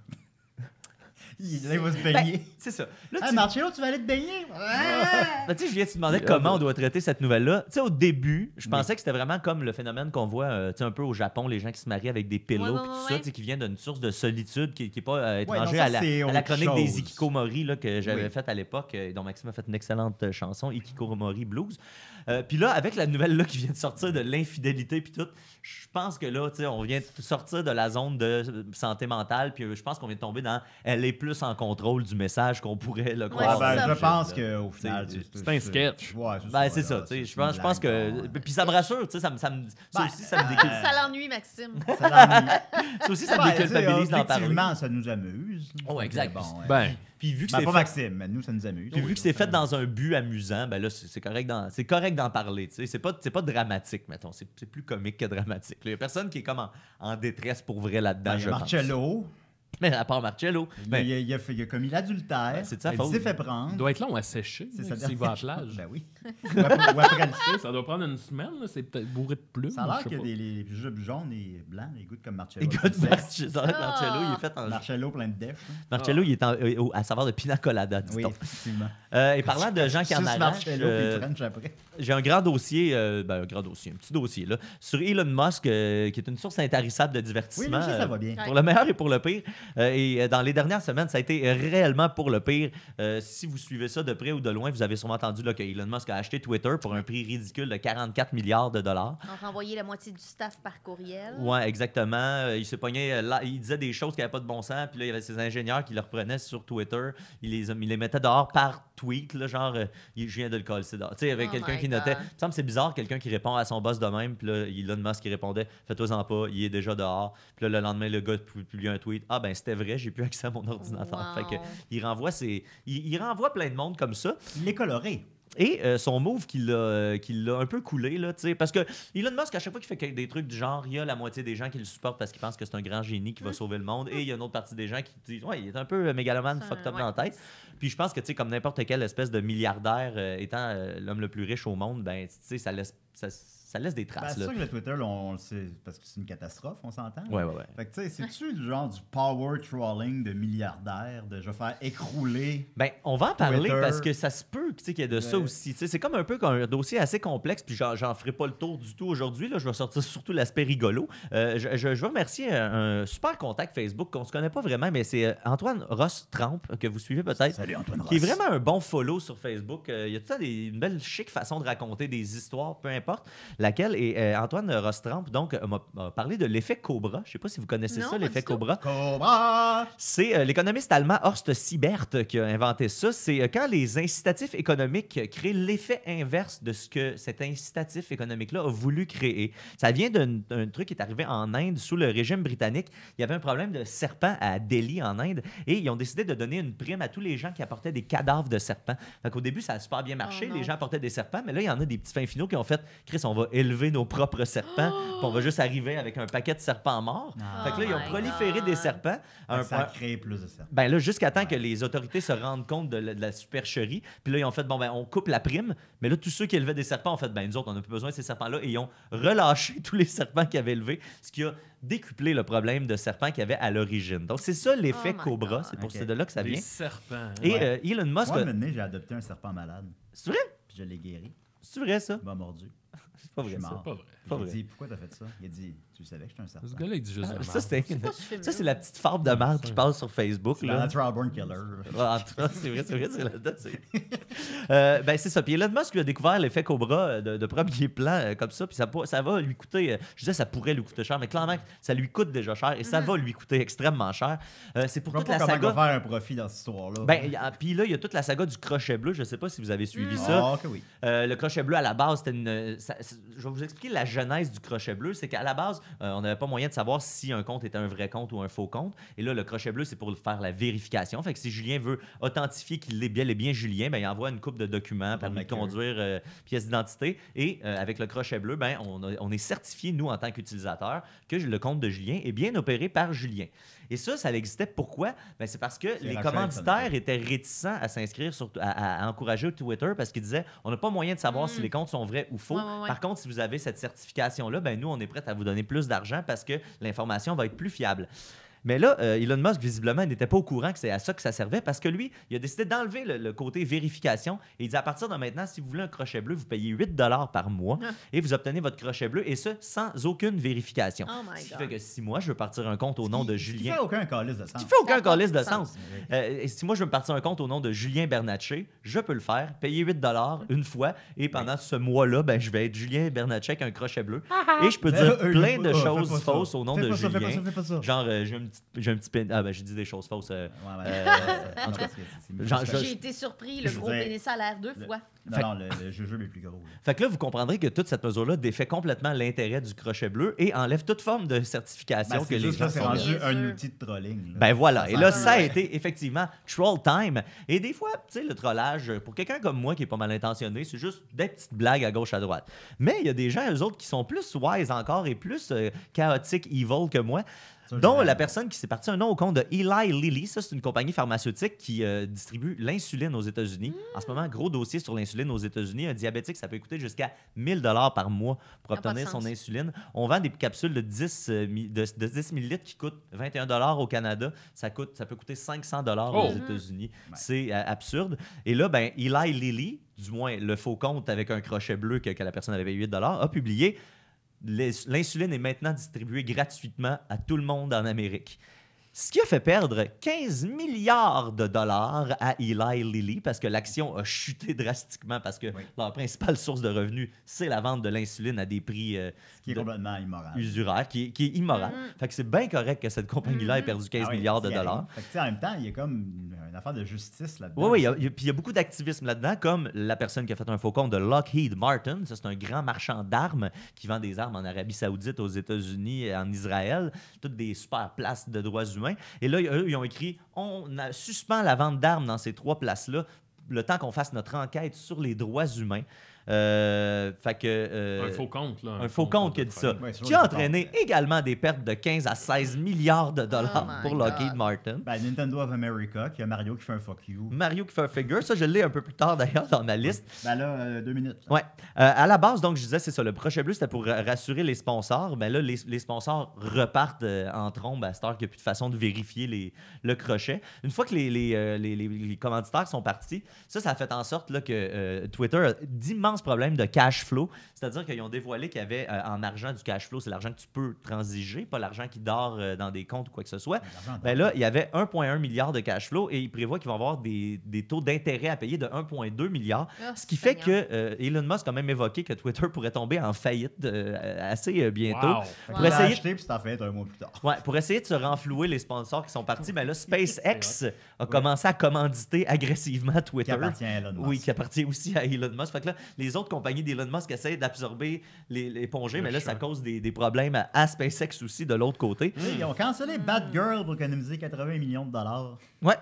Speaker 3: Il, là, il va se baigner.
Speaker 4: C'est ça. Ben, Là,
Speaker 3: Hey,
Speaker 4: tu-
Speaker 3: Marcello, tu vas aller te baigner? Ah!
Speaker 4: Ben, tu sais, je viens de te demander comment on doit traiter cette nouvelle-là. Tu sais, au début, je pensais que c'était vraiment comme le phénomène qu'on voit euh, tu sais, un peu au Japon, les gens qui se marient avec des pillows,
Speaker 5: Ouais, ouais,
Speaker 4: puis tout
Speaker 5: ouais,
Speaker 4: ça,
Speaker 5: ouais.
Speaker 4: tu sais, qui vient d'une source de solitude qui n'est pas euh, étrangère
Speaker 3: non, ça,
Speaker 4: à, la,
Speaker 3: c'est
Speaker 4: à la
Speaker 3: autre
Speaker 4: chronique
Speaker 3: chose.
Speaker 4: des Ikikomori là, que j'avais
Speaker 3: Oui.
Speaker 4: faite à l'époque, euh, dont Maxime a fait une excellente euh, chanson, Ikikomori Blues. Euh, puis là, avec la nouvelle là, qui vient de sortir de l'infidélité puis tout, je pense que là, tu sais, on vient de sortir de la zone de santé mentale, puis euh, je pense qu'on vient de tomber dans elle est plus en contrôle du message qu'on pourrait le
Speaker 5: Ouais,
Speaker 3: Ah,
Speaker 4: croire.
Speaker 5: c'est
Speaker 3: ben,
Speaker 5: ça.
Speaker 3: je pense qu'au final,
Speaker 4: C'est-
Speaker 2: c'est un sketch.
Speaker 3: Ouais, c'est
Speaker 4: Ben,
Speaker 3: ça.
Speaker 4: c'est
Speaker 3: là,
Speaker 4: ça, tu sais.
Speaker 3: c'est
Speaker 4: Je pense,
Speaker 3: une
Speaker 4: je pense que.
Speaker 3: blague,
Speaker 4: Puis ça me rassure, tu sais. Ça, me- ça, me- ça
Speaker 3: Ben,
Speaker 4: aussi, ça me, décul-
Speaker 5: Ça l'ennuie, Maxime.
Speaker 3: ouais. Ça l'ennuie.
Speaker 4: ça aussi, ça me
Speaker 3: Ouais,
Speaker 4: déculpabilise
Speaker 3: tu sais,
Speaker 4: d'en parler.
Speaker 3: objectivement, ça nous amuse.
Speaker 4: Oh, exact.
Speaker 3: Mais ouais.
Speaker 2: Ben,
Speaker 4: Puis vu que
Speaker 3: Ben,
Speaker 4: c'est
Speaker 3: pas
Speaker 4: fait-
Speaker 3: Maxime, mais nous, ça nous amuse.
Speaker 4: Puis vu que c'est fait dans un but amusant, ben là, c'est c'est correct d'en, c'est correct d'en parler. tu sais. C'est pas, c'est pas dramatique, mettons. C'est, c'est plus comique que dramatique. Il y a personne qui est comme en, en détresse pour vrai là-dedans,
Speaker 3: Ben, il y
Speaker 4: je
Speaker 3: a Marcello,
Speaker 4: pense. Mais à part Marcello. ben,
Speaker 3: il, a, il a fait- il a commis l'adultère. Ben,
Speaker 4: Ouais, Ben, c'est de sa
Speaker 3: il
Speaker 4: faute.
Speaker 3: s'est fait
Speaker 2: il
Speaker 3: prendre.
Speaker 2: doit être long à sécher
Speaker 3: C'est
Speaker 2: là,
Speaker 3: sa
Speaker 2: s'il
Speaker 3: dernière
Speaker 2: va à la plage.
Speaker 3: chose. Ben oui. ou après, ou après le fait.
Speaker 2: Ça doit prendre une semaine, là, c'est peut-être bourré de plumes.
Speaker 3: Ça a l'air
Speaker 2: je sais
Speaker 3: que
Speaker 2: pas.
Speaker 3: des- les jupes jaunes et blancs, ils goûtent comme Marcello.
Speaker 4: écoute,
Speaker 3: Comme sexe.
Speaker 4: Marcello, Marcello, il est fait en.
Speaker 3: Marcello plein de dèche. hein.
Speaker 4: Marcello, il est en- euh, au- à savoir de pina colada,
Speaker 3: Oui,
Speaker 4: dit-on.
Speaker 3: effectivement.
Speaker 4: Euh, et parlant de gens qui en
Speaker 3: Juste
Speaker 4: arrachent,
Speaker 3: Marcello
Speaker 4: euh,
Speaker 3: puis French après.
Speaker 4: j'ai un grand dossier, euh, ben un grand dossier, un petit dossier, là, sur Elon Musk, euh, qui est une source intarissable de
Speaker 3: Oui,
Speaker 4: divertissement.
Speaker 3: lui aussi, ça
Speaker 4: euh,
Speaker 3: va bien.
Speaker 5: Ouais.
Speaker 4: Pour le meilleur et pour le pire. Euh, et euh, dans les dernières semaines, ça a été réellement pour le pire. Euh, si vous suivez ça de près ou de loin, vous avez sûrement entendu là, que Elon Musk a acheté Twitter pour un prix ridicule de 44 milliards de dollars.
Speaker 5: On renvoyait la moitié du staff par courriel.
Speaker 4: Ouais, exactement. Euh, il se pognait, euh, là, il disait des choses qui n'avaient pas de bon sens. Puis là, il y avait ses ingénieurs qui le reprenaient sur Twitter. Il les, il les mettait dehors par tweet, là, genre, euh, il- je viens de le coller c'est dehors. Tu sais, il y avait
Speaker 5: Oh
Speaker 4: quelqu'un
Speaker 5: my
Speaker 4: qui notait.
Speaker 5: God.
Speaker 4: Il me semble que c'est bizarre, quelqu'un qui répond à son boss de même. Puis là, Elon Musk qui répondait, fais-toi-en pas, il est déjà dehors. Puis là, le lendemain, le gars pu- publie un tweet. Ah, ben, c'était vrai, j'ai plus accès à mon ordinateur.
Speaker 5: Wow.
Speaker 4: Fait que, il renvoie, ses- il- il renvoie plein de monde comme ça.
Speaker 3: Il est coloré.
Speaker 4: Et euh, son move qui l'a euh, qui l'a un peu coulé, là, tu sais, parce que Elon Musk, à chaque fois qu'il fait que- des trucs du genre, il y a la moitié des gens qui le supportent parce qu'ils pensent que c'est un grand génie qui
Speaker 5: Hum.
Speaker 4: va sauver le monde, et il y a une autre partie des gens qui disent, ouais, il est un peu euh, mégalomane,
Speaker 5: C'est un-
Speaker 4: fucked up
Speaker 5: ouais.
Speaker 4: dans la tête. Puis je pense que, tu sais, comme n'importe quelle espèce de milliardaire euh, étant euh, l'homme le plus riche au monde, ben, tu sais, ça laisse, ça, ça laisse des
Speaker 3: Ben,
Speaker 4: traces,
Speaker 3: c'est
Speaker 4: là.
Speaker 3: sûr que le Twitter, là, on le sait, parce que c'est une catastrophe, on s'entend.
Speaker 4: Ouais, ouais, ouais.
Speaker 3: Fait que tu sais, c'est-tu du genre du power trawling de milliardaires, de je vais faire écrouler
Speaker 4: Ben, on va en parler
Speaker 3: Twitter.
Speaker 4: parce que ça se peut tu sais, qu'il y ait de ça
Speaker 3: Ouais.
Speaker 4: aussi. Tu sais, C'est comme un peu comme un dossier assez complexe, puis j'en, j'en ferai pas le tour du tout aujourd'hui. Là, je vais sortir surtout l'aspect rigolo. Euh, je, je, je veux remercier un, un super contact Facebook qu'on se connaît pas vraiment, mais c'est euh, Antoine Ross Trempe que vous suivez peut-être.
Speaker 3: Salut Antoine Ross.
Speaker 4: Qui est vraiment un bon follow sur Facebook. Euh, il y a tout le temps des, une belle chic façon de raconter des histoires, peu importe laquelle. Et euh, Antoine Rostramp, donc, euh, m'a m'a parlé de l'effet Cobra. Je sais pas si vous connaissez
Speaker 5: Non,
Speaker 4: ça,
Speaker 5: pas
Speaker 4: l'effet
Speaker 5: du tout.
Speaker 4: Cobra.
Speaker 3: Cobra!
Speaker 4: C'est euh, l'économiste allemand Horst Siebert qui a inventé ça. C'est euh, quand les incitatifs économiques euh, créent l'effet inverse de ce que cet incitatif économique-là a voulu créer. Ça vient d'un d'un truc qui est arrivé en Inde sous le régime britannique. Il y avait un problème de serpents à Delhi en Inde et ils ont décidé de donner une prime à tous les gens qui apportaient des cadavres de serpents. Donc au début, ça a super bien marché.
Speaker 5: Oh non.
Speaker 4: les gens apportaient des serpents, mais là, il y en a des petits fins finaux qui ont fait Chris, on va élever nos propres serpents, puis on va juste arriver avec un paquet de serpents morts.
Speaker 3: Ah.
Speaker 4: Fait que là, ils
Speaker 5: Oh my
Speaker 4: ont proliféré
Speaker 5: God.
Speaker 4: des serpents à un
Speaker 3: ça a
Speaker 4: point.
Speaker 3: créé plus de serpents.
Speaker 4: Ben là, jusqu'à temps que les autorités se rendent compte de la, de la supercherie. Puis là, ils ont fait, bon, ben, on coupe la prime. Mais là, tous ceux qui élevaient des serpents ont fait, ben, nous autres, on n'a plus besoin de ces serpents-là. Et ils ont relâché tous les serpents qu'ils avaient élevés, ce qui a décuplé le problème de serpents qu'il y avait à l'origine. Donc, c'est ça l'effet
Speaker 5: Oh my
Speaker 4: cobra.
Speaker 5: God.
Speaker 4: C'est pour
Speaker 3: Ok.
Speaker 4: ce de là que ça
Speaker 2: Des
Speaker 4: vient.
Speaker 2: serpents. hein.
Speaker 4: Et
Speaker 3: Ouais.
Speaker 4: euh, Elon Musk.
Speaker 3: Moi, un moment donné, j'ai adopté un serpent malade,
Speaker 4: C'est vrai?
Speaker 3: puis je l'ai guéri.
Speaker 4: C'est vrai, ça?
Speaker 3: Il m'a mordu.
Speaker 4: C'est pas
Speaker 3: Je
Speaker 4: vrai,
Speaker 3: suis
Speaker 4: ça.
Speaker 3: mort.
Speaker 2: C'est pas vrai.
Speaker 4: Pas
Speaker 3: J'ai
Speaker 4: vrai.
Speaker 3: dit, pourquoi t'as fait ça? Il a dit, tu le savais que j'étais un serpent.
Speaker 2: Ce gars-là, il dit juste de la
Speaker 4: Ah, Ça,
Speaker 2: merde.
Speaker 4: c'est
Speaker 5: pas suffisant.
Speaker 4: ça, c'est la petite farbe de merde qui passe sur Facebook.
Speaker 3: C'est
Speaker 4: là.
Speaker 3: la natural born killer.
Speaker 4: Ah, en tout cas, c'est vrai, c'est vrai, c'est là-dedans. c'est- Euh, ben, c'est ça. Puis Elon Musk lui a découvert l'effet Cobra euh, de, de premier plan euh, comme ça. Puis ça, pour- ça va lui coûter. euh, je disais, ça pourrait lui coûter cher, mais clairement, ça lui coûte déjà cher et ça va lui coûter extrêmement cher. Euh, c'est
Speaker 3: Je
Speaker 4: pour
Speaker 3: vois
Speaker 4: toute
Speaker 3: pas
Speaker 4: la
Speaker 3: comment on va
Speaker 4: saga.
Speaker 3: faire un profit dans cette histoire-là.
Speaker 4: Ben, y a- puis là, il y a toute la saga du crochet bleu. Je sais pas si vous avez suivi ça.
Speaker 3: Ah, que oui.
Speaker 4: Euh, le crochet bleu, à la base, c'était une. euh, ça- c'est- je vais vous expliquer la genèse du crochet bleu. C'est qu'à la base, euh, on n'avait pas moyen de savoir si un compte était un vrai compte ou un faux compte. Et là, le crochet bleu, c'est pour faire la vérification. Fait que si Julien veut authentifier qu'il est bien, et bien Julien, ben, il envoie une coupe de documents, permis de
Speaker 3: Maqueux.
Speaker 4: conduire, euh, pièce d'identité. Et euh, avec le crochet bleu, ben, on, a- on est certifié, nous, en tant qu'utilisateurs, que le compte de Julien est bien opéré par Julien. Et ça, ça existait pourquoi? Ben, c'est parce que
Speaker 3: Rachel,
Speaker 4: les
Speaker 3: ça,
Speaker 4: commanditaires étaient réticents à s'inscrire, sur, à, à- à encourager Twitter parce qu'ils disaient on n'a pas moyen de savoir si les comptes sont vrais ou faux.
Speaker 5: Mm. Ouais, ouais, ouais.
Speaker 4: Par contre, si vous avez cette certification-là, ben nous, on est prêts à vous donner plus d'argent parce que l'information va être plus fiable. Mais là, euh, Elon Musk, visiblement, n'était pas au courant que c'est à ça que ça servait parce que lui, il a décidé d'enlever le, le côté vérification. Et il dit à partir de maintenant, si vous voulez un crochet bleu, vous payez 8 par mois
Speaker 5: Ah.
Speaker 4: et vous obtenez votre crochet bleu et ce, sans aucune vérification.
Speaker 5: Oh my
Speaker 4: ce qui
Speaker 5: God.
Speaker 4: fait que si moi, je veux partir un compte au nom de
Speaker 3: Qui
Speaker 4: Julien.
Speaker 3: fait aucun calice de sens.
Speaker 4: Qui fait aucun
Speaker 5: Ça a pas
Speaker 4: calice de
Speaker 5: de sens.
Speaker 4: sens. Euh, et si moi, je veux me partir un compte au nom de Julien Bernatchez, je peux le faire, payer 8 une fois, et pendant ce mois-là, ben, je vais être Julien Bernatchez avec un crochet bleu. et je peux
Speaker 3: Mais
Speaker 4: dire
Speaker 3: eux, ils
Speaker 4: plein
Speaker 3: font
Speaker 4: de
Speaker 3: pas ça. Fais
Speaker 4: choses
Speaker 3: pas
Speaker 4: fausses
Speaker 3: ça.
Speaker 4: au nom
Speaker 3: Fais
Speaker 4: de
Speaker 3: pas ça, fais pas
Speaker 4: Julien.
Speaker 3: ça, fais pas ça.
Speaker 4: Genre, euh, j'ai un petit, j'ai un petit pin- Ah, ben, j'ai dit des choses fausses. euh,
Speaker 3: Ouais, ouais,
Speaker 4: euh, en tout cas.
Speaker 3: c'est- c'est-
Speaker 4: Genre, je-
Speaker 5: J'ai été surpris, le
Speaker 3: Je
Speaker 5: gros
Speaker 3: veux dire-
Speaker 5: pénis à l'air deux
Speaker 3: Le-
Speaker 5: fois.
Speaker 3: Non, non, le, le jeu est plus gros. là.
Speaker 4: Fait que là, vous comprendrez que toute cette mesure-là défait complètement l'intérêt du crochet bleu et enlève toute forme de certification
Speaker 3: Ben,
Speaker 4: que
Speaker 3: c'est
Speaker 4: les
Speaker 3: juste
Speaker 4: gens
Speaker 3: là, c'est
Speaker 4: sont
Speaker 3: rendu
Speaker 5: Bien
Speaker 3: un
Speaker 5: sûr.
Speaker 3: outil de trolling. là.
Speaker 4: Ben voilà.
Speaker 3: Ça
Speaker 4: Et là,
Speaker 3: sert à
Speaker 4: ça a
Speaker 3: rien.
Speaker 4: été effectivement troll time. Et des fois, tu sais, le trollage, pour quelqu'un comme moi qui est pas mal intentionné, c'est juste des petites blagues à gauche, à droite. Mais il y a des gens, eux autres, qui sont plus wise encore et plus euh, chaotiques, evil que moi.
Speaker 3: Ça,
Speaker 4: dont
Speaker 3: j'aime.
Speaker 4: la personne qui s'est partie un nom au compte de Eli Lilly. Ça, c'est une compagnie pharmaceutique qui euh, distribue l'insuline aux États-Unis. En ce moment, gros dossier sur l'insuline aux États-Unis. Un diabétique, ça peut coûter jusqu'à 1000 par mois pour
Speaker 5: Ça a pas de
Speaker 4: obtenir son
Speaker 5: sens.
Speaker 4: insuline. On vend des capsules de 10, euh, mi- de, de 10 millilitres qui coûtent 21 au Canada. Ça, coûte, ça peut coûter 500
Speaker 2: Oh!
Speaker 4: aux États-Unis.
Speaker 3: Mm-hmm. Ouais.
Speaker 4: C'est euh, absurde. Et là, ben, Eli Lilly, du moins le faux compte avec un crochet bleu que, que la personne avait payé 8 a publié les- l'insuline est maintenant distribuée gratuitement à tout le monde en Amérique. Ce qui a fait perdre 15 milliards de dollars à Eli Lilly parce que l'action a chuté drastiquement parce que
Speaker 3: Oui.
Speaker 4: leur principale source de revenus, c'est la vente de l'insuline à des prix euh,
Speaker 3: Ce qui est
Speaker 4: de-
Speaker 3: complètement immoral.
Speaker 4: usuraires, qui, est- qui est immoral. Fait que c'est bien correct que cette compagnie-là ait perdu 15
Speaker 3: Ah oui,
Speaker 4: milliards de
Speaker 3: c'est-
Speaker 4: dollars.
Speaker 3: Fait que, tu sais, en même temps, il y a comme une affaire de justice là-dedans.
Speaker 4: Oui, oui, il y a- il y a- puis il y a beaucoup d'activisme là-dedans, comme la personne qui a fait un faux compte de Lockheed Martin. Ça, c'est un grand marchand d'armes qui vend des armes en Arabie Saoudite, aux États-Unis, en Israël. Toutes des super places de droits humains. Et là, eux, ils ont écrit on a- suspend la vente d'armes dans ces trois places-là le temps qu'on fasse notre enquête sur les droits humains. Euh, fait que. euh,
Speaker 2: Un faux compte, là.
Speaker 4: un faux compte qui a dit ça,
Speaker 3: Ouais, c'est
Speaker 4: qui
Speaker 3: vrai,
Speaker 4: a
Speaker 3: c'est
Speaker 4: entraîné
Speaker 3: compte.
Speaker 4: également des pertes de 15 à 16 milliards de dollars
Speaker 5: Oh my
Speaker 4: pour Lockheed
Speaker 5: God.
Speaker 4: Martin.
Speaker 3: Ben, Nintendo of America, qui a Mario qui fait un fuck you.
Speaker 4: Mario qui fait un figure, ça je l'ai un peu plus tard d'ailleurs dans ma liste.
Speaker 3: Ben là, euh, deux minutes.
Speaker 4: Ouais. Euh, à la base, donc, je disais, c'est ça, le crochet bleu, c'était pour ra- rassurer les sponsors. Mais là, les, les sponsors repartent euh, en trombe à cette heure qu'il n'y a plus de façon de vérifier les, le crochet. Une fois que les, les, euh, les- les- les commanditaires sont partis, ça, ça a fait en sorte là, que euh, Twitter a d'immenses problèmes de cash flow. C'est-à-dire qu'ils ont dévoilé qu'il y avait euh, en argent du cash flow, c'est l'argent que tu peux transiger, pas l'argent qui dort euh, dans des comptes ou quoi que ce soit.
Speaker 3: L'argent
Speaker 4: Ben là, il y avait 1,1 milliard de cash flow et il prévoit qu'ils vont avoir des, des taux d'intérêt à payer de 1,2 milliard.
Speaker 5: Ah,
Speaker 4: ce qui fait
Speaker 5: Seigneur.
Speaker 4: que euh, Elon Musk a même évoqué que Twitter pourrait tomber en faillite euh, assez euh, bientôt.
Speaker 2: Wow.
Speaker 3: Fait que
Speaker 5: Pour
Speaker 3: tu l'as
Speaker 4: essayer-
Speaker 3: acheté, puis t'en fait un mois plus tard.
Speaker 4: Ouais, pour essayer de se renflouer les sponsors qui sont partis, mais là, SpaceX a commencé à commanditer agressivement
Speaker 3: Qui
Speaker 4: Twitter.
Speaker 3: appartient à Elon Musk.
Speaker 4: Oui, qui appartient aussi à Elon Musk. Fait que là, les autres compagnies d'Elon Musk essaient d'absorber les, les pongés,
Speaker 2: Le
Speaker 4: mais là, ça
Speaker 2: choc.
Speaker 4: cause des, des problèmes à, à SpaceX aussi de l'autre côté.
Speaker 3: Tu sais, Ils ont cancellé Bad Girl pour économiser 80 millions de dollars.
Speaker 4: Ouais.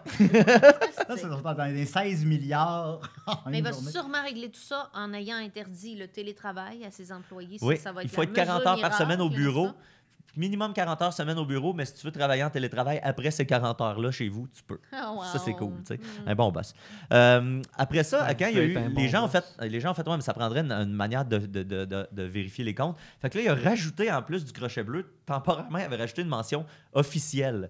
Speaker 3: Ça, c'est dans les 16 milliards. en
Speaker 5: Mais il
Speaker 3: une
Speaker 5: va
Speaker 3: journée.
Speaker 5: sûrement régler tout ça en ayant interdit le télétravail à ses employés. Ça,
Speaker 4: Oui,
Speaker 5: ça va
Speaker 4: il
Speaker 5: être
Speaker 4: faut
Speaker 5: la
Speaker 4: être 40 heures
Speaker 5: mesure
Speaker 4: par semaine au
Speaker 5: miracle,
Speaker 4: bureau.
Speaker 5: n'est-ce pas?
Speaker 4: Minimum 40 heures semaine au bureau, mais si tu veux travailler en télétravail après ces 40 heures-là chez vous, tu peux.
Speaker 5: Ah, wow. Hmm.
Speaker 4: Ça, c'est cool, tu sais. Un bon boss. Euh, après ça, quand il y a
Speaker 2: peut
Speaker 4: eu.
Speaker 2: être un
Speaker 4: les,
Speaker 2: bon
Speaker 4: gens ont fait, les gens ont fait, ouais, mais ça prendrait une, une manière de, de- de- de- de vérifier les comptes. Fait que là, il a rajouté, en plus du crochet bleu, temporairement, il avait rajouté une mention officielle.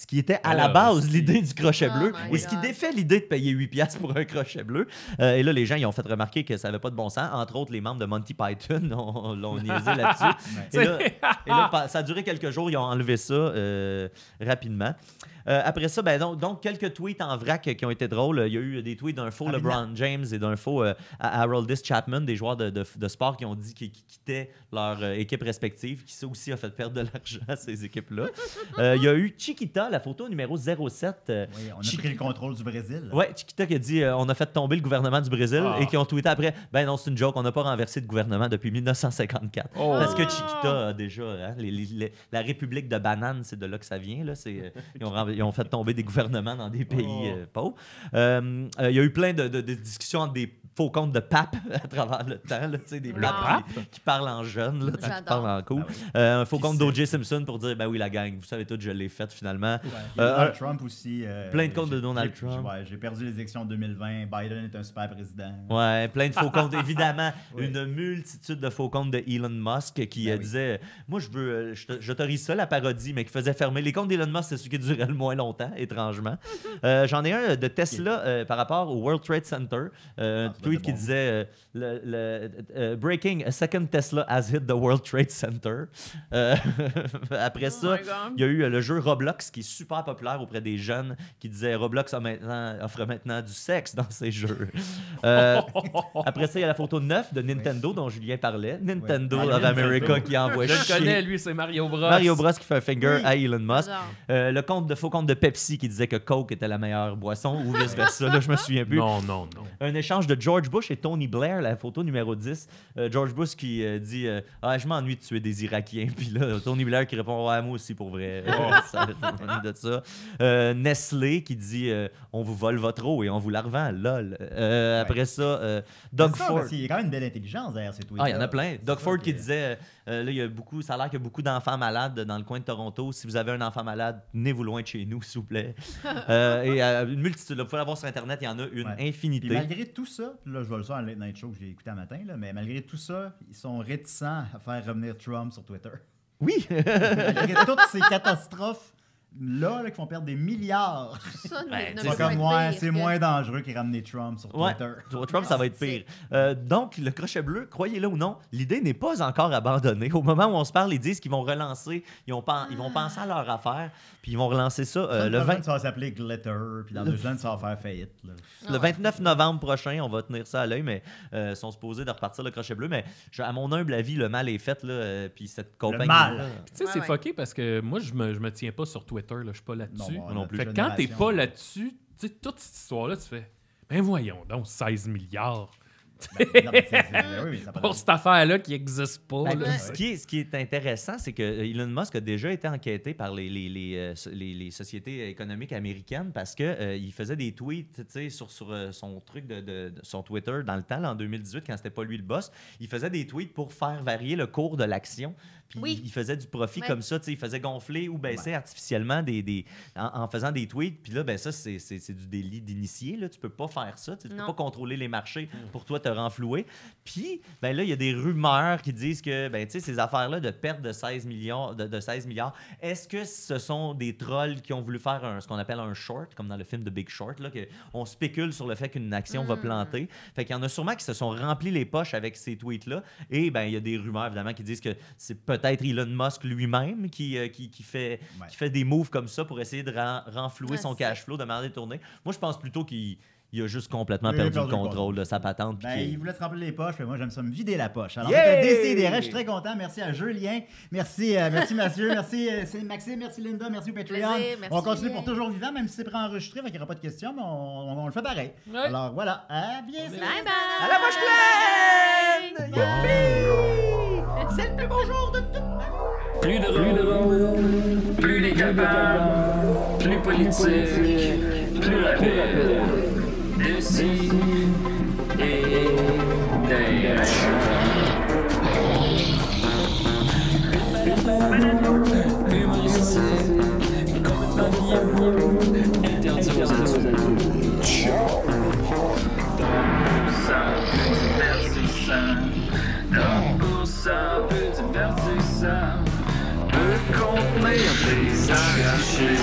Speaker 4: Ce qui était à la
Speaker 2: Alors,
Speaker 4: base
Speaker 2: si-
Speaker 4: l'idée du crochet
Speaker 5: Oh
Speaker 4: bleu
Speaker 5: my
Speaker 4: et ce qui
Speaker 5: God.
Speaker 4: défait l'idée de payer 8 piastres pour un crochet bleu. Euh, et là, les gens, ils ont fait remarquer que ça n'avait pas de bon sens. Entre autres, les membres de Monty Python ont- l'ont niaisé là-dessus. et là, et là, pa- ça a duré quelques jours, ils ont enlevé ça euh, rapidement. Euh, après ça, ben, donc, donc, quelques tweets en vrac qui ont été drôles. Il y a eu des tweets d'un faux
Speaker 3: Rapidement.
Speaker 4: LeBron James et d'un faux euh, Ha- Haroldis Chapman, des joueurs de, de- de sport qui ont dit qu'ils qu'ils quittaient leur euh, équipe respective, qui ça aussi a fait perdre de l'argent à ces équipes-là. Euh, il y a eu Chiquita, la photo numéro 07. euh,
Speaker 3: Oui, on a
Speaker 4: Chiquita-
Speaker 3: pris le contrôle du Brésil.
Speaker 4: Ouais, Chiquita qui a dit euh, on a fait tomber le gouvernement du Brésil
Speaker 2: Ah.
Speaker 4: et qui ont tweeté après ben non, c'est une joke, on n'a pas renversé de gouvernement depuis 1954.
Speaker 2: Oh.
Speaker 4: Parce que Chiquita a déjà hein, les- les- les- la République de bananes, c'est de là que ça vient là, c'est euh, ils, ont, renver- ils ont fait tomber des gouvernements dans des pays
Speaker 2: Oh.
Speaker 4: euh, pauvres. Euh, euh, il y a eu plein de, de- de discussions entre des faux compte de pape à travers le temps, là, tu sais, des
Speaker 5: Le
Speaker 4: papes qui, qui parlent en jeune, là, tu sais, qui
Speaker 5: J'adore.
Speaker 4: parlent en cool. Euh, un faux compte d'O.J. Simpson pour dire, ben oui, la gang, vous savez tout, je l'ai faite finalement.
Speaker 3: Il y a
Speaker 4: Euh,
Speaker 3: Donald Trump aussi. euh,
Speaker 4: plein de comptes de
Speaker 3: j'ai-
Speaker 4: Donald
Speaker 3: j'ai-
Speaker 4: Trump.
Speaker 3: ouais, j'ai perdu les élections de 2020. Biden est un super président.
Speaker 4: Ouais, plein de faux comptes. Évidemment,
Speaker 3: Oui.
Speaker 4: une multitude de faux comptes de Elon Musk qui
Speaker 3: Ben
Speaker 4: euh,
Speaker 3: oui.
Speaker 4: disait Moi, je veux, euh, je te- j'autorise ça, la parodie, mais qui faisait fermer. Les comptes d'Elon Musk, c'est celui qui durait le moins longtemps, étrangement. Euh, J'en ai un euh, de Tesla euh, par rapport au World Trade Center.
Speaker 3: Ah,
Speaker 4: Euh, un
Speaker 3: ça doit
Speaker 4: tweet
Speaker 3: être
Speaker 4: qui
Speaker 3: bon.
Speaker 4: disait euh, le, le- euh, Breaking, a second Tesla has hit the World Trade Center. Euh, après ça, il y a eu euh, le jeu Roblox qui est super populaire auprès des jeunes qui disait Roblox a maintenant- offre maintenant du sexe dans ses jeux. Euh, après ça, il y a la photo 9 de Nintendo dont Julien parlait. Nintendo
Speaker 3: Ouais.
Speaker 4: of
Speaker 3: Mario
Speaker 4: America
Speaker 3: Nintendo.
Speaker 4: qui envoie
Speaker 2: Ah, Je le
Speaker 4: chier
Speaker 2: connais, lui, c'est Mario Bros.
Speaker 4: Mario Bros qui fait un finger
Speaker 3: Oui.
Speaker 4: à Elon Musk.
Speaker 5: J'adore.
Speaker 4: Euh, le compte de faux compte de Pepsi qui disait que Coke était la meilleure boisson ou vice versa. Là, je me souviens plus
Speaker 2: Non, non, non.
Speaker 4: un échange de George Bush et Tony Blair, la photo numéro 10. Euh, George Bush qui euh, dit euh, Ah, je m'ennuie de tuer des Irakiens. Puis là, Tony Blair qui répond Ouais, moi aussi pour vrai. ça, je m'ennuie de ça. Euh, Nestlé qui dit euh, On vous vole votre eau et on vous la revend, lol. Euh,
Speaker 3: Ouais.
Speaker 4: Après ça, euh, Doug
Speaker 3: C'est ça,
Speaker 4: Ford.
Speaker 3: parce qu'il y a quand même une belle intelligence derrière ces tweets.
Speaker 4: Ah, il y en a plein. Doug Ford qui
Speaker 3: disait
Speaker 4: disait, euh, euh, là, il y a beaucoup, ça a l'air qu'il y a beaucoup d'enfants malades dans le coin de Toronto. Si vous avez un enfant malade, tenez-vous loin de chez nous, s'il vous plaît. Euh, et euh, une multitude, là, vous pouvez la voir sur Internet, il y en a une
Speaker 3: Ouais.
Speaker 4: infinité.
Speaker 3: Puis malgré tout ça, puis là, je vais le faire à la Late Night Show que j'ai écouté un matin, là, mais malgré tout ça, ils sont réticents à faire revenir Trump sur Twitter.
Speaker 4: Oui!
Speaker 3: malgré toutes ces catastrophes. Là, là, qui font perdre des milliards.
Speaker 5: Ça ne-
Speaker 2: Ben,
Speaker 5: ne
Speaker 2: tu
Speaker 5: peut
Speaker 2: sais,
Speaker 3: C'est
Speaker 5: pas
Speaker 3: comme,
Speaker 5: être
Speaker 3: ouais,
Speaker 5: pire
Speaker 3: c'est
Speaker 5: que-
Speaker 3: moins dangereux qu'ils ramener Trump sur
Speaker 4: Ouais.
Speaker 3: Twitter.
Speaker 4: Pour Trump, ça va être pire. Euh, donc, le crochet bleu, croyez-le ou non, l'idée n'est pas encore abandonnée. Au moment où on se parle, ils disent qu'ils vont relancer, ils, ont pen- ils vont penser à leur affaire, puis ils vont relancer ça euh,
Speaker 3: Ah. Ça,
Speaker 4: le,
Speaker 3: dans
Speaker 4: 20
Speaker 3: Ça va s'appeler Glitter, puis dans deux ans, ça va faire faillite. là.
Speaker 5: Ah
Speaker 4: le
Speaker 5: ouais.
Speaker 4: 29 novembre prochain. On va tenir ça à l'œil, mais euh, ils sont supposés de repartir le crochet bleu. Mais je- à mon humble avis, le mal est fait, là, euh, puis cette Ben, compagnie.
Speaker 3: mal.
Speaker 2: Tu sais,
Speaker 5: Ouais,
Speaker 2: c'est
Speaker 5: ouais.
Speaker 2: fucké parce que moi, je me, je me tiens pas sur Twitter, là, je suis pas là-dessus.
Speaker 3: Non,
Speaker 4: non
Speaker 3: notre
Speaker 4: plus.
Speaker 2: Fait que quand t'es
Speaker 3: génération,
Speaker 2: pas
Speaker 3: là.
Speaker 2: là-dessus, tu sais, toute cette histoire-là, tu fais, ben voyons donc, 16 milliards
Speaker 3: Ben, non, mais c'est- c'est- oui, oui, ça
Speaker 2: pour
Speaker 3: paraît-
Speaker 2: cette affaire-là qui existe pas.
Speaker 4: Ben,
Speaker 2: là.
Speaker 4: puis ce, qui est, ce qui est intéressant, c'est que euh, Elon Musk a déjà été enquêté par les, les, les, euh, so- les- les sociétés économiques américaines parce qu'il faisait des tweets tu sais, sur, sur euh, son truc de, de- de- son Twitter dans le temps, là, en 2018, quand c'était pas lui le boss. Il faisait des tweets pour faire varier le cours de l'action. Puis
Speaker 5: Oui.
Speaker 4: il- il faisait du profit
Speaker 5: Ouais.
Speaker 4: comme ça. tu sais, Il faisait gonfler ou baisser artificiellement des, des- en, en faisant des tweets. Puis là, ben ça, c'est c'est- c'est du délit d'initié. là. Tu peux pas faire ça. Tu sais, tu peux
Speaker 5: Non.
Speaker 4: pas contrôler les marchés pour toi te renflouer. Puis, ben là, il y a des rumeurs qui disent que, ben, tu sais, ces affaires-là de perte de 16 millions, de, de 16 milliards, est-ce que ce sont des trolls qui ont voulu faire un- ce qu'on appelle un short, comme dans le film de Big Short, là, que on spécule sur le fait qu'une action
Speaker 5: Hmm.
Speaker 4: va planter. Fait qu'il y en a sûrement qui se sont remplis les poches avec ces tweets-là. Et, ben, il y a des rumeurs, évidemment, qui disent que c'est peut-être Elon Musk lui-même qui, euh, qui, qui fait,
Speaker 3: Ouais.
Speaker 4: qui fait des moves comme ça pour essayer de ren- renflouer
Speaker 5: Ah,
Speaker 4: son
Speaker 5: c'est-
Speaker 4: cash flow, de demander de tourner. Moi, je pense plutôt qu'il il a juste complètement
Speaker 3: Il a
Speaker 4: perdu,
Speaker 3: perdu
Speaker 4: le
Speaker 3: le
Speaker 4: contrôle de sa patente. puis
Speaker 3: Ben,
Speaker 4: qu'il-
Speaker 3: il voulait se remplir les poches, mais moi j'aime ça me vider la poche. Alors,
Speaker 4: Yeah!
Speaker 3: c'était décidé, je suis très content. Merci à Julien, merci, euh, merci Mathieu, merci euh, c'est Maxime, merci Linda, merci au Patreon.
Speaker 5: Plaisir, merci,
Speaker 3: on continue
Speaker 5: Julien.
Speaker 3: pour toujours vivant, même si c'est préenregistré, fait qu'il n'y aura pas de questions, mais on, on- on le fait pareil. Alors voilà, à bientôt.
Speaker 5: Bye bye.
Speaker 4: À la prochaine! Youpi! C'est le plus beau jour de toute ma vie!
Speaker 6: Plus de rôle, plus décapable, plus politique, plus rapide. De ci et d'ailleurs. Humoristique, compagnon, interdit aux adultes. divertissant. Donc pour ça, peu divertissant, peut contenir des arrachés.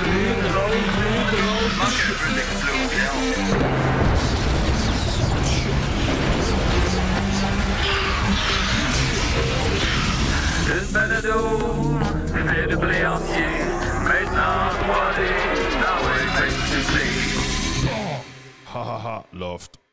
Speaker 6: Plus drôle, plus drôle, manque un peu d'explosion. Le balado fait de blé entier, maintenant Ah 3D, dans le texte
Speaker 9: Ha ha ha, Loft.